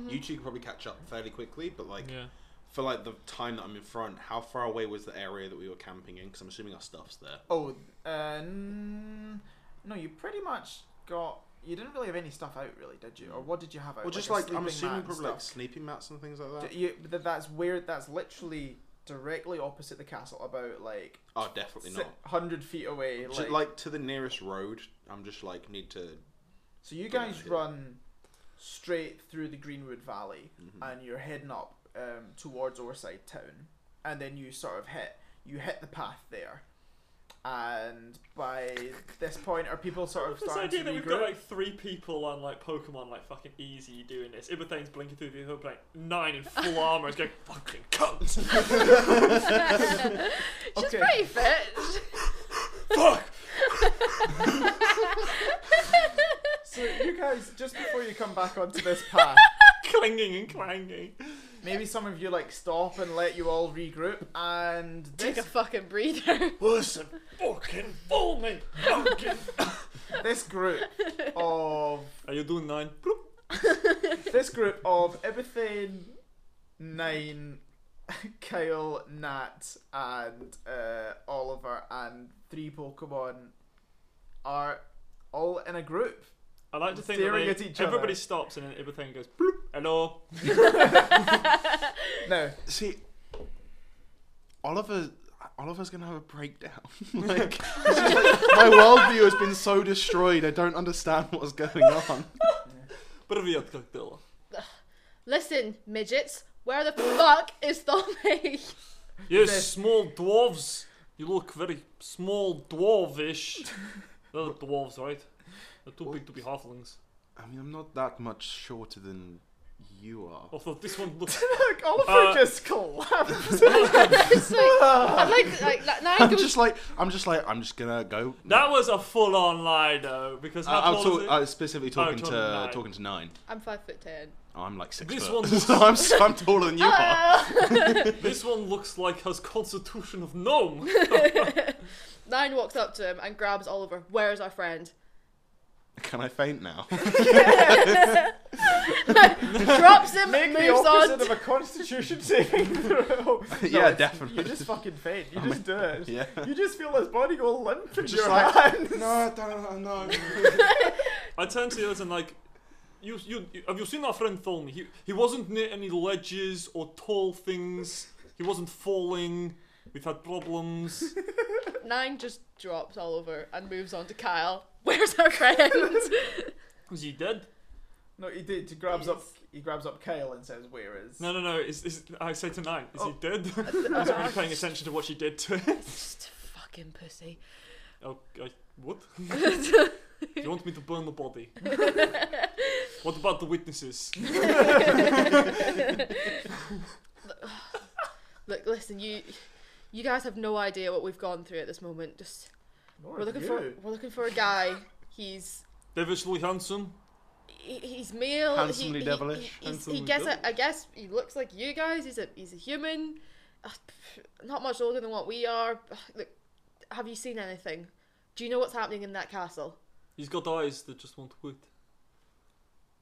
S6: You two could probably catch up fairly quickly, but like
S3: Yeah.
S6: for like the time that I'm in front, how far away was the area that we were camping in? Because I'm assuming our stuff's there.
S4: Oh, uh, n- no, you pretty much got. You didn't really have any stuff out, really, did you? Or what did you have out?
S6: Well, just
S4: a
S6: like I'm
S4: sleeping
S6: assuming
S4: mat and
S6: probably like
S4: stuff?
S6: sleeping mats and things like that.
S4: D- you, but that's where. That's literally directly opposite the castle, about like
S6: Oh, definitely not.
S4: hundred feet away.
S6: Ju-
S4: Like,
S6: Like, to the nearest road. I'm just like need to.
S4: so, you
S6: Yeah,
S4: guys
S6: yeah.
S4: run straight through the Greenwood Valley,
S3: Mm-hmm.
S4: and you're heading up um, towards Orside Town, and then you sort of hit. You hit the path there, and by this point, are people sort of
S3: This
S4: starting
S3: idea
S4: to
S3: that we've
S4: regroup?
S3: got like three people on like Pokemon, like fucking easy doing this. Ibathane's blinking through the hoop, like nine in full armor, is going fucking cunt,
S2: She's
S4: Okay.
S2: pretty fit.
S3: fuck.
S4: So you guys, just before you come back onto this path,
S3: clanging and clanging.
S4: maybe some of you like stop and let you all regroup. And
S2: Take a
S4: this,
S2: fucking breather.
S3: Listen, fucking fool me, fucking.
S4: this group of
S3: Are you doing nine? Bloop.
S4: this group of everything nine, Kyle, Nat, and uh, Oliver, and three Pokemon are all in a group.
S3: I like to think that
S4: Staring
S3: they-
S4: at each other.
S3: everybody stops and then Ibathane goes, bloop, hello.
S4: Now,
S1: See, Oliver, Oliver's gonna have a breakdown. like, this is like, my worldview has been so destroyed. I don't understand what's going on.
S3: Привет, как дела?
S2: Listen, midgets, where the fuck is Tommy?
S3: Yes,
S4: This-
S3: small dwarves. You look very small dwarvish. They're the dwarves, right? They're too big to be halflings.
S1: I mean, I'm not that much shorter than you are.
S3: Although this one looks
S4: look, Oliver
S3: Uh,
S4: just collapsed.
S2: It's like, I'd like, like, like now
S1: I'm
S2: goes-
S1: just like, I'm just like, I'm just gonna go.
S3: That was a full-on lie, though, because how
S1: I, I, was
S3: tall
S1: talk,
S3: is it?
S1: I was specifically talking
S3: talking
S1: to
S3: to nine.
S1: talking to nine.
S2: I'm five foot ten.
S1: Oh, I'm like six
S3: This
S1: foot.
S3: one looks-
S1: so I'm, so I'm taller than you are.
S3: This one looks like his constitution of gnome.
S2: Nine walks up to him and grabs Oliver. Where's our friend?
S1: Can I faint now?
S2: Drops him,
S4: Make the
S2: moves on.
S4: opposite of a Constitution saving throw.
S1: Yeah,
S4: it's-
S1: definitely.
S4: You just fucking faint. You just do it.
S1: yeah.
S4: You just feel this body go limp in your
S1: like-
S4: hands.
S1: No, no, no.
S3: I turned to the others and like, you, you, you- have you seen our friend Tholme? He, he wasn't near any ledges or tall things. He wasn't falling. We've had problems.
S2: Nine just drops Oliver and moves on to Kyle. Where's our friend?
S3: Is he dead?
S4: No, he did. He grabs
S2: Yes.
S4: up. He grabs up Kale and says, "Where is?"
S3: No, no, no. Is, is, I say to nine, is he
S4: Oh.
S3: dead? I was really paying attention to what she did to him.
S2: just fucking pussy.
S3: Oh, I, what? Do you want me to burn the body? what about the witnesses?
S2: Look, listen, you, you guys have no idea what we've gone through at this moment. Just
S4: Nor
S2: we're
S4: have
S2: looking
S4: you.
S2: for we're looking for a guy. He's
S3: Devilishly handsome.
S2: he, he's male.
S1: Handsomely
S2: he,
S1: devilish.
S2: He, he's,
S3: Handsomely
S2: he gets.
S3: devilish.
S2: A, I guess he looks like you guys. He's a he's a human. Uh, pff, Not much older than what we are. Look, have you seen anything? Do you know what's happening in that castle?
S3: He's got eyes that just want wit.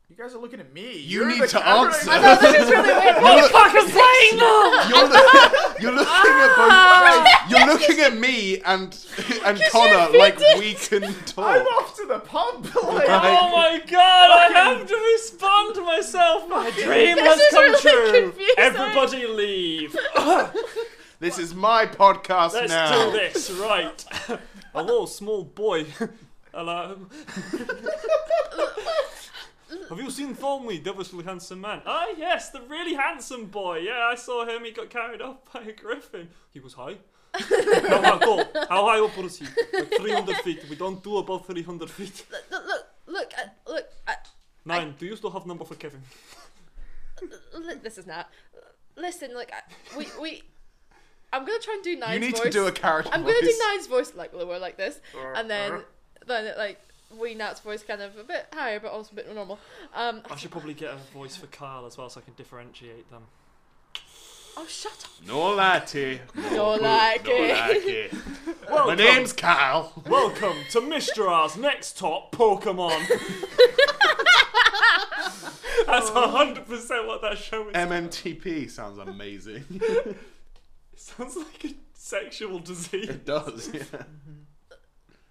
S4: You guys are looking at me.
S1: You
S4: You're
S1: need
S4: the
S1: to
S4: camera
S1: answer.
S4: guy.
S2: No, this is really weird.
S3: Motherfucker's playing them!
S1: You're, look- you're looking at both. You're looking at me and and Connor like we can
S4: I'm
S1: talk.
S4: off to the pub. Like,
S3: Oh my god, I have to respond to myself! My dream
S2: This
S3: has
S2: is
S3: come
S2: really
S3: true!
S2: confusing.
S3: Everybody leave!
S1: This is my podcast
S3: Let's
S1: now.
S3: do this, right. Hello, small boy. Hello. Have you seen Thornley, devilishly handsome man? Ah, yes, the really handsome boy. Yeah, I saw him. He got carried off by a griffin. He was high. how high? Tall. How high up was he? Like 300 feet. We don't do above 300 feet.
S2: Look, look, look, look, uh, look, uh,
S3: Nine. do you still have number for Kevin?
S2: uh, li- this is not. Listen, like, I, uh, we, we, I'm gonna try and do Nine's
S6: You need
S2: voice.
S6: to do a character
S2: I'm
S6: voice.
S2: gonna do Nine's voice like lower, like this, and then then like wee Nat's voice kind of a bit higher, but also a bit normal. Um,
S3: I should probably get a voice for Carl as well, so I can differentiate them.
S2: oh shut up!
S6: No latte.
S2: No like it.
S3: Welcome,
S6: My name's Kyle.
S3: welcome to Mistrar's next top Pokemon. That's hundred percent what that show is.
S1: Um,
S6: MNTP sounds amazing.
S3: Sounds like a sexual disease.
S6: it does. Yeah.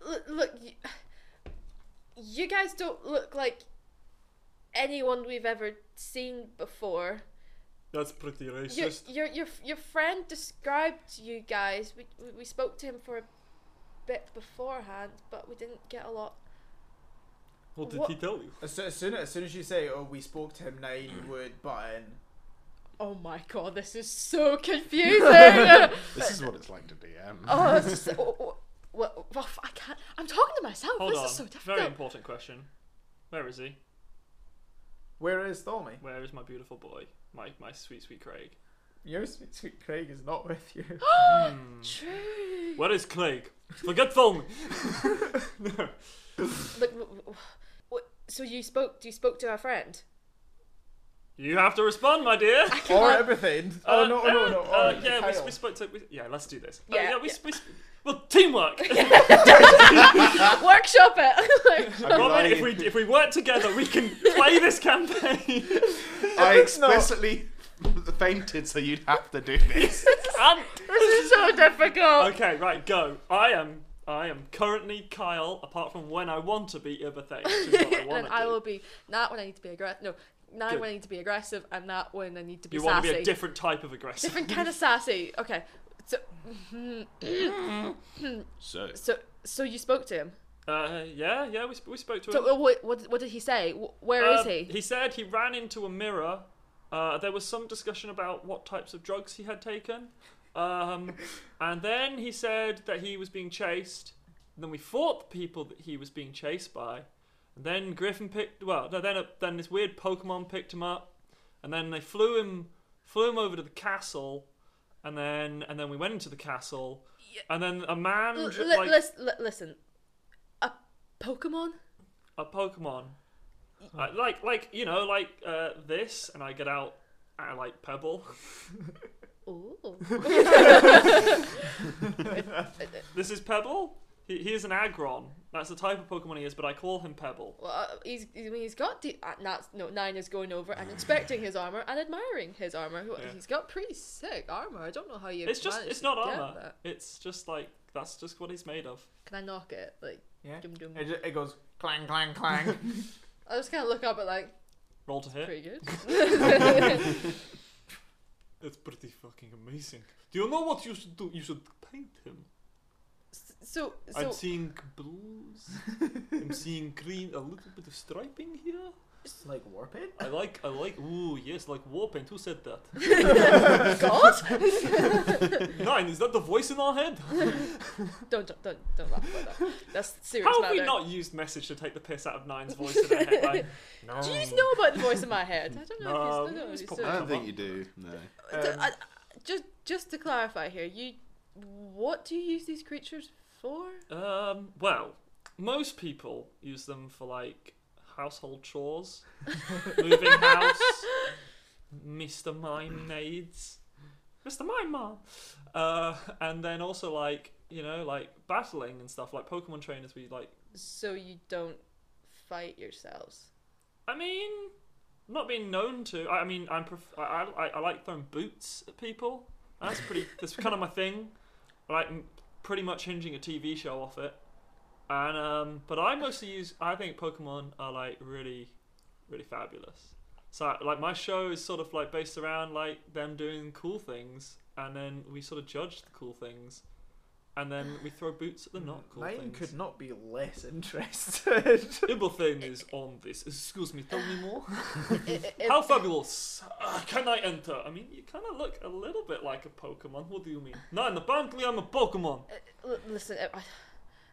S2: Look, look you, you guys don't look like anyone we've ever seen before.
S3: That's pretty racist.
S2: Your, your your your friend described you guys. We we- we spoke to him for a bit beforehand, but we didn't get a lot.
S3: What did
S2: What-
S3: he tell you?
S4: As, soo- as soon as soon as you say, "Oh, we spoke to him," now you would button.
S2: Oh my god, this is so confusing.
S6: This is what it's like to DM.
S2: oh, it's just, oh, oh, well, well, I can't. I'm talking to myself.
S3: Hold
S2: this
S3: on.
S2: is so difficult.
S3: Very important question. Where is he?
S4: Where is Thormy?
S3: Where is my beautiful boy? My my sweet sweet Craig.
S4: Your sweet, sweet Craig is not with you.
S2: True.
S3: Where is Craig? Forget Thong. no.
S2: Look, w- w- w- so you spoke? You spoke to our friend?
S3: You have to respond, my dear.
S4: or everything. oh no, no, no.
S3: Uh,
S4: oh,
S3: yeah, we,
S4: Kyle.
S3: we spoke to. We, yeah, let's do this.
S2: Yeah,
S3: Yeah, yeah, we,
S2: yeah.
S3: we sp- well, teamwork.
S2: Workshop it.
S3: Robin,
S6: lying.
S3: if we if we work together, we can play this campaign.
S6: I
S4: It's not-
S6: explicitly fainted, so you'd have to do this.
S3: Um,
S2: this is so difficult.
S3: okay, right, go. I am I am currently Kyle, apart from when I want to be other things. is what I wanna
S2: and I
S3: do.
S2: will be not when I need to be aggressive. No, not
S3: Good.
S2: when I need to be aggressive, and not when I need to be
S3: You want
S2: sassy.
S3: to be a different type of aggressive.
S2: different kind of sassy. Okay, so mm-hmm.
S6: So
S2: so so you spoke to him.
S3: Uh, yeah, yeah, we, sp- we spoke to him.
S2: So uh, what what, what did he say? Wh- Where is
S3: Um,
S2: he?
S3: He said he ran into a mirror. Uh, there was some discussion about what types of drugs he had taken. Um, and then he said that he was being chased. And then we fought the people that he was being chased by. And then Griffin picked. Well, no, then a, then this weird Pokemon picked him up. And then they flew him flew him over to the castle. And then and then we went into the castle. And then a man
S2: L-
S3: dr-
S2: li-
S3: like
S2: lis- li- listen, a Pokemon.
S3: a Pokemon, I, like like you know like uh, this, and I get out I like Pebble.
S2: Ooh.
S3: This is Pebble. He, he is an Aggron. That's the type of Pokemon he is, but I call him Pebble.
S2: Well, uh, he's, I mean, he's got de- uh, Nat's, no nine is going over and inspecting his armor and admiring his armor. Who-
S3: Yeah.
S2: He's got pretty sick armor. I don't know how you.
S3: It's just
S2: managed
S3: it's
S2: to
S3: not
S2: get
S3: armor.
S2: that.
S3: It's just like that's just what he's made of.
S2: Can I knock it? Like,
S4: Yeah.
S2: dum dum.
S4: It, ju- it goes clang, clang, clang.
S2: I just kind of look up at like
S3: Roll to hit.
S2: pretty good.
S3: It's pretty fucking amazing. Do you know what you should do? You should paint him.
S2: So so
S3: I'm seeing blues. I'm seeing green. A little bit of striping here.
S4: like warping.
S3: I like I like. Ooh yes, like war paint. Who said that?
S2: God,
S3: Nine. Is that the voice in our head?
S2: don't don't don't don't laugh about that. That's serious
S3: How have
S2: matter.
S3: we not used message to take the piss out of Nine's voice in their headline? no.
S2: Do you just know about the voice in my head? I don't know
S3: No,
S2: if you I don't know if
S3: it's
S2: you
S3: probably
S6: I
S2: still-
S6: don't think you do. No.
S2: So,
S4: Um,
S2: I- I- just just to clarify here, you what do you use these creatures for?
S3: Um, well, most people use them for like household chores, moving house, Mr. Mime needs, Mr. Mime Mom, uh, and then also like you know like battling and stuff like Pokemon trainers. We like,
S2: So you don't fight yourselves.
S3: I mean, not being known to. I, I mean, I'm pref- I, I I like throwing boots at people. That's pretty. that's kind of my thing. Like m- pretty much hinging a TV show off it. And um, but I mostly use. I think Pokemon are like really, really fabulous. So like my show is sort of like based around like them doing cool things, and then we sort of judge the cool things, and then we throw boots at the not cool
S4: Mm, Mine
S3: things.
S4: could not be less interested.
S3: Ibble thing is on this. Excuse me, tell me more.
S2: I- I-
S3: How fabulous! Uh, can I enter? I mean, you kind of look a little bit like a Pokemon. What do you mean? No, in apparently I'm a Pokemon.
S2: Uh, L- listen, I- I-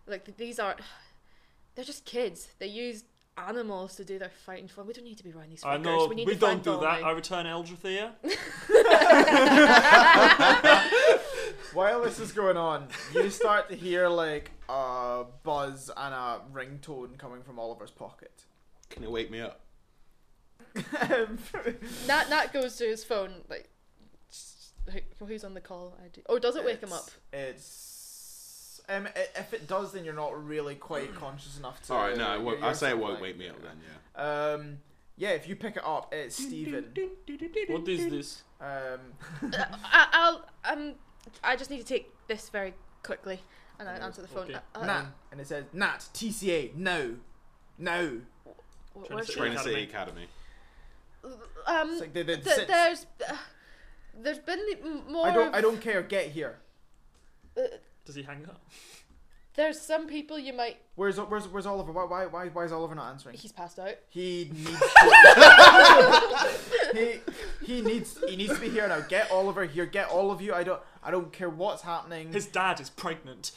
S2: like th- these are, they're just kids. They use animals to do their fighting for. them. We don't need to be around these fuckers.
S3: I know
S2: We,
S3: we,
S2: need to
S3: don't
S2: find
S3: do that. I
S2: Thorny.
S3: return Eldritch here.
S4: While this is going on, you start to hear like a buzz and a ringtone coming from Oliver's pocket.
S6: Can it wake me up?
S4: Um,
S2: Nat Nat goes to his phone like, who, who's on the call? I do. Oh, does it wake him up?
S4: it's- It's um, i- if it does, then you're not really
S2: Mm.
S4: quite conscious enough to.
S6: All right, no, it
S4: you're-
S6: won't,
S4: you're
S6: I say it
S4: sort of
S6: won't
S4: like-
S6: wake me up then. Yeah.
S4: Um, yeah, if you pick it up, it's Steven.
S3: What is this?
S4: Um,
S2: Uh, I, I'll um, I just need to take this very quickly and I answer the phone.
S3: Okay.
S2: Uh, uh,
S4: Nat, and it says Nat TCA no, no.
S2: wh-
S3: Trying
S2: where's
S3: to
S2: she?
S6: Trainer City Academy.
S2: Um,
S4: It's like they did.
S2: th-
S4: six.
S2: there's uh, there's been the- m- more.
S4: I don't.
S2: of- uh,
S4: I don't care. Get here.
S3: Does he hang up?
S2: There's some people you might.
S4: Where's Where's Where's Oliver? Why Why Why, why is Oliver not answering?
S2: He's passed out.
S4: He needs. To, he he needs he needs to be here now. Get Oliver here. Get all of you. I don't I don't care what's happening.
S3: His dad is pregnant.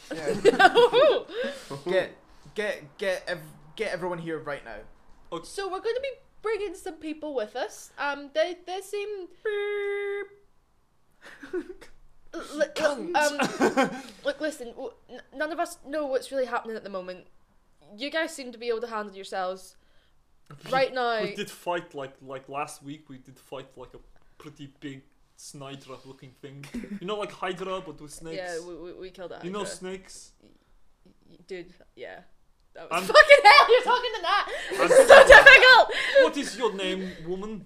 S4: Get get get ev- get everyone here right now.
S2: So we're going to be bringing some people with us. Um, they they seem. L- li- l- um, look, listen. w- n- none of us know what's really happening at the moment. You guys seem to be able to handle yourselves. Right now,
S3: We did fight like like last week. We did fight like a pretty big Snydra looking thing. you know, like Hydra but with snakes.
S2: yeah, we, we, we killed that.
S3: you know
S2: Hydra.
S3: snakes.
S2: dude, yeah. That was
S3: I'm-
S2: fucking hell. You're talking to that.
S3: I'm-
S2: It's so difficult.
S3: What is your name, woman?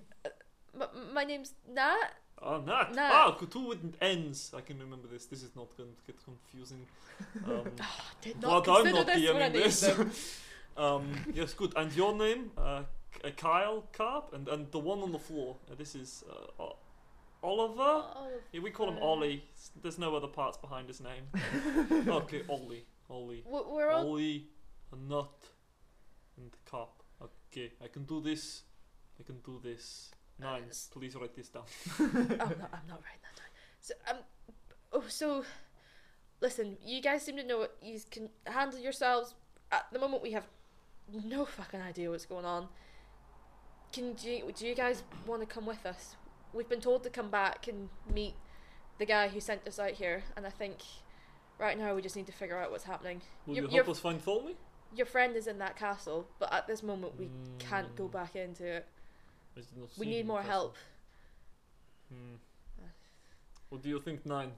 S2: M- my name's Nat.
S3: Ah, Nat.
S2: Nat.
S3: Ah, two with ends. I can remember this. This is not going to get confusing. Um,
S2: Did
S3: Well,
S2: not
S3: I'm
S2: consider
S3: not
S2: this when I
S3: DMing
S2: named
S3: this.
S2: them.
S3: um, yes, good. And your name, uh, K- uh, Kyle Carp, and, and the one on the floor. Uh, this is uh, O- Oliver.
S2: Oh,
S3: Yeah, we call him
S2: Uh.
S3: Ollie. S- There's no other parts behind his name. okay, Ollie, Ollie,
S2: w- we're all
S3: Ollie, a nut, and Carp. Okay, I can do this. I can do this. Nine.
S2: s-
S3: Please write this down.
S2: I'm not, I'm not writing that down. So, um, oh, so, listen, you guys seem to know what you can handle yourselves. At the moment, we have no fucking idea what's going on. Can do you, do you guys want to come with us? We've been told to come back and meet the guy who sent us out here, and I think right now we just need to figure out what's happening.
S3: Will
S2: Your-
S3: you
S2: your-
S3: help us find Tholme?
S2: Your friend is in that castle, but at this moment we can't go
S3: Mm.
S2: back into it.
S3: I did not
S2: We
S3: see him
S2: need
S3: in
S2: more
S3: person.
S2: help.
S3: Hmm. What do you think, Nine?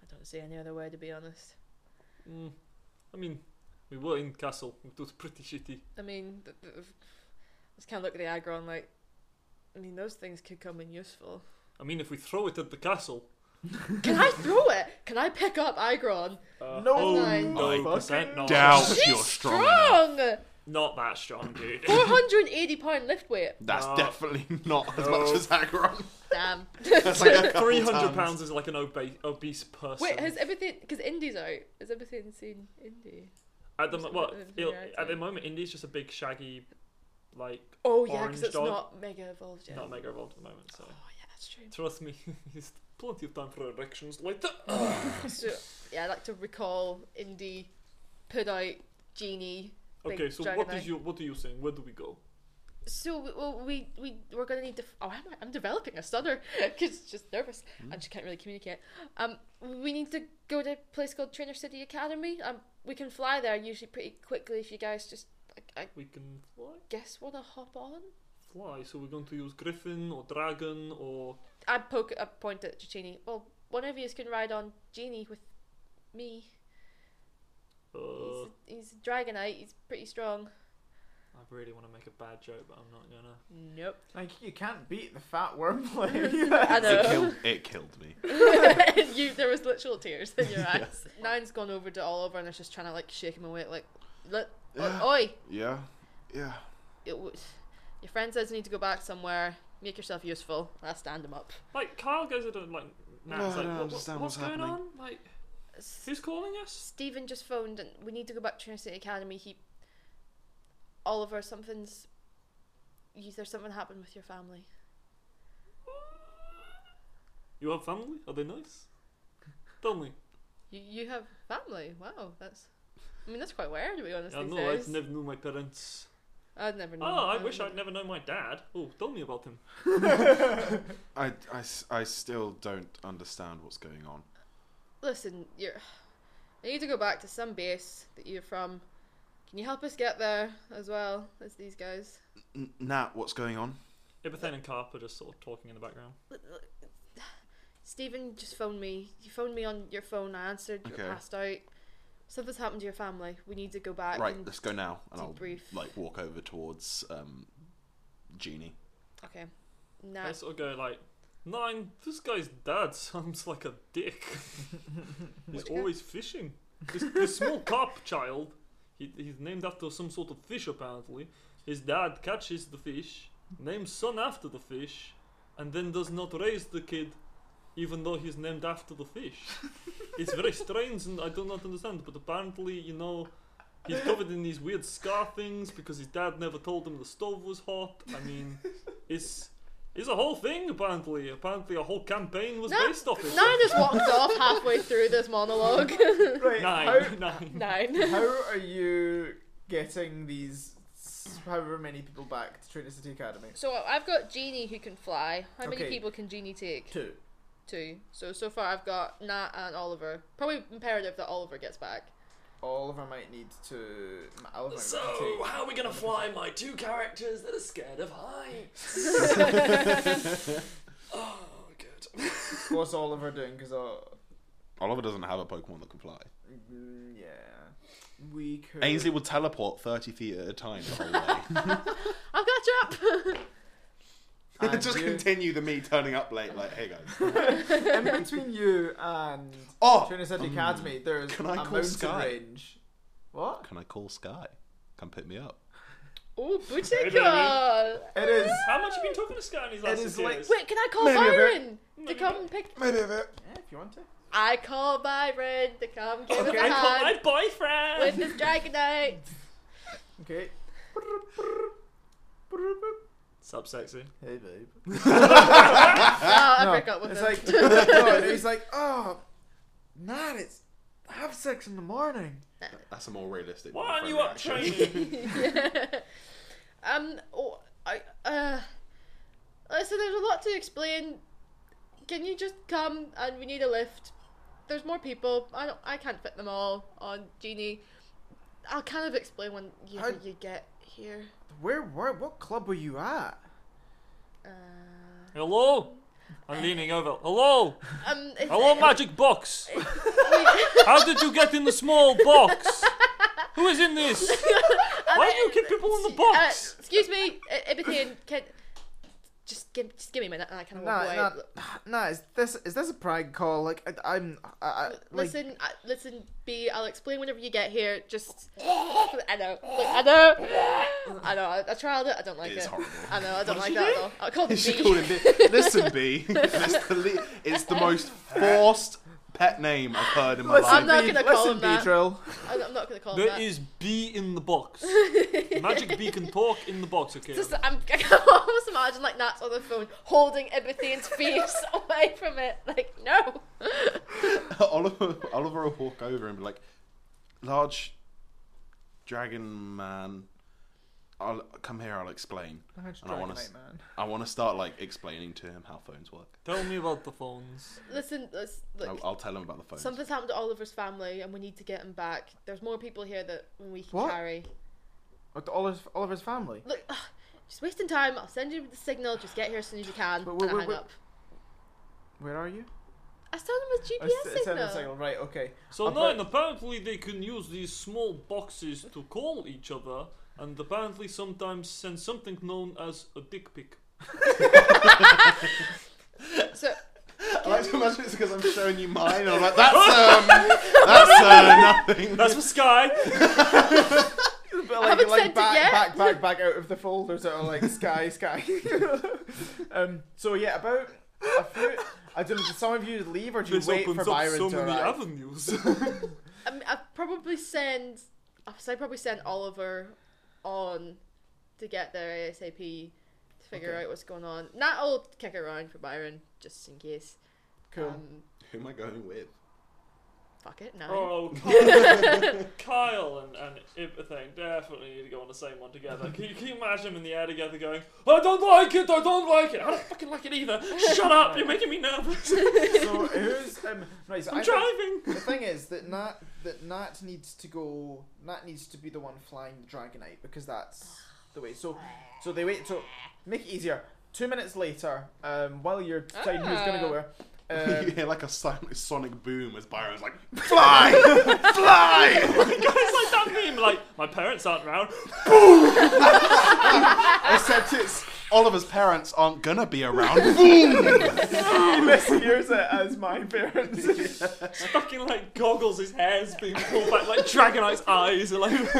S2: I don't see any other way to be honest.
S3: Mm, I mean, we were in castle. It was pretty shitty.
S2: I mean, th- th- just kind of look at the aggro and like, I mean, those things could come in useful.
S3: I mean, if we throw it at the castle,
S2: Can I throw it? Can I pick up Agron?
S3: uh,
S4: No
S2: nine.
S3: nine
S4: fucking
S3: percent, no,
S1: doubt
S2: She's
S1: you're strong. enough.
S2: strong.
S3: not that strong, dude.
S2: 480 pound lift weight.
S1: That's
S3: No.
S1: definitely not as
S6: Oh.
S1: much as Aggron.
S2: Damn.
S1: That's like a couple
S3: Three hundred
S1: times.
S3: pounds is like an obese, obese person.
S2: Wait, has everything? Because Indy's out. Has everything seen Indy?
S3: at the mo-
S2: Something
S3: well,
S2: that is
S3: it'll-
S2: very
S3: at the
S2: active.
S3: moment, Indy's just a big shaggy, like
S2: Oh yeah,
S3: Orange
S2: because it's
S3: dog.
S2: not mega evolved yet.
S3: not mega evolved at the moment. So
S2: Oh yeah, that's true.
S3: trust me, there's plenty of time for erections later.
S2: so yeah, I like to recall Indy, put out Genie. Big
S3: okay, so what
S2: Dragonite.
S3: is your what are you saying? Where do we go?
S2: So we- well, we we we're gonna need to. F- oh, I'm, I'm developing a stutter because just nervous. I just can't really communicate. Um, we need to go to a place called Trainer City Academy. Um, we can fly there usually pretty quickly if you guys just, I, I
S3: We can fly,
S2: guess, want to hop on.
S3: fly. So we're going to use griffin or dragon or
S2: I poke a point at Chini. Well, one of you can ride on Genie with me.
S3: uh,
S2: He's, he's a dragonite. He's pretty strong.
S3: I really want to make a bad joke, but I'm not gonna.
S2: Nope.
S4: Like you can't beat the fat worm player.
S2: I
S1: It
S2: know.
S1: killed, it killed me.
S2: you, there was literal tears in your eyes. Nine's gone over to Oliver and is just trying to like shake him awake, like, look,
S1: Yeah.
S2: oi,
S1: Yeah, yeah.
S2: it w- your friend says you need to go back somewhere. Make yourself useful. I'll stand him up.
S3: Like Kyle goes into like, nah,
S1: No,
S3: it's like
S1: no, I
S3: what- what-
S1: understand
S3: what's,
S1: what's
S3: going
S1: happening.
S3: on? Like, who's calling us?
S2: Stephen just phoned and we need to go back to Trinity City Academy. He, Oliver, something's. You, there's something happened with your family.
S3: You have family? Are they nice? Tell me.
S2: You, you have family. Wow, that's. I mean, that's quite rare to be honest.
S3: I
S2: these
S3: know I
S2: days.
S3: never knew my parents.
S2: I'd never Um, known.
S3: Ah, I
S2: would
S3: wish
S2: never-
S3: I'd never known my dad. Oh, tell me about him.
S6: I, I s- I still don't understand what's going on.
S2: Listen, you're. You need to go back to some base that you're from. Can you help us get there as well as these guys?
S6: N- Nat, what's going on?
S3: Ibethan and Carp are just sort of talking in the background.
S2: Stephen just phoned me. You phoned me on your phone. I answered. You
S6: Okay.
S2: were passed out. Something's happened to your family. We need to go back.
S6: Right,
S2: and-
S6: let's go now, and I'll
S2: debrief.
S6: like walk over towards um, Jeannie.
S2: okay.
S3: I
S2: Nah.
S3: sort of go like, Nine, this guy's dad sounds like a dick. he's
S2: Which guy?
S3: always fishing. This, this small carp child, he, he's named after some sort of fish apparently. His dad catches the fish, names son after the fish, and then does not raise the kid, even though he's named after the fish. it's very strange and I do not understand, but apparently, you know. He's covered in these weird scar things because his dad never told him the stove was hot. I mean, it's it's a whole thing, apparently. Apparently, a whole campaign was
S2: No,
S3: based off it.
S2: Nine just walked off halfway through this monologue.
S4: Right.
S3: Nine. Nine.
S2: Nine.
S4: How, how are you getting these s- however many people back to Trinity City Academy?
S2: So I've got Genie who can fly. How many
S4: Okay.
S2: people can Genie take?
S4: Two.
S2: Two. So so far I've got Nat and Oliver. Probably imperative that Oliver gets back.
S4: Oliver might need to. Oliver might need
S9: So,
S4: to take-
S9: how are we gonna fly my two characters that are scared of heights? oh, good.
S4: What's Oliver doing? Because uh,
S1: Oliver doesn't have a Pokemon that can fly.
S4: mm, yeah, we could.
S1: Ainsley will teleport 30 feet at a time the whole way.
S2: I'll catch up.
S4: and
S6: Just
S4: you-
S6: continue the me turning up late, like, hey guys.
S4: in between you and
S6: Oh,
S4: Trinity City Academy, there's
S1: Um, Can
S4: a
S1: I call
S4: mountain
S1: Sky?
S4: range. What?
S1: Can I call Sky? Come pick me up.
S2: oh, Boutica.
S4: It is.
S3: How much have you been talking to Sky in these last
S4: It
S3: six
S4: is like-
S3: years?
S2: Wait, can I call
S6: Maybe a bit.
S2: Byron to come pick?
S6: Maybe a bit.
S4: Yeah, if you want to.
S2: I call Byron to come give
S4: Okay.
S2: us
S3: I
S2: a
S3: call
S2: hand
S3: my boyfriend!
S2: with his Dragonite.
S4: Okay.
S3: Sup, sexy.
S4: Hey, babe.
S2: Oh, I
S4: Ah, No,
S2: broke up with
S4: it's
S2: him.
S4: like no, he's like, oh, Nat, it's half six in the morning.
S1: That's a more realistic.
S3: Why aren't you
S1: friendly
S3: up
S1: action.
S3: training?
S2: um, oh, I, uh, listen, there's a lot to explain. Can you just come and we need a lift? There's more people. I don't, I can't fit them all on Genie. I'll kind of explain when you,
S4: How-
S2: you get here.
S4: Where were? What club were you at?
S2: Uh,
S3: Hello? I'm leaning over. Hello?
S2: um, it's,
S3: Hello,
S2: it-
S3: magic box!
S2: we-
S3: How did you get in the small box? Who is in this? Why do you keep people in the box?
S2: Uh, excuse me, I- everything. Can just give just give me a minute and I kind of walk
S4: Nah,
S2: away.
S4: nah, nah. Is this is this a prank call? Like I, I'm, I, I, like,
S2: Listen, I, listen, B. I'll explain whenever you get here. Just, I know, look, I know, I know. I, I tried it. I don't like
S6: It
S2: it.
S6: is horrible.
S2: I know. I don't like that at all. I called
S6: She
S2: B.
S6: called him B. Listen, B. It's the, le- it's the most forced pet name I've heard in my
S4: listen,
S2: I'm
S6: life.
S2: not
S4: B,
S2: gonna call
S4: listen,
S2: him that.
S4: Beatrill.
S2: I- I'm not gonna call him
S3: There
S2: that.
S3: is bee in the box. Magic bee can talk in the box, okay?
S2: Just, I'm, I can almost imagine like Nat's on the phone holding Ibethine's face away from it. Like, no.
S6: Oliver, Oliver will walk over and be like, large dragon man. I'll come here. I'll explain. And I want to. I want to start like explaining to him how phones work.
S3: Tell me about the phones.
S2: Listen, let's, look.
S6: I'll, I'll tell him about the phones.
S2: Something's happened to Oliver's family, and we need to get him back. There's more people here that we can
S4: What?
S2: carry.
S4: With Oliver's, Oliver's family.
S2: Look, ugh, just wasting time. I'll send you the signal. Just get here as soon as you can.
S4: Wait, wait,
S2: and I
S4: wait,
S2: hang
S4: wait.
S2: up.
S4: Where are you?
S2: I sent him a GPS
S4: s- send
S2: signal.
S4: a signal. Right. Okay.
S3: So
S4: Appa-
S3: now, and apparently they can use these small boxes to call each other, and apparently sometimes send something known as a dick pic.
S2: So
S6: I like to imagine it's because I'm showing you mine. and I'm like, that's um, that's uh, nothing.
S3: That's for Sky.
S4: But like,
S2: haven't
S4: like
S2: sent it
S4: back,
S2: yet.
S4: back, back, back out of the folders that are like sky, sky. um. So yeah, about a few. I don't know. Did some of you leave or do you
S3: This
S4: wait
S3: opens
S4: for
S3: up
S4: Byron
S3: so
S4: to
S3: many
S4: arrive?
S3: avenues.
S2: I mean, um, I probably send. I would probably send Oliver on to get there ASAP to figure
S4: Okay.
S2: out what's going on. Nat'll kick around for Byron just in case.
S4: Cool.
S2: Um,
S6: Who am I going with?
S2: fuck it, now.
S3: oh, Kyle. Kyle and and, and Ibethane definitely need to go on the same one together. Can you, can you imagine them in the air together going, I don't like it, I don't like it, I don't fucking like it either. Shut up, you're making me nervous.
S4: so who's um, right? So
S3: I'm
S4: I think-
S3: driving.
S4: the thing is that Nat that Nat needs to go. Nat needs to be the one flying the Dragonite because that's the way. So so they wait. So make it easier. Two minutes later, um, while you're deciding who's gonna go where.
S2: Ah.
S1: you
S4: Um,
S1: hear like a son- sonic boom as Byron's like, fly, fly.
S3: it's like that meme, like, my parents aren't around.
S1: Except it's Oliver's parents aren't gonna be around. Boom.
S4: mishears it as my parents.
S3: It's fucking like goggles, his hair's being pulled back, like Dragonite's eyes are like.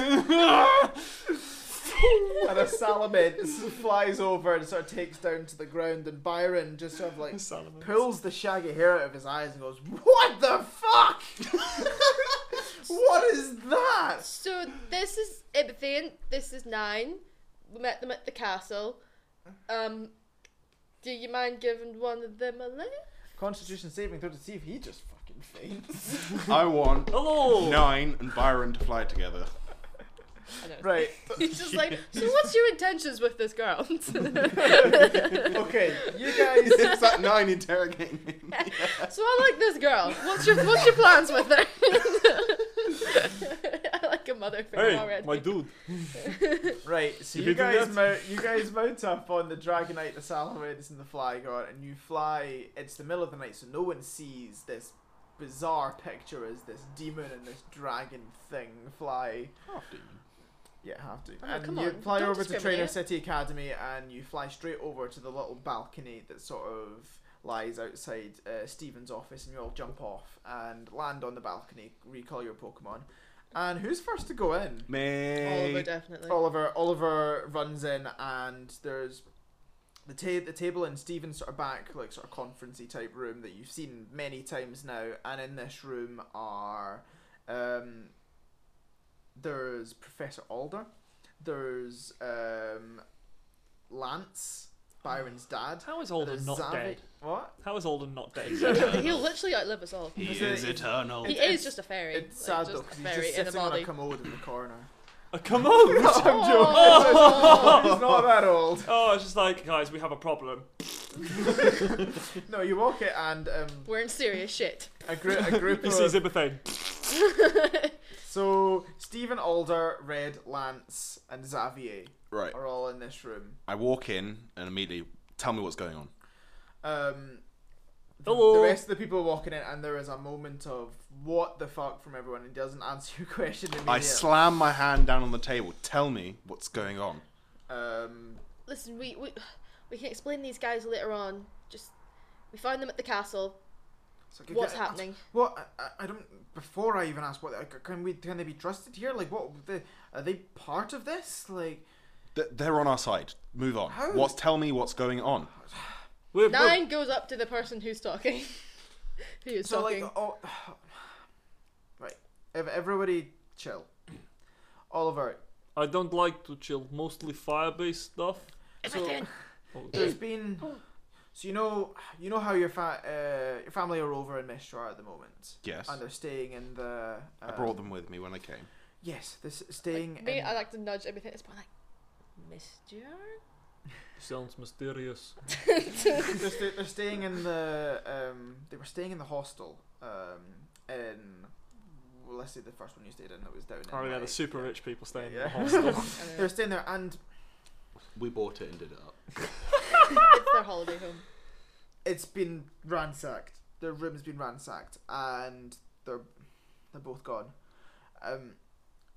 S4: and a salamander s- flies over and sort of takes down to the ground, and Byron just sort of like pulls the shaggy hair out of his eyes and goes, "What the fuck? what is that?"
S2: So this is Ibithian. This is Nine. We met them at the castle. Um, do you mind giving one of them a lift?
S4: Constitution saving throw to see if he just fucking faints.
S1: I want
S3: Hello!
S1: nine and Byron to fly together.
S4: right.
S2: He's just like, so what's your intentions with this girl?
S4: Okay. You guys.
S1: Is that nine interrogating him?
S2: so I like this girl. What's your what's your plans with her? I like a mother figure
S3: Hey,
S2: already.
S3: my dude.
S4: Right. So
S3: You
S4: you,
S3: been doing that?
S4: guys mount. You guys mount up on the Dragonite, the Salamanders, and the Flygon, and you fly. It's the middle of the night, so no one sees this bizarre picture as this demon and this dragon thing fly. Yeah, have to.
S2: Oh,
S4: and
S2: come
S4: you
S2: on,
S4: fly
S2: don't
S4: over to Trainer
S2: discriminate.
S4: City Academy, and you fly straight over to the little balcony that sort of lies outside uh, Steven's office, and you all jump off and land on the balcony, recall your Pokemon. And who's first to go in?
S1: Me.
S10: Oliver, definitely.
S3: Oh.
S4: Oliver Oliver runs in and there's the ta- the table in Steven's sort of back like sort of conferencey type room that you've seen many times now and in this room are um there's Professor Alder there's um Lance Byron's dad
S3: How is Alden
S4: there's
S3: not
S4: Zavi-
S3: dead?
S4: what
S3: How is Alden not dead?
S10: He'll literally outlive us all.
S1: He
S4: is
S1: eternal.
S2: he
S4: it's-
S2: is just a fairy.
S4: it's
S2: like, just
S4: sad though
S2: a
S4: because he's
S2: fairy
S4: just
S2: in a
S4: sitting on a
S2: body. Oh,
S4: commode in the corner
S3: A commode!
S4: I'm joking he's not that old
S3: Oh, it's just like, guys, we have a problem.
S4: no you walk it and um,
S2: We're in serious shit.
S4: a, gr- a group
S3: He
S4: of
S3: sees Ibethane.
S4: So Stephen Alder, Red, Lance, and Xavier
S1: Right.
S4: are all in this room.
S1: I walk in and immediately tell me what's going on.
S4: Um, the
S3: Hello!
S4: rest of the people are walking in, and there is a moment of what the fuck from everyone. He doesn't answer your question immediately.
S1: I slam my hand down on the table. Tell me what's going on.
S4: um,
S2: Listen, we, we we can explain these guys later on. Just we found them at the castle.
S4: so can-
S2: What's
S4: can-
S2: happening?
S4: What I- I, I don't. Before I even ask what can we can they be trusted here? Like what the, are they part of this? Like
S1: Th- They're on our side. Move on.
S4: How-
S1: What's tell me what's going on?
S3: We're broke.
S2: Nine goes up to the person who's talking. Who is
S4: so
S2: talking?
S4: like oh, right. Ev- Everybody chill. Oliver,
S3: I don't like to chill, mostly firebase stuff.
S4: so,
S3: Oh,
S4: there's been so you know you know how your fa- uh, your family are over in Mistral at the moment
S1: Yes.
S4: and they're staying in the uh,
S1: I brought them with me when I came.
S4: yes this staying
S2: Me,
S4: in,
S2: I like to nudge everything. It's more like, Mister.
S3: sounds mysterious.
S4: they're, sta- they're staying in the um, they were staying in the hostel um, in well, let's say the first one you stayed in that was down in
S3: Oh yeah, the
S4: like-
S3: super rich people staying
S4: Yeah.
S3: in the hostel.
S4: they're staying there and
S1: We bought it and did it up.
S2: it's their holiday home.
S4: it's been ransacked. Their room's been ransacked, and they're they're both gone. Um,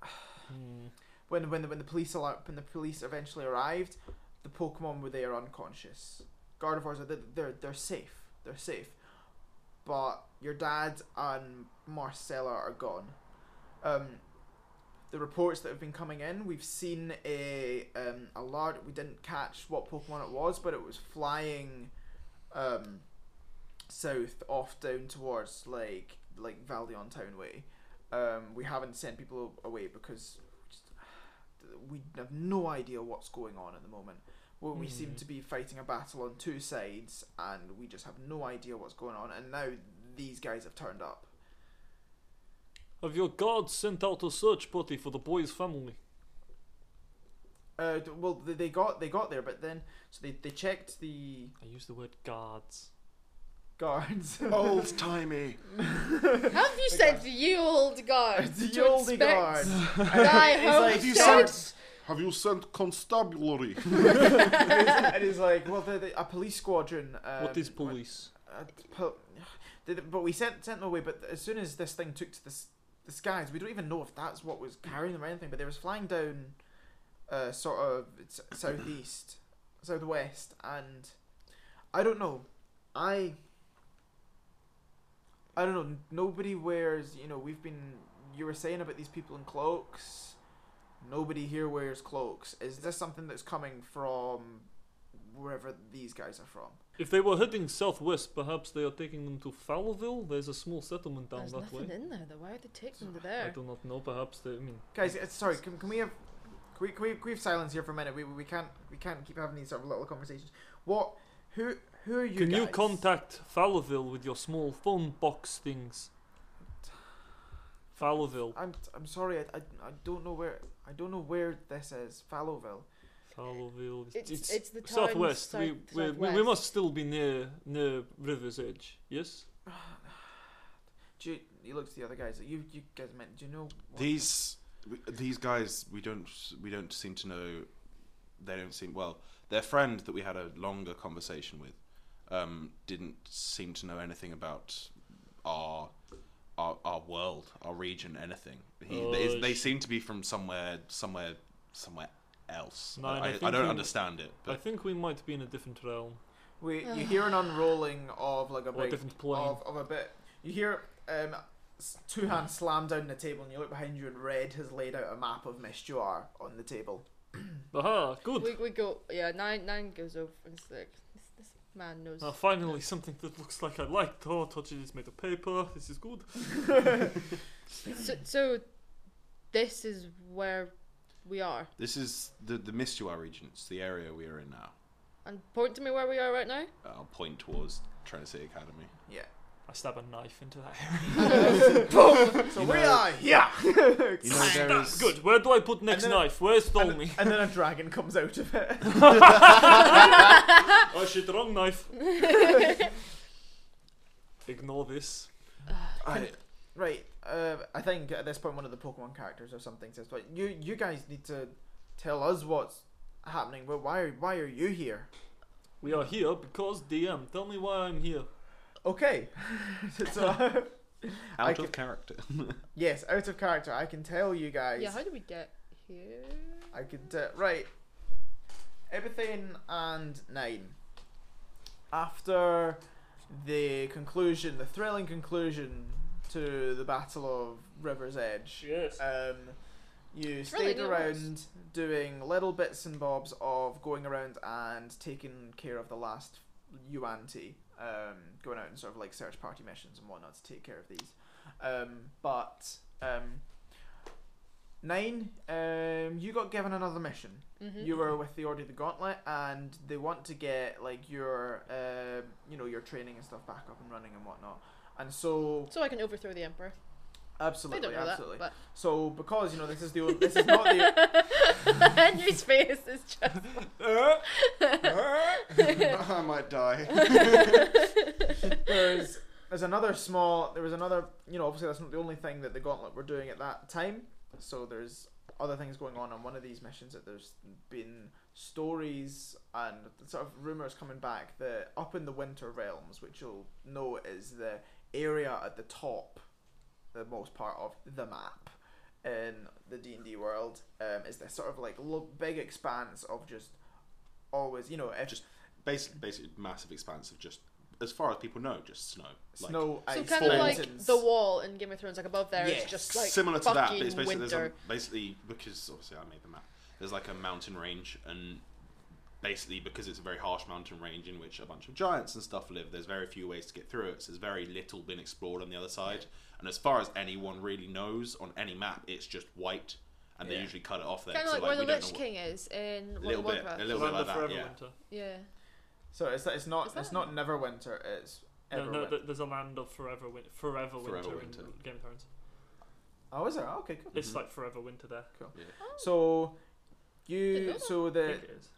S3: Hmm.
S4: when when the, when the police alar- when the police eventually arrived, the Pokemon were there unconscious. Gardevoirs are they're, they're they're safe. They're safe, but your dad and Marcella are gone. Um, the reports that have been coming in, we've seen a um, a large. We didn't catch what Pokemon it was, but it was flying um, south off down towards like like Valdeon Town way. Um, we haven't sent people a- away because just, we have no idea what's going on at the moment. Well, we seem
S3: Mhm.
S4: to be fighting a battle on two sides, and we just have no idea what's going on. And now these guys have turned up.
S3: Have your guards sent out a search party for the boy's family?
S4: Uh, d- well, they- they got they got there, but then so they, they checked the
S3: I use the word guards.
S4: guards.
S6: Old timey.
S11: How have you said ye old guards?
S4: the
S11: to
S4: oldie
S11: expect
S4: guards.
S11: Thy
S4: He's
S11: home
S4: like,
S6: "You
S11: sent
S6: sent- Have you sent constabulary?
S4: and he's like, well, the, the, a police squadron. Um,
S3: what is police?
S4: Uh, po- they- they- but we sent sent them away. But as soon as this thing took to the s- the skies, we don't even know if that's what was carrying them or anything. But they was flying down, uh, sort of s- southeast, southwest, and I don't know. I I don't know. n- Nobody wears. You know, we've been. You were saying about these people in cloaks. Nobody here wears cloaks. Is this something that's coming from wherever these guys are from?
S3: If they were heading southwest, perhaps they are taking them to Fowlville. There's a small settlement down
S2: There's
S3: that
S2: nothing
S3: way.
S2: in there though. Why would they take them to
S3: I
S2: there?
S3: do not know. Perhaps they. I mean,
S4: Guys, uh, sorry. Can, can we have can we, can we can we have silence here for a minute? We, we can't we can't keep having these sort of little conversations. What? Who who are you?
S3: can you
S4: guys?
S3: contact Fowlville with your small phone box things? Fowlville.
S4: I'm I'm sorry. I, I, I don't know where I don't know where this is. Fallowville.
S3: Fowlville.
S11: It's- it's the town
S3: southwest. we,
S11: south-
S3: we, we we
S11: southwest.
S3: must still be near near river's edge. Yes.
S4: Do you, he looks at the other guys. You you guys meant? Do you know? what-
S1: These these guys, we don't we don't seem to know. They don't seem well. Their friend that we had a longer conversation with um, didn't seem to know anything about our our, our world, our region, anything. He,
S3: Oh,
S1: they, they
S3: sh-
S1: seem to be from somewhere, somewhere, somewhere else.
S3: No, and I
S1: I, I,
S3: think
S1: don't
S3: you-
S1: understand it.
S3: I
S1: But
S3: think we might be in a different realm.
S4: We you hear an unrolling of like a
S3: Or a
S4: big
S3: different plane.
S4: Of, of a bit. You hear um s- two hands slam down the table, and you look behind you, and Red has laid out a map of Mistuar on the table.
S3: Aha! Good.
S11: We, we go, yeah, nine nine goes over and it's like, this, this man knows.
S3: Ah, finally, something that looks like I liked. Oh, touching is made of paper. This is good.
S11: So, so, this is where we are.
S1: this is the the Mistuar region. It's the area we are in now.
S11: And point to me where we are right now.
S1: I'll point towards Trinity City Academy.
S4: Yeah.
S3: I stab a knife into that area.
S4: So we are here.
S1: You know there is
S3: Good. Where do I put next
S4: then-
S3: knife? Where's
S4: and,
S3: Dolmy?
S4: and then a dragon comes out of it.
S3: oh shit! Wrong knife. Ignore this.
S1: I,
S4: Right. Uh, I think at this point one of the Pokemon characters or something says, "But you, you guys need to tell us what's happening. Well, why, are, why are you here?"
S3: We are here because DM. Tell me why I'm here.
S4: Okay. so, I
S1: out
S4: can-
S1: of character.
S4: yes, out of character. I can tell you guys.
S11: Yeah, how do we get here?
S4: I could uh, right. Everything and nine. After the conclusion, the thrilling conclusion to the Battle of River's Edge.
S3: Yes.
S4: Um, you
S11: really
S4: stayed
S11: good
S4: around doing little bits and bobs of going around and taking care of the last Yuan tea, um, going out and sort of like search party missions and whatnot to take care of these. Um, but um, nine, um, you got given another mission.
S11: Mm-hmm.
S4: You were with the Order of the Gauntlet, and they want to get like your, uh, you know, your training and stuff back up and running and whatnot. And so,
S11: So I can overthrow the emperor. I
S4: absolutely,
S11: don't know
S4: absolutely.
S11: that,
S4: So because you know this is the old, this is not the
S11: but Henry's face is just.
S6: I might die.
S4: there's there's another small there was another you know obviously that's not the only thing that the gauntlet were doing at that time so there's other things going on on one of these missions that there's been stories and sort of rumors coming back that up in the winter realms which you'll know is the area at the top the most part of the map in the D&D world um, is this sort of like lo- big expanse of just always you know if
S1: Just Basically, basically, massive expanse of just as far as people know, just snow. Like,
S11: so
S4: snow ice
S11: kind of like
S4: mountains.
S11: the wall in Game of Thrones, like above there,
S4: Yes.
S11: it's just like
S1: similar to that, but
S11: fucking
S1: it's basically there's a,
S11: winter.
S1: basically because obviously I made the map. There's like a mountain range, and basically because it's a very harsh mountain range in which a bunch of giants and stuff live, there's very few ways to get through it. So there's very little been explored on the other side, and as far as anyone really knows on any map, it's just white, and they usually cut it off there.
S11: Kind
S1: so
S11: of like,
S1: like
S11: where
S1: we
S11: the
S1: don't
S11: Lich
S1: know what,
S11: King is in World
S1: a little
S11: of
S1: bit,
S11: Warcraft.
S1: a little bit like that.
S3: Forever
S1: Yeah.
S3: Winter.
S11: Yeah.
S4: So it's it's not
S11: Is that-
S4: it's not Neverwinter. It's
S3: No, no,
S4: Everwinter.
S3: th- there's a land of forever, win- forever,
S1: Forever
S3: winter,
S1: winter.
S3: in Game of Thrones.
S4: Oh, is there? Oh, okay, cool.
S3: It's like forever winter there.
S4: So, you
S2: Did they
S4: so
S3: I
S4: the
S3: think it is.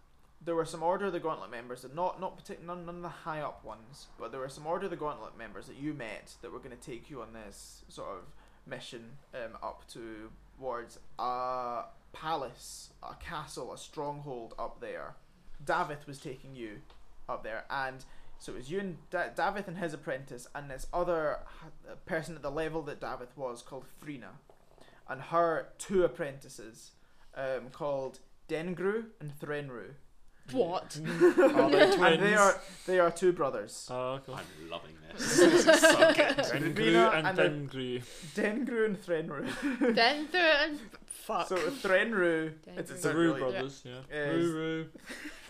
S4: there were some Order of the Gauntlet members that not not partic- none, none of the high up ones, but there were some Order of the Gauntlet members that you met that were going to take you on this sort of mission um, up towards a palace, a castle, a stronghold up there. Davith was taking you up there, and so it was you and da- Davith and his apprentice, and this other h- person at the level that Davith was called Frina, and her two apprentices um, called Dengru and Threnru.
S2: What?
S3: Are they
S4: And they
S3: Mm. twins?
S4: are they are two brothers.
S3: Oh, cool.
S6: I'm loving this. this is so good.
S3: Dengru
S4: Rubina
S3: and
S4: and the-
S3: Dengru.
S4: Dengru and Threnru.
S11: Then through and
S2: Fuck.
S4: so Threnru, it's, it's
S3: The
S4: not
S3: Roo
S4: really-
S3: brothers, yeah.
S4: Yeah,
S3: Roo
S4: it's-
S3: Roo.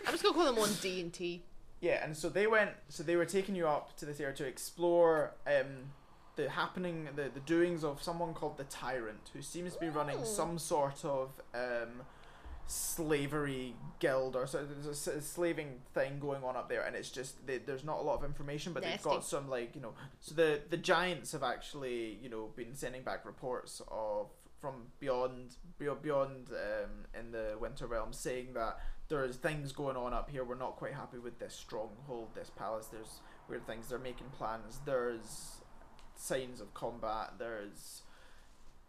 S11: I'm just gonna call them on D and T.
S4: Yeah, and so they went. So they were taking you up to this area to explore um, the happening, the the doings of someone called the Tyrant, who seems to be running
S11: Ooh.
S4: some sort of um, slavery guild or so. There's a s- a slaving thing going on up there, and it's just they, there's not a lot of information, but they've
S11: Nasty.
S4: got some like you know. So the the giants have actually you know been sending back reports of from beyond beyond, beyond um, in the Winter Realm, saying that there's things going on up here. We're not quite happy with this stronghold, this palace. There's weird things. They're making plans. There's signs of combat. There's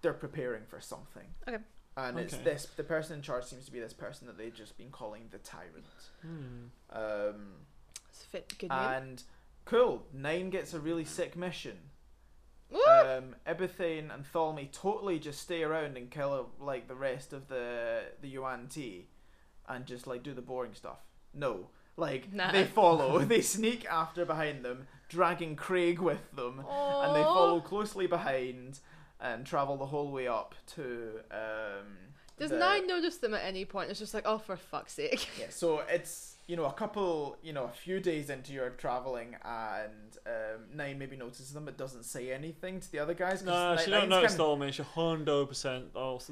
S4: they're preparing for something.
S2: Okay.
S4: And it's
S3: Okay.
S4: this. The person in charge seems to be this person that they've just been calling the tyrant.
S3: Hmm.
S4: Um,
S2: It's a fit good name.
S4: and cool. Nine gets a really sick mission.
S2: Woo!
S4: Um, Ibithane and Tholme totally just stay around and kill like the rest of the the Yuan Ti, and just like do the boring stuff. No, like
S2: Nah.
S4: they follow, they sneak after behind them, dragging Craig with them, and they
S2: Aw.
S4: follow closely behind and travel the whole way up to. Um,
S2: Does
S4: the-
S2: Nine notice them at any point? It's just like, oh, for fuck's sake.
S4: yeah, so it's you know a couple, you know, a few days into your traveling, and um, Nine maybe notices them but doesn't say anything to the other guys. 'cause
S3: No,
S4: Ni-
S3: she don't
S4: Nine's
S3: notice
S4: kinda-
S3: all me. She hundred percent oh, also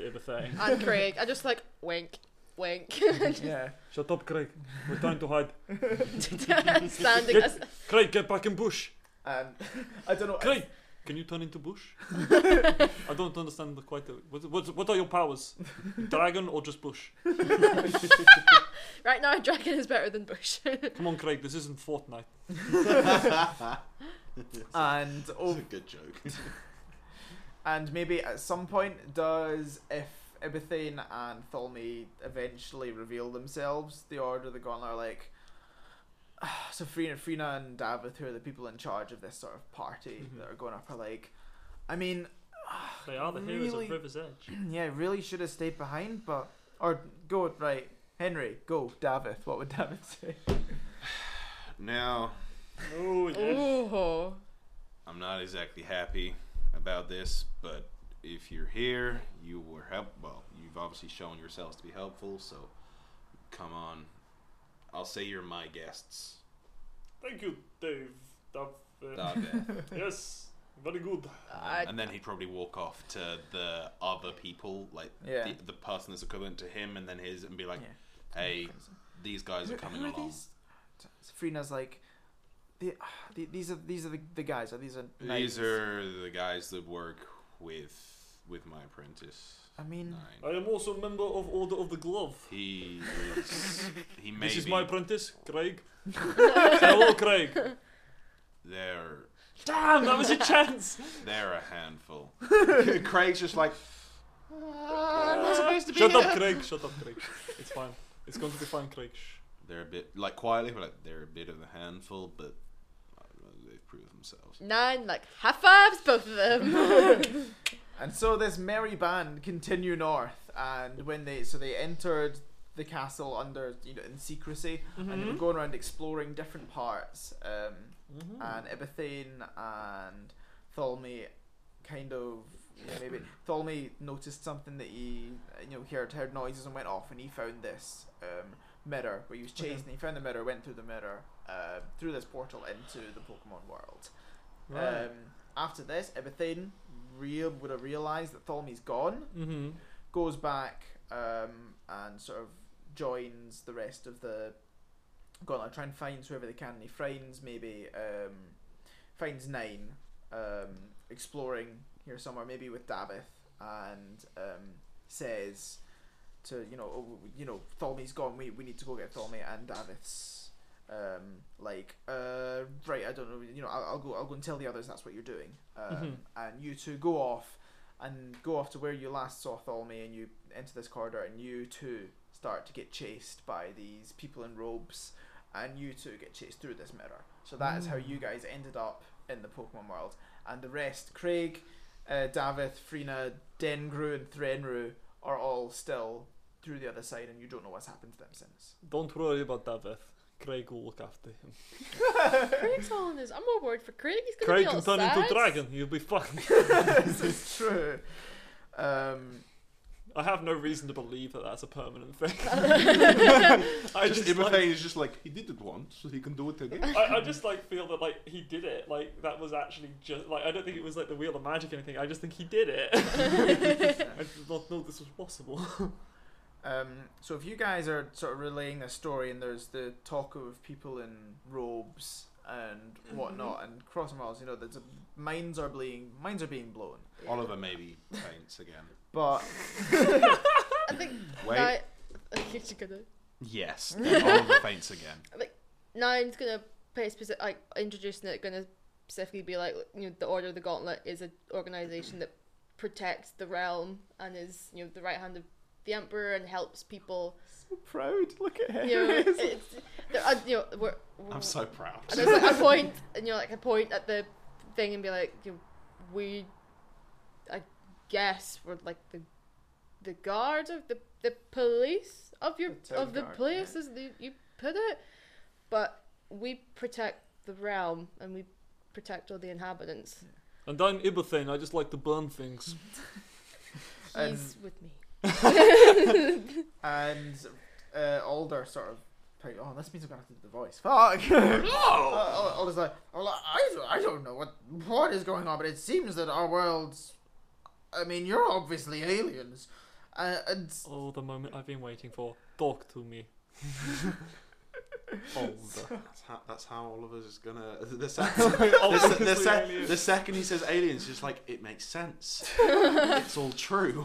S3: everything.
S2: And Craig, I just like wink, wink,
S4: Yeah,
S3: Shut up, Craig. We're trying to hide.
S2: standing.
S3: Get-
S2: as-
S3: Craig, get back in bush.
S4: um, I don't know.
S3: Craig, can you turn into bush? I don't understand the quite. The, what, what, what are your powers? Dragon or just bush?
S2: right now, dragon is better than bush.
S3: Come on, Craig. This isn't Fortnite.
S4: And
S6: That's
S4: oh,
S6: a good joke.
S4: and maybe at some point does if Ibithane and Tholme eventually reveal themselves, the Order of the Gauntlet are like. "Ah," So Frina, Frina and Davith, who are the people in charge of this sort of party that are going up, are like, I mean,
S3: They are the heroes
S4: Really?
S3: of River's Edge.
S4: yeah, really should have stayed behind, but or go right, Henry, go Davith. What would Davith say?
S6: Now,
S3: Oh yeah.
S2: Ooh.
S6: I'm not exactly happy about this, but if you're here, you were help. Well, you've obviously shown yourselves to be helpful, so come on. I'll say you're my guests.
S3: Thank you, Dave. Dave, uh,
S6: Davith.
S3: yes, very good. Uh,
S2: I-
S6: and then he'd probably walk off to the other people, like
S4: Yeah.
S6: the, the person that's equivalent to him, and then his, and be like,
S4: Yeah.
S6: "Hey, these guys are coming
S4: Who
S6: along."
S4: these? Frina's like, the, ah, the- these are these are the, the guys. Are these are
S6: These
S4: knights."
S6: are the guys that work with with my apprentice.
S4: I mean,
S6: Nine.
S3: I am also a member of Order of the Glove.
S6: He is. He may
S3: This is
S6: be
S3: my apprentice, Craig. Say Hello, Craig.
S6: they're
S3: Damn, Ah, that was your chance.
S6: they're a handful. Craig's just like
S3: Oh, Shut up, Craig. Shut up, Craig. It's fine. It's going to be fine, Craig. Shh.
S6: they're a bit like quietly, but like they're a bit of a handful, but uh, they've proved themselves.
S2: Nine like high fives both of them.
S4: and so this merry band continue north, and when they so they entered the castle under you know in secrecy,
S3: Mm-hmm.
S4: and they were going around exploring different parts. Um,
S3: Hmm. Mm-hmm.
S4: and Ibithane and Tholme kind of you know, maybe Tholme noticed something that he you know heard heard noises and went off and he found this um, mirror where he was chasing. He found the mirror, went through the mirror, uh, through this portal into the Pokemon world. Um, after this, Ibithane real would have realized that Tholme's gone,
S3: Mm-hmm.
S4: goes back um, and sort of joins the rest of the gauntlet. Try and finds whoever they can. And he finds maybe um, finds nine um, exploring here somewhere, maybe with Dabith, and um, says to you know, oh, you know, Tholme's gone. We we need to go get Tholme and Davith's um, like uh, right. I don't know. You know, I'll, I'll go. I'll go and tell the others that's what you're doing. Um, And you two go off and go off to where you last saw Tholme, and you enter this corridor, and you two start to get chased by these people in robes, and you two get chased through this mirror. So that is how you guys ended up in the Pokemon world, and the rest, Craig. Uh, Davith, Frina, Dengru, and Threnru are all still through the other side, and you don't know what's happened to them since.
S3: Don't worry about Davith. Craig will look after him.
S12: Craig's all in this. I'm more worried for Craig. He's gonna
S3: Craig
S12: be all
S3: can turn
S12: sad.
S3: into dragon. You'll be fine.
S4: this is true. Um,
S3: I have no reason to believe that that's a permanent thing. I
S1: Just,
S3: just,
S1: Ibrahim
S3: like,
S1: is just like he did it once, so he can do it again.
S3: I, I just like feel that like he did it. Like that was actually just like I don't think it was like the wheel of magic or anything. I just think he did it. I did not know this was possible.
S4: um, so if you guys are sort of relaying a story, and there's the talk of people in robes and
S1: Mm-hmm.
S4: whatnot, and cross morals, you know, there's a, minds are being minds are being blown.
S1: Oliver maybe faints again.
S4: But
S2: I think
S1: Wait.
S2: Nine, you're gonna,
S1: Yes. then Oliver faints again.
S2: Nine's gonna pay specific, like introducing it, gonna specifically be like, you know, the Order of the Gauntlet is an organization that protects the realm and is, you know, the right hand of the Emperor and helps people.
S4: proud, look at him.
S2: You know, it's, they're, uh, you know, we're,
S1: I'm so proud.
S2: And there's like a point, and you're like a point at the thing and be like, you know, we, I guess we're like the, the guards of the the police of your
S4: The town
S2: of the
S4: guard,
S2: place
S4: yeah.
S2: as you, you put it, but we protect the realm and we protect all the inhabitants.
S3: and I'm Ibrahim. I just like to burn things.
S2: He's with me.
S4: and uh, Alder sort of. like, Oh, this means I'm gonna have to do the voice. Fuck! Uh, Alder's like, well, I, don't- I don't know what what is going on, but it seems that our worlds. I mean, you're obviously aliens, uh, and
S3: Oh, the moment I've been waiting for. Talk to me. Older.
S1: That's how, that's how Oliver's is gonna. The, second the, se- the, se- the second he says aliens, just like it makes sense. it's all true.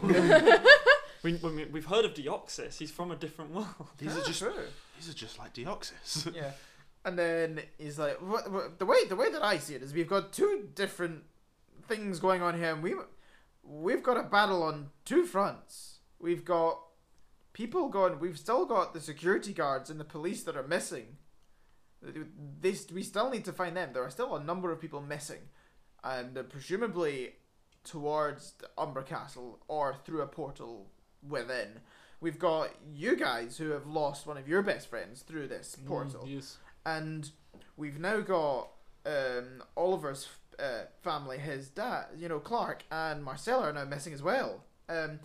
S3: we, we, we've heard of Deoxys. He's from a different world.
S1: these are just
S4: true.
S1: these are just like Deoxys.
S4: yeah. And then he's like, what, what, the way the way that I see it is, we've got two different things going on here, and we we've got a battle on two fronts. We've got people gone. We've still got the security guards and the police that are missing. They, we still need to find them. There are still a number of people missing, and uh, presumably towards the Umber Castle or through a portal within. We've got you guys who have lost one of your best friends through this
S3: Mm,
S4: portal
S3: Yes.
S4: and we've now got um, Oliver's uh, family, his dad, you know, Clark and Marcella are now missing as well. Um,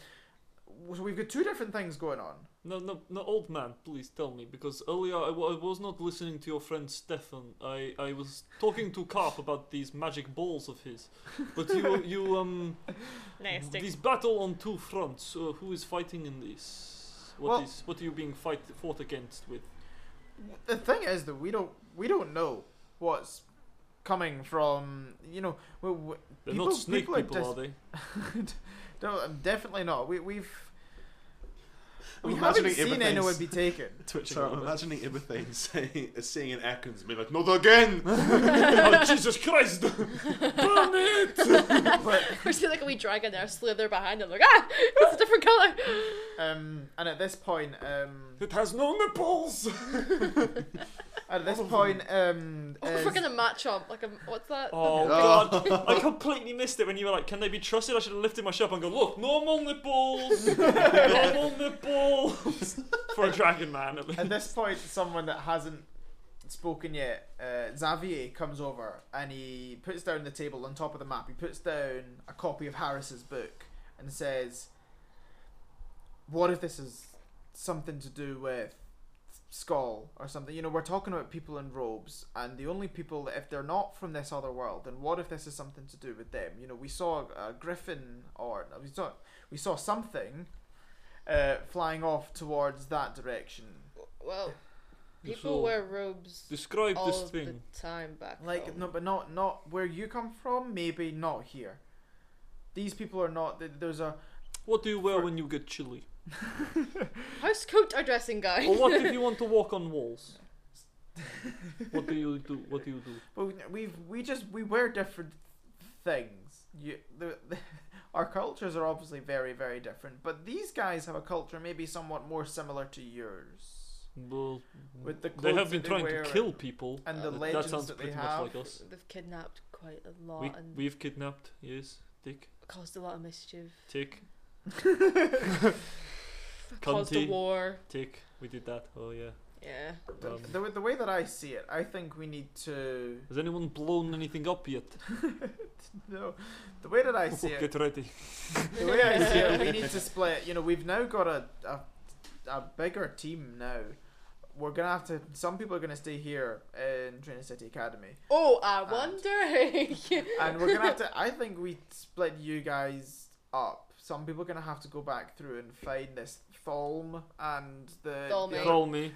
S4: so we've got two different things going on.
S3: No, no, no, old man, please tell me, because earlier I wa- I was not listening to your friend Stefan. I, I was talking to Carp about these magic balls of his. But you, you, um,
S12: Nasty.
S3: this battle on two fronts, uh, who is fighting in this? What
S4: Well-
S3: is- what are you being fight, fought against with?
S4: The thing is that we don't we don't know what's coming from. You know, we, we,
S3: They're
S4: people,
S3: not snake people,
S4: people are,
S3: are they?
S4: dis- no, um, definitely not. We, we've
S1: I'm
S4: we
S1: imagining
S4: haven't seen
S1: everything's-
S4: anyone be taken.
S3: Twitching
S1: So
S3: a
S1: I'm
S3: little bit.
S1: imagining Ibrahim saying, seeing an Ekans and being like, not again!
S3: oh, Jesus Christ! Burn it!
S12: We're seeing like a wee dragon there slither behind him, like ah, it's a different color.
S4: Um, and at this point, um,
S3: It has no nipples!
S4: at this point, um,
S2: Oh, we're
S4: is-
S2: gonna match up. Like, a, what's that?
S3: Oh, God. I completely missed it when you were like, can they be trusted? I should have lifted my shop and go, look, normal nipples! normal nipples! For a dragon man, at least.
S4: At this point, someone that hasn't spoken yet, uh, Xavier comes over and he puts down the table on top of the map. He puts down a copy of Harris's book and says, "What if this is something to do with Skull or something? You know, we're talking about people in robes, and the only people that if they're not from this other world, then what if this is something to do with them? You know, we saw a griffin or we saw we saw something." Uh, flying off towards that direction
S2: Well,
S3: You
S2: people
S3: saw-
S2: wear robes
S3: Describe
S2: all
S3: this
S2: of
S3: thing.
S2: the time back
S3: Um,
S4: Like
S2: home.
S4: no, but not not where you come from. Maybe not here. These people are not. th- There's a
S3: What do you wear when you get chilly?
S2: How's coat our dressing guy?
S3: Or what if you want to walk on walls? what do you do? What do you do?
S4: Well, we- we've we just we wear different things. You, the, the, our cultures are obviously very very different, but these guys have a culture maybe somewhat more similar to yours.
S3: Well,
S4: With the
S3: they
S4: clothes
S3: have been
S4: that they
S3: trying
S4: wear
S3: to kill people.
S4: and
S2: Uh,
S4: the
S2: that
S4: legends
S3: sounds
S4: that they
S3: pretty much
S4: have.
S3: like us.
S2: They've kidnapped quite a lot
S3: We,
S2: and
S3: we've kidnapped, yes. Dick,
S2: caused a lot of mischief.
S3: tick,
S2: Caused a
S3: Cunty.
S2: war.
S3: tick. We did that. Oh yeah.
S2: Yeah.
S4: The,
S3: Um,
S4: the, the way that I see it, I think we need to
S3: Has anyone blown anything up yet?
S4: no. The way that I see it,
S3: Get ready.
S4: the way I see it, we need to split. You know, we've now got a a, a bigger team now. We're gonna have to. Some people are gonna stay here in Trinity City Academy.
S2: Oh, I
S4: And-
S2: wonder.
S4: and we're gonna have to. I think we split you guys up. Some people are gonna have to go back through and find this Thalm and the.
S2: Thalm,
S4: the
S2: eh?
S4: other-
S3: Call me.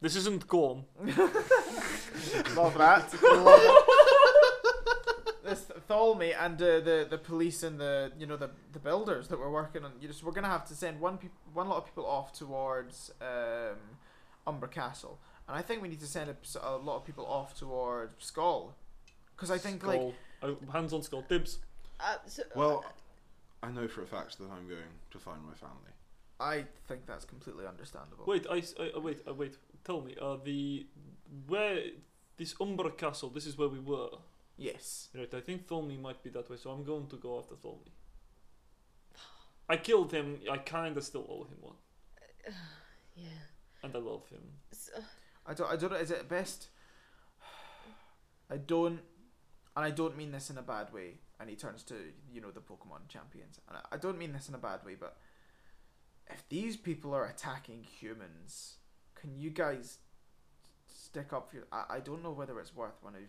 S3: This isn't Gorm.
S4: Love that. Love it. This Thalmy and uh, the the police and the you know the the builders that we're working on. You just we're gonna have to send one peop one lot of people off towards um, Umbra Castle, and I think we need to send a, s- a lot of people off towards Skull, because I think like
S3: Skull. Uh, hands on skull. Dibs.
S2: uh, so,
S1: Well, I know for a fact that I'm going to find my family.
S4: I think that's completely understandable.
S3: Wait, I, s- I- uh, wait, uh, wait. Tell me, uh, the where this Umbra Castle? This is where we were,
S4: Yes.
S3: right? I think Tholme might be that way, so I'm going to go after Tholme. I killed him. I kinda still owe him one,
S2: yeah.
S3: and I love him.
S2: So, uh,
S4: I don't. I don't. Is it best? I don't, and I don't mean this in a bad way. And he turns to you know the Pokemon champions, and I, I don't mean this in a bad way, but if these people are attacking humans, can you guys stick up for? Your, I, I don't know whether it's worth one of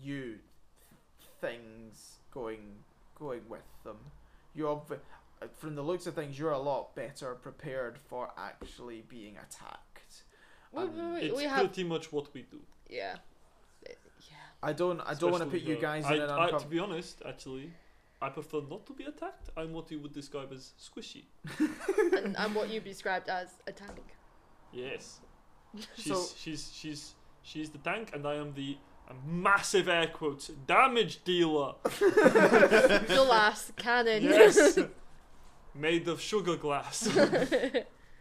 S4: you things going going with them. You obvi- from the looks of things, you're a lot better prepared for actually being attacked.
S2: wait,
S4: Um,
S2: wait, wait.
S3: It's
S2: We have.
S3: pretty much what we do.
S2: Yeah.
S4: I don't. I don't want to
S3: especially
S4: put you
S3: her.
S4: guys
S3: I,
S4: in an
S3: I-
S4: uncomfortable.
S3: To be honest, actually, I prefer not to be attacked. I'm what you would describe as squishy.
S2: and, and what you described as a tank.
S3: Yes. She's
S4: So-
S3: she's she's she's the tank, and I am the massive air quotes damage dealer.
S2: The last cannon.
S3: Yes. Made of sugar glass.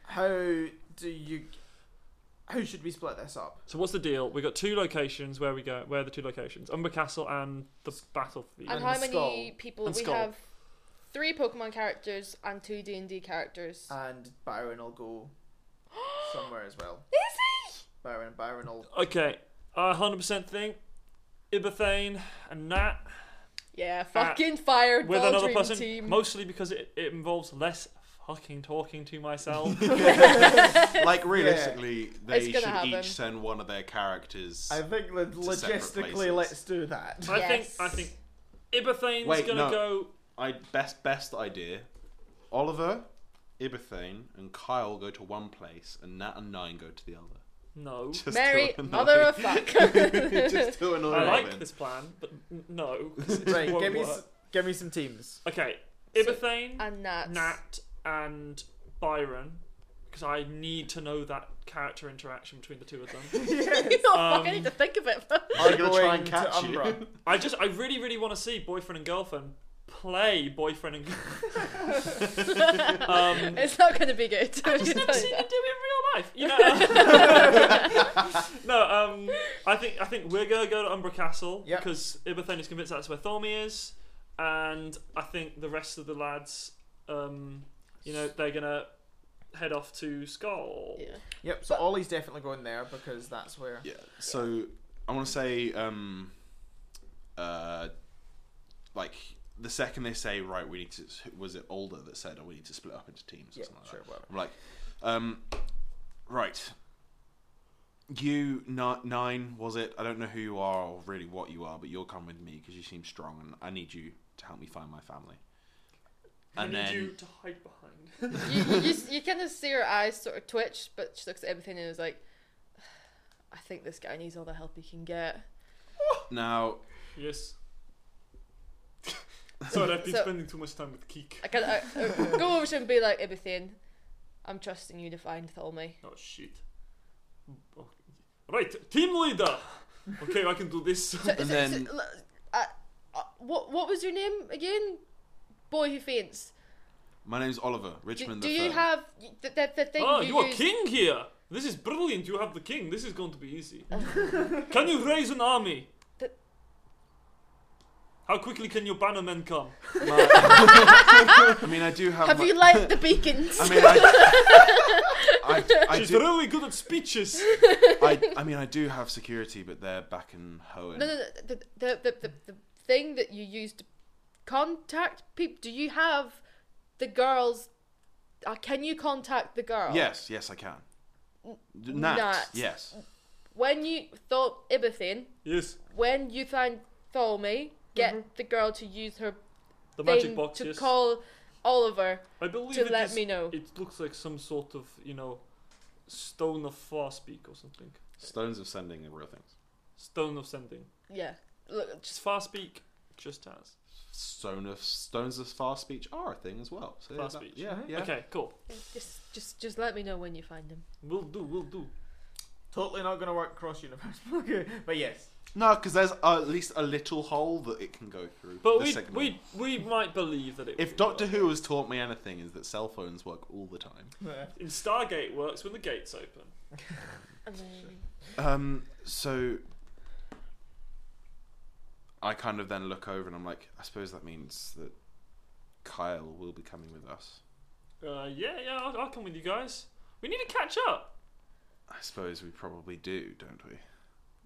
S4: How do you? How should we split this up?
S3: so what's the deal? We got two locations. Where we go? Where are the two locations? Umber Castle and the battlefield.
S2: and
S4: And
S2: how
S4: the
S2: many
S4: skull.
S2: people?
S3: And
S2: we
S3: skull.
S2: have three Pokemon characters and two D and D characters.
S3: Uh,
S4: And Byron will go somewhere as well.
S2: Is
S4: Byron. Byron will.
S3: Okay, I hundred percent think Ibethane and Nat
S2: he? Yeah, fucking fired
S3: Uh, with
S2: Ball
S3: another
S2: Dream
S3: person,
S2: team.
S3: mostly because it, it involves less fucking talking to myself.
S1: like realistically,
S2: It's
S1: they
S2: gonna
S1: should
S2: happen.
S1: each send one of their characters.
S4: I think lo-
S1: separate
S4: logistically,
S1: places.
S4: let's do that.
S3: I think
S2: Yes.
S3: I think Ibethane's
S1: Wait,
S3: gonna
S1: no.
S3: go.
S1: I best best idea. Oliver, Ibethane, and Kyle go to one place, and Nat and Nine go to the other.
S3: No,
S1: Just
S2: Mary,
S1: to annoy-
S2: mother of fuck.
S1: just to annoy
S3: I like
S1: Robin.
S3: this plan, but n- no.
S4: Right.
S3: Won't
S4: Give me.
S3: work.
S4: s give me some teams.
S3: Okay,
S2: So- uh,
S3: Ibethane,
S2: and Nat.
S3: Nat, and Byron, because I need to know that character interaction between the two of them.
S2: oh, fuck, I
S3: Um,
S2: need to think of it.
S1: Are they gonna try and
S4: Going to
S1: catch
S4: Umbra.
S1: you?
S3: I just, I really, really want to see boyfriend and girlfriend play boyfriend and. um,
S2: it's not going to be good.
S3: I've never seen you do it in real life. You know. no, um, I think I think we're gonna go to Umbra Castle
S4: Yep.
S3: because Ibethane is convinced that's where Thormy is, and I think the rest of the lads, um, you know, they're gonna head off to Skull.
S2: Yeah.
S4: Yep. So
S2: But-
S4: Ollie's definitely going there because that's where.
S1: Yeah. So I want to say, um, uh, like the second they say, right, we need to. Was it older that said, oh, we need to split up into teams or
S4: Yeah,
S1: something like
S4: sure,
S1: that?
S4: whatever.
S1: I'm like, um, right. You ni- nine was it? I don't know who you are or really what you are, but you're coming with me because you seem strong, and I need you to help me find my family.
S3: I
S1: And
S3: need
S1: then
S3: you to hide behind.
S2: you, you, you, s- you kind of see her eyes sort of twitch, but she looks at everything and is like, I think this guy needs all the help he can get.
S1: now
S3: yes. Sorry, I've been
S2: So-
S3: spending too much time with Keek.
S2: I can I, I go over to him and be like, Ibithane, I'm trusting you to find Tholme.
S3: Oh shit. Okay. Right, team leader. Okay, I can do this.
S2: So,
S1: And
S2: so-
S1: then-
S2: so, l- uh, uh, what what was your name again? Boy who faints.
S1: My name's Oliver
S2: Do,
S1: Richmond.
S2: do
S1: the
S2: you
S1: third.
S2: have y- the, the, the thing
S3: Ah,
S2: you,
S3: you are
S2: use?
S3: king here. This is brilliant. You have the king. This is going to be easy. can you raise an army?
S2: Th-
S3: How quickly can your bannermen come?
S1: I mean, I do have.
S2: Have
S1: my-
S2: you light the beacons?
S1: I mean, I, I, I,
S3: She's
S1: do,
S3: really good at speeches.
S1: I, I mean, I do have security, but they're back in Hoenn.
S2: no, no, no. The, the, the, the, the thing that you use to contact people. Do you have the girls? Uh, can you contact the girl?
S1: Yes, yes, I can. Nat,
S2: Nat.
S1: yes.
S2: When you thought Ibithane,
S3: Yes,
S2: when you find Tholme, get the girl to use her
S3: Mm-hmm. the
S2: thing
S3: magic box.
S2: to
S3: yes.
S2: call Oliver
S3: I believe
S2: to
S3: it
S2: let
S3: is-
S2: me know.
S3: It looks like some sort of you know, stone of far speak or something.
S1: Stones of sending are real things.
S3: Stone of sending.
S2: Yeah. Look,
S3: Just far speak. Just as
S1: Stone of stones of fast speech are a thing as well. So
S3: far
S1: that-
S3: speech. Mm-hmm.
S1: Yeah, yeah.
S3: Okay, cool.
S2: just, just, just let me know when you find him.
S3: We'll do. We'll do.
S4: Totally not gonna work cross universe, but yes.
S1: No, because there's uh, at least a little hole that it can go through.
S3: But
S1: the
S3: we
S1: second one.
S3: we we might believe that it.
S1: If
S3: will
S1: Doctor
S3: work.
S1: Who has taught me anything, is that cell phones work all the time.
S3: in Stargate works when the gates open.
S1: Um, so I kind of then look over and I'm like, I suppose that means that Kyle will be coming with us.
S3: Uh, yeah, yeah, I'll, I'll come with you guys. We need to catch up.
S1: I suppose we probably do, don't we?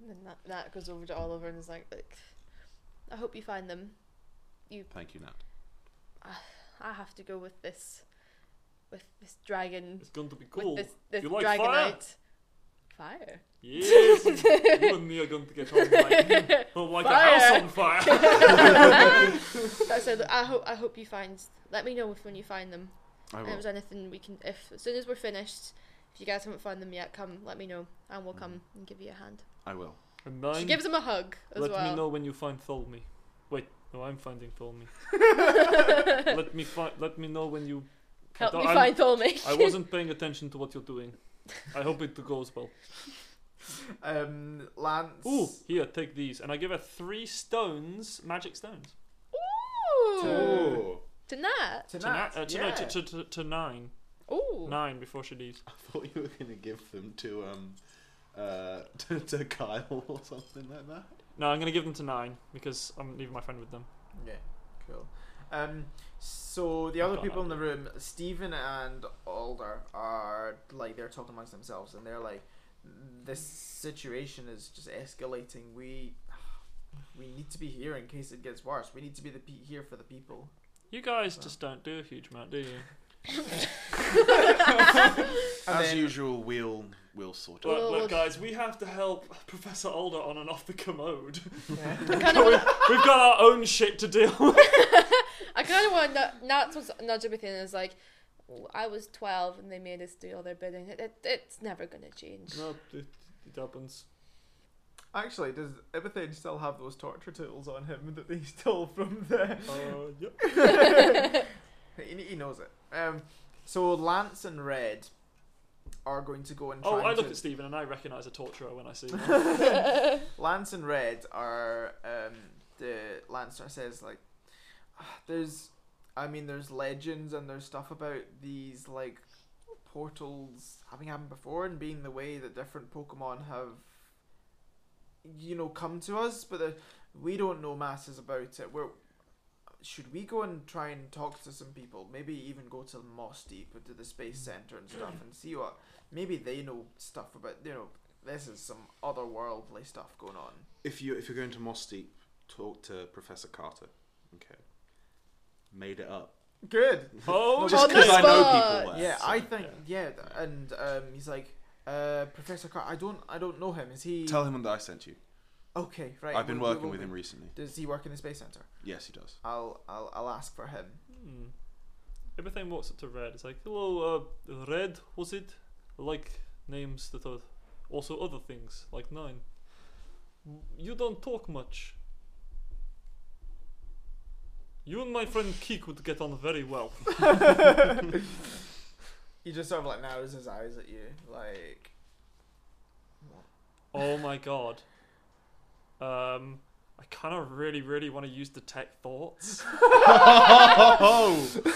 S2: And then that, that goes over to Oliver and is like, "Look, I hope you find them.
S1: Thank you, Nat.
S2: I have to go with this, with this dragon,
S3: It's going to be cool.
S2: with this, this
S3: You like
S2: dragonite. Fire.
S3: Yes, you and me are going to get on like, well, like a house on fire.
S2: That's it. Look, I hope, I hope you find. Let me know if when you find them.
S1: I
S2: And if
S1: will.
S2: there's anything we can, if as soon as we're finished, if you guys haven't found them yet, come let me know, and we'll come and give you a hand.
S1: I will.
S3: And mine,
S2: She gives him a hug as
S3: Mm-hmm. let
S2: well.
S3: me know when you find Tholme. Wait, no, I'm finding Tholme. let me find. Let me know when you. I
S2: Help
S3: don't-
S2: me
S3: I'm-
S2: find Tholme.
S3: I wasn't paying attention to what you're doing. I hope it goes well.
S4: Um, Lance.
S3: Ooh, here, take these, and I give her three stones, magic stones.
S2: Ooh.
S4: Ooh.
S2: To Nat.
S4: To
S3: To, na-
S4: Nat,
S3: uh, to, no,
S4: yeah.
S3: to, to, to, to nine,
S2: Ooh.
S3: nine before she leaves.
S1: I thought you were going to give them to um, uh, to, to Kyle or something like that.
S3: No, I'm gonna give them to nine because I'm leaving my friend with them.
S4: Yeah, cool. Um, so the other
S3: Got
S4: people in
S3: that.
S4: the room, Stephen and Alder, are like they're talking amongst themselves, and they're like, "This situation is just escalating. We, we need to be here in case it gets worse. We need to be the pe- here for the people."
S3: You guys just don't do a huge amount, do you?
S4: And
S1: As
S4: then-
S1: usual, we'll we'll sort it.
S3: Look,
S2: Well-
S3: look, guys, we have to help Professor Alder on and off the commode.
S4: Yeah.
S3: We've got our own shit to deal with.
S2: I kind of want to Nats was nudge everything and is like, "Oh, I was 12 and they made us do all their bidding. It, it, it's never going to change.
S3: No, it, it happens.
S4: Actually, does Ibethane still have those torture tools on him that they stole from the?
S3: Uh, yep.
S4: He, he knows it. Um, so Lance and Red are going to go and.
S3: Oh,
S4: try
S3: I
S4: to...
S3: look at Stephen and I recognise a torturer when I see him.
S4: Lance and Red are um, the Lance says like "Ah, there's I mean there's legends and there's stuff about these like portals having happened before and being the way that different Pokemon have you know come to us, but the, we don't know masses about it. We're should we go and try and talk to some people? Maybe even go to Moss Deep or to the Space Center and stuff and see what maybe they know stuff about you know this is some otherworldly stuff going on.
S1: If you if you're going to Moss Deep, talk to Professor Carter. Okay. Made it up.
S4: Good.
S3: Oh,
S1: Just
S2: the
S1: because I know
S2: spot.
S1: people there.
S4: Yeah,
S1: so-
S4: I think yeah, th- and um, he's like, uh, Professor Carter. I don't, I don't know him. Is he?
S1: Tell him that I sent you.
S4: okay, right.
S1: I've been
S4: we- we
S1: working
S4: will
S1: with
S4: be-
S1: him recently.
S4: Does he work in the space center?
S1: Yes, he does.
S4: I'll, I'll, I'll ask for him.
S3: Hmm. Everything walks up to Red. It's like, hello, uh, Red, was it? I Like names that are also other things, like nine. You don't talk much. You and my friend Keek would get on very well.
S4: He just sort of like narrows his eyes at you, like
S3: Oh my god. Um, I kind of really, really want to use detect thoughts.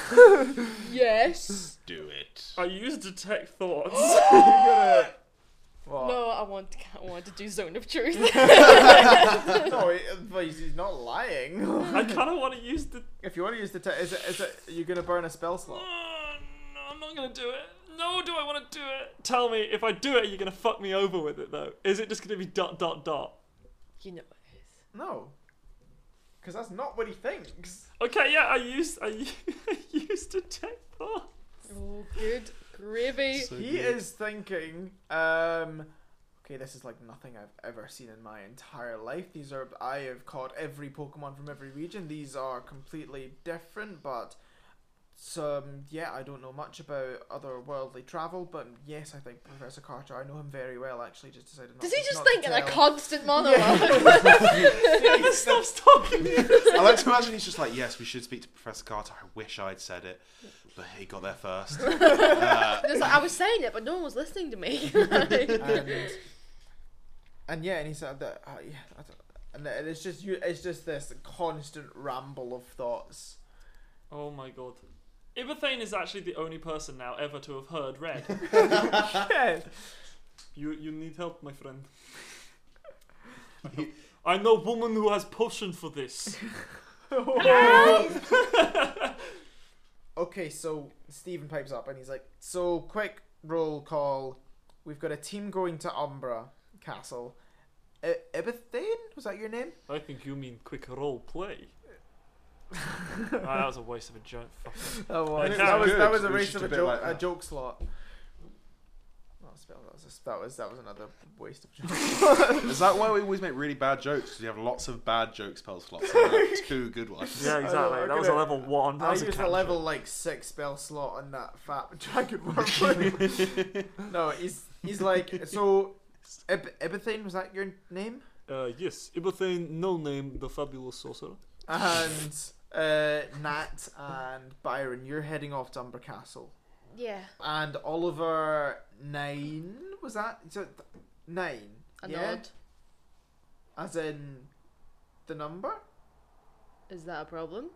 S2: Yes.
S1: Do it.
S3: I use detect thoughts.
S4: what?
S2: No, I want. I want to do zone of truth.
S4: no, he- but he's, he's not lying.
S3: I kind of want to use the.
S4: if you want to use the, te- is it, is it? You're gonna burn a spell
S3: Oh,
S4: slot.
S3: no, I'm not gonna do it. No, do I want to do it? Tell me, if I do it, you're gonna fuck me over with it though. Is it just gonna be dot dot dot?
S2: you know.
S4: No, because that's not what he thinks.
S3: Okay, yeah, I used I, u- I used detect thoughts.
S2: Oh, good gravy.
S4: he is thinking, um, okay, this is like nothing I've ever seen in my entire life. These are I have caught every Pokemon from every region. These are completely different, but some yeah, I don't know much about otherworldly travel. But yes, I think Professor Carter. I know him very well. Actually, just decided. Not
S2: Does he
S4: to-
S2: just
S4: not to
S2: think in a
S4: tell.
S2: constant monologue?
S3: Stops talking.
S6: I like to imagine he's just like, yes, we should speak to Professor Carter. I wish I'd said it, but he got there first. Uh,
S11: It's like, I was saying it, but no one was listening to me.
S4: and and yeah, and he said that. Uh, yeah, I don't, and it- it's just you. It's just this constant ramble of thoughts.
S3: Oh my god. Ibathane is actually the only person now ever to have heard red.
S4: yes.
S3: You you need help, my friend. I know- I know woman who has potion for this.
S4: Okay, so Stephen pipes up and he's like, "So quick roll call. We've got a team going to Umbra Castle. I- Ibethane was that your name?
S3: I think you mean quick role play. Ah, that was a waste of a joke. Fuck it.
S4: Oh,
S3: I
S4: well,
S3: think
S4: that
S3: it's
S4: was
S6: good.
S4: that was a
S6: It was
S4: race
S6: just
S4: of
S6: a
S4: a
S6: bit
S4: joke,
S6: like
S4: a
S6: that.
S4: joke slot. Not a spell. That was, a, that was that was another waste of joke.
S6: is that why we always make really bad jokes? Because you have lots of bad joke spell slots and like two good ones.
S3: Yeah, exactly.
S4: I'm
S3: That was a
S4: gonna-
S3: level one. That
S4: I
S3: was a
S4: used a
S3: cat
S4: level
S3: joke.
S4: like six spell slot on that fat dragon warplane. no, he's he's like so. Ib- Ibethane was that your name?
S3: Uh, yes, Ibathane, no name, the fabulous sorcerer.
S4: And uh, Nat and Byron, you're heading off to Umber Castle.
S11: yeah.
S4: And Oliver nine was that? So th- nine.
S11: A
S4: yeah?
S11: nod.
S4: As in the number?
S11: Is that a problem?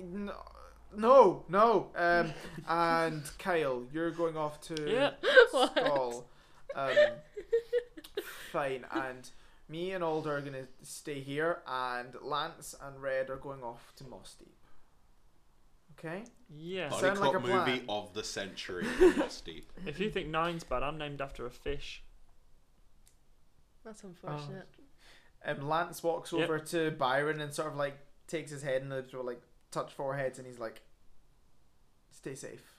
S4: No, no. no. Um, and Kyle, you're going off to.
S3: Yeah.
S4: skull. Um, fine. And me and Alder are gonna stay here, and Lance and Red are going off to Moss Deep. Okay.
S3: Yeah.
S6: Body
S4: Sound like
S6: clock
S4: a plan.
S6: movie of the century. Lost Deep.
S3: If you think nine's bad, I'm named after a fish.
S11: That's unfortunate.
S4: Um, Lance walks
S3: Yep.
S4: over to Byron and sort of like takes his head and they sort of like touch foreheads, and he's like, "Stay safe."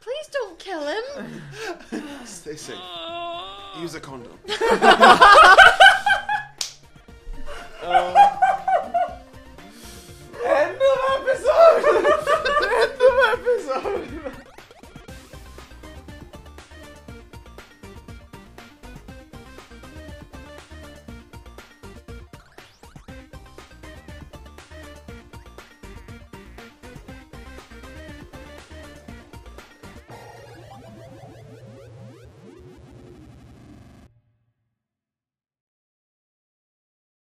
S11: Please don't kill him.
S4: Ah.
S6: Stay safe. Use a condom.